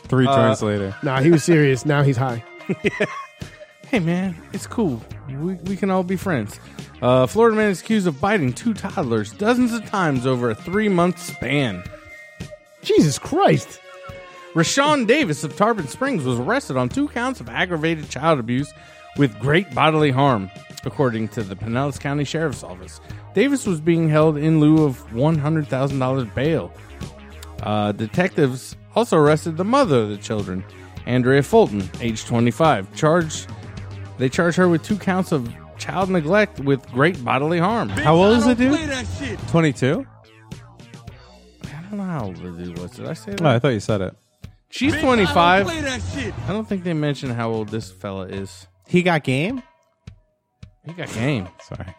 three Uh, turns later. Nah, he was serious. Now he's high. Hey, man, it's cool. We, we can all be friends. Uh, Florida man is accused of biting two toddlers dozens of times over a three month span. Jesus Christ. Rashawn Davis of Tarpon Springs was arrested on two counts of aggravated child abuse with great bodily harm, according to the Pinellas County Sheriff's Office. Davis was being held in lieu of $100,000 bail. Uh, detectives also arrested the mother of the children, Andrea Fulton, age 25. Charged, they charged her with two counts of child neglect with great bodily harm. How old is the dude? 22? I don't know how old the dude was. Did I say that? Oh, I thought you said it. She's 25. I don't think they mentioned how old this fella is. He got game? He got game. Sorry.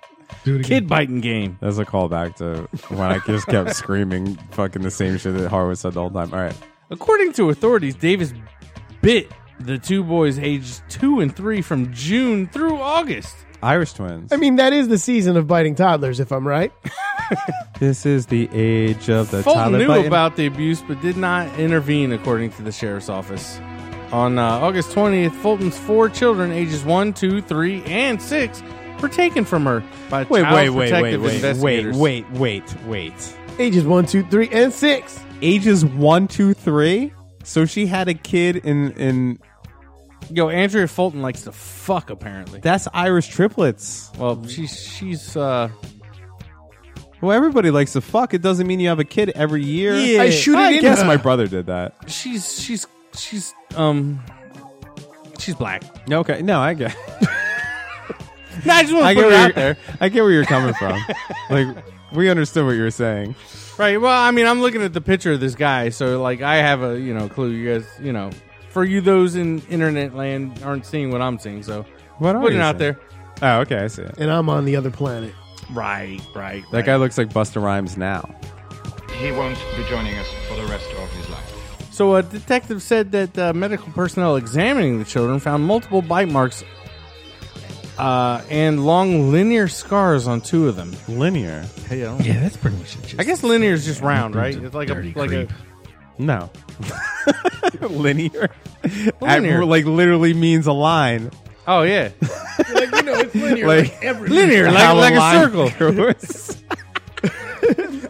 Kid biting game. That's a callback to when I just kept [laughs] screaming fucking the same shit that Harwood said the whole time. All right. According to authorities, Davis bit the two boys aged two and three from June through August. Irish twins. I mean, that is the season of biting toddlers, if I'm right. This is the age of the Fulton toddler knew button. about the abuse but did not intervene, according to the sheriff's office. On uh, August 20th, Fulton's four children, ages one, two, three, and six, were taken from her by Wait, child wait, wait, wait, protective wait, wait, investigators. wait, wait, wait. Ages one, two, three, and six. Ages one, two, three. So she had a kid in in Yo, Andrea Fulton likes to fuck apparently. That's Irish triplets. Well, she's she's uh Well, everybody likes to fuck. It doesn't mean you have a kid every year. Yeah. I shoot it I in guess guess my my brother did that. she's she's she's um she's black. Okay. No, I [laughs] get. No, I just I want get to put it where out you're- there. I get where you're coming from. like we understood what you were saying. Right. Well, I mean, I'm looking at the picture of this guy, so like I have a you know clue. You guys, you know, for you those in internet land aren't seeing what I'm seeing, so What are putting you it out saying? there. Oh, okay, I see it. And I'm on the other planet. Right, right. That guy looks like Buster Rhymes now. He won't be joining us for the rest of his life. So a detective said that uh, medical personnel examining the children found multiple bite marks uh, and long linear scars on two of them. Linear. Hey, I Yeah, that's pretty much it. I guess linear is just round, right? It's It's like a dirty like a [laughs] No. linear. Linear. Linear. like literally means a line. oh [laughs] yeah, like you know, it's linear. Like- like every linear like, How like a line circle. [laughs] grows.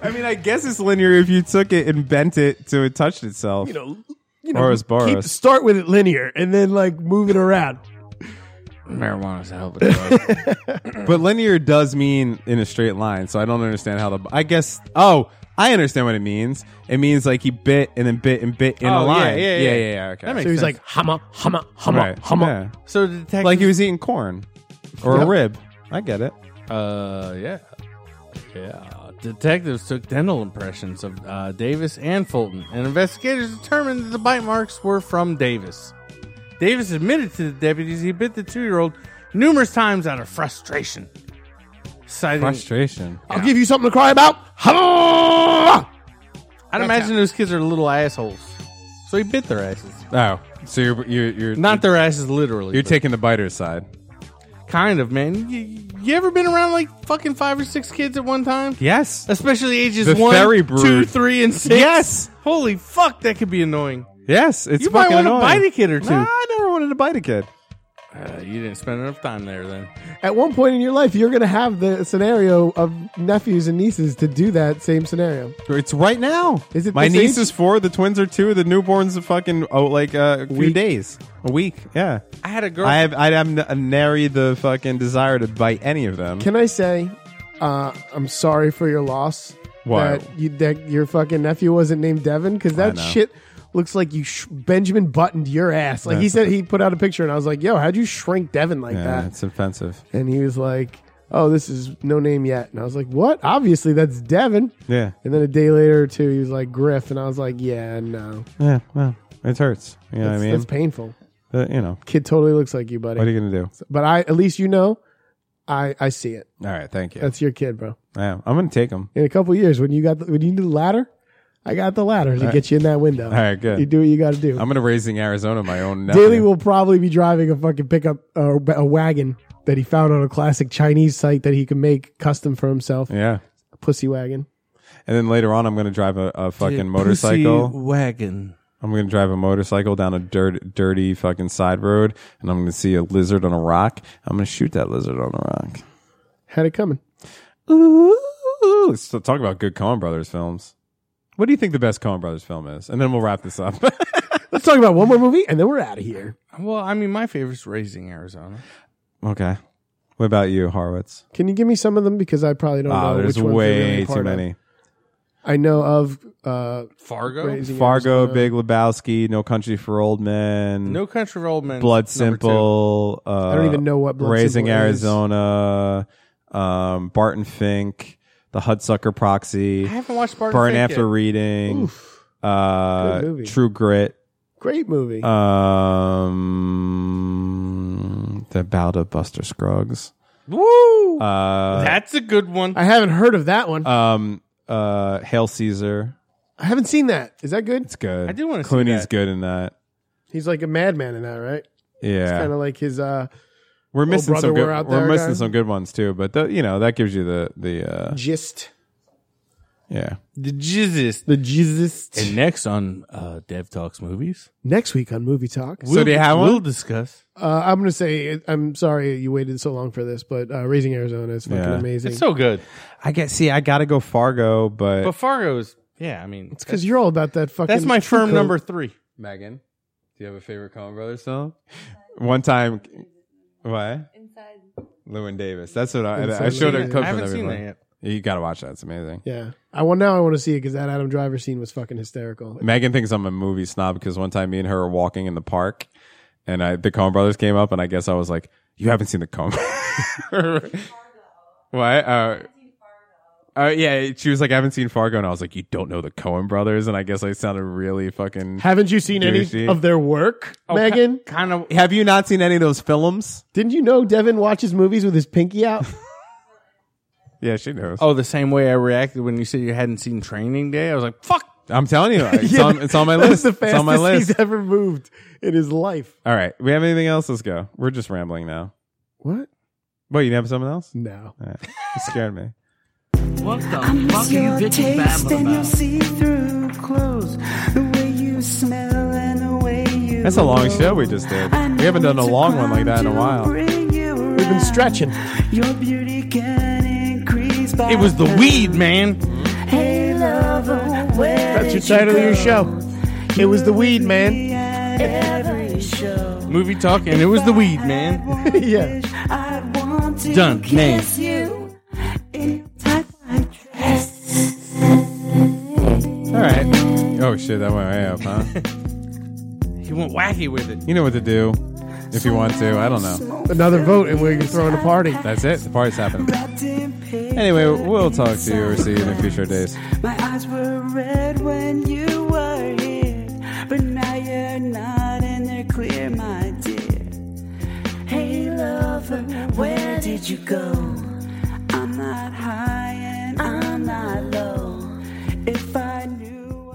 I mean, I guess it's linear if you took it and bent it to it touched itself. You know, you know, Boris, keep- Boris. start with it linear and then like move it around. Marijuana's a hell of a drug. But linear does mean in a straight line, so I don't understand how the. I guess. Oh, I understand what it means. It means like he bit and then bit and bit in Oh, a yeah, line. yeah, yeah. yeah, okay. That makes so he's sense. like humma, humma, humma, Right, humma. yeah. [laughs] so the detective Like he was eating corn or Yeah. a rib. I get it. Uh, yeah. Yeah. Detectives took dental impressions of uh, Davis and Fulton, and investigators determined that the bite marks were from Davis. Davis admitted to the deputies he bit the two year old numerous times out of frustration. Citing, Frustration. I'll give you something to cry about. Humma! I'd imagine those kids are little assholes. So he bit their asses. Oh, so you're you're, you're Not their asses, literally. you're but taking the biter's side. Kind of, man. You, you ever been around like fucking five or six kids at one time? Yes. Especially ages The one, fairy two, brood. three, and six. Yes. Holy fuck, that could be annoying. Yes. It's you might fucking want to annoying. bite a kid or two. Nah, I never wanted to bite a kid. Uh, you didn't spend enough time there then. At one point in your life, you're going to have the scenario of nephews and nieces to do that same scenario. It's right now. Is it My this niece age? is four. The twins are two. The newborn's a fucking oh, like a few Week. days, a week. Yeah. I had a girl. I have I have n- uh, nary the fucking desire to bite any of them. Can I say, uh, I'm sorry for your loss. Why? That, you, that your fucking nephew wasn't named Devin because that know. shit looks like you sh- Benjamin buttoned your ass. Like he That's- said, he put out a picture and I was like, "Yo, how'd you shrink Devin like yeah, that?" it's offensive. And he was like, "Oh, this is no name yet." And I was like, "What? Obviously, that's Devin." Yeah. And then a day later or two, he was like Griff, and I was like, "Yeah, no, Yeah. Well, it hurts. You know that's, what I mean? that's painful." But, you know. Kid totally looks like you, buddy. What are you gonna do? but I, at least you know, I, I see it. All right. Thank you. That's your kid, bro. yeah. I'm gonna take them. in a couple of years when you got the, when you need the ladder, I got the ladder to All right. get you in that window. All right. Good. You do what you got to do. I'm gonna raising Arizona my own. Nephew. Daly will probably be driving a fucking pickup uh, a wagon that he found on a classic Chinese site that he can make custom for himself. Yeah. A pussy wagon. And then later on, I'm gonna drive a, a fucking motorcycle. wagon. I'm gonna drive a motorcycle down a dirt, dirty fucking side road, and I'm gonna see a lizard on a rock. I'm gonna shoot that lizard on a rock. Had it coming. Ooh, so talk about good Coen Brothers films. What do you think the best Coen Brothers film is? And then we'll wrap this up. [laughs] Let's talk about one more movie and then we're out of here. Well, I mean, my favorite's Raising Arizona. okay. What about you, Horowitz? Can you give me some of them because I probably don't Ah, know there's Uh, which ones they're really way part too of. many. I know of uh, Fargo? Raising Fargo, Arizona. Big Lebowski, No Country for Old Men, No Country for Old Men. Blood number Simple. Uh, I don't even know what Blood Raising Simple is. Arizona, um, Barton Fink, The Hudsucker Proxy. two. I haven't watched Barton Burn Fink After yet. Reading, uh, Good movie. True Grit, Great movie. Uh, um, The Bout of Buster Scruggs. Woo! Uh, That's a good one. I haven't heard of that one. um, uh, Hail Caesar. I haven't seen that. Is that good? It's good. I do wanna see Clooney's that. good in that. He's like a madman in that, right? It's Yeah, kind of like his uh, we're missing brother, some good. we're We're, out there missing guy. some good ones too, but the, you know that gives you the the uh, gist. yeah. The Jesus. The Jesus. And next on uh, Dev Talks Movies, Next week on Movie Talk, So do you have we'll one? discuss. uh, I'm going to say I'm sorry you waited so long for this, but uh, Raising Arizona is fucking Yeah. amazing. It's so good. I get see. I gotta go Fargo, but, But Fargo's, yeah, I mean, because you're all about that fucking. that's my true firm coat. number three. Megan. Do you have a favorite Coen Brothers song? One time, what? Inside. Lewin Davis. That's what Inside I, I showed her. Llewyn clip Davis. I from haven't seen before. that You gotta watch that. It's amazing. Yeah. I want now. I want to see it because that Adam Driver scene was fucking hysterical. Megan thinks I'm a movie snob because one time me and her were walking in the park, and I the Coen Brothers came up, and I guess I was like, "You haven't seen the Coen." [laughs] what? Uh, uh, yeah, she was like, "I haven't seen Fargo," and I was like, "You don't know the Coen Brothers?" And I guess I sounded really fucking. Haven't you seen any douchey. of their work, Oh, Megan? Kind of. Have you not seen any of those films? Didn't you know Devin watches movies with his pinky [laughs] out? Yeah, she knows. Oh, the same way I reacted when you said you hadn't seen Training Day. I was like, "Fuck!" I'm telling [laughs] you, it's, on, it's on my That's list. the it's fastest on my list. he's ever moved in his life. All right, we have anything else? Let's go. We're just rambling now. What? Wait, you have something else? No. All right. You scared me. What the I fuck miss are you your bitches taste babbling and your about? see-through clothes, the way you smell and the way you. That's a long show we just did. We haven't done a long one like that in a while. We've been stretching. Your beauty can increase by. It was the weed, man. Hey lover, where That's your did title of your you go? show. It was the weed, man. [laughs] At every show, Movie talking. It was the weed, man. yeah. I want to Done. kiss you in tight white dress. All right. Oh shit, that went way up, huh? He went wacky with it. you know what to do if you want to. I don't know. Another vote, and we can throw in a party. That's it. The party's happening. Anyway, we'll talk to you or see you in future days. My eyes were red when you were here, but now you're not and they're clear, my dear. Hey lover, where did you go? I'm not high and I'm not low. If I knew.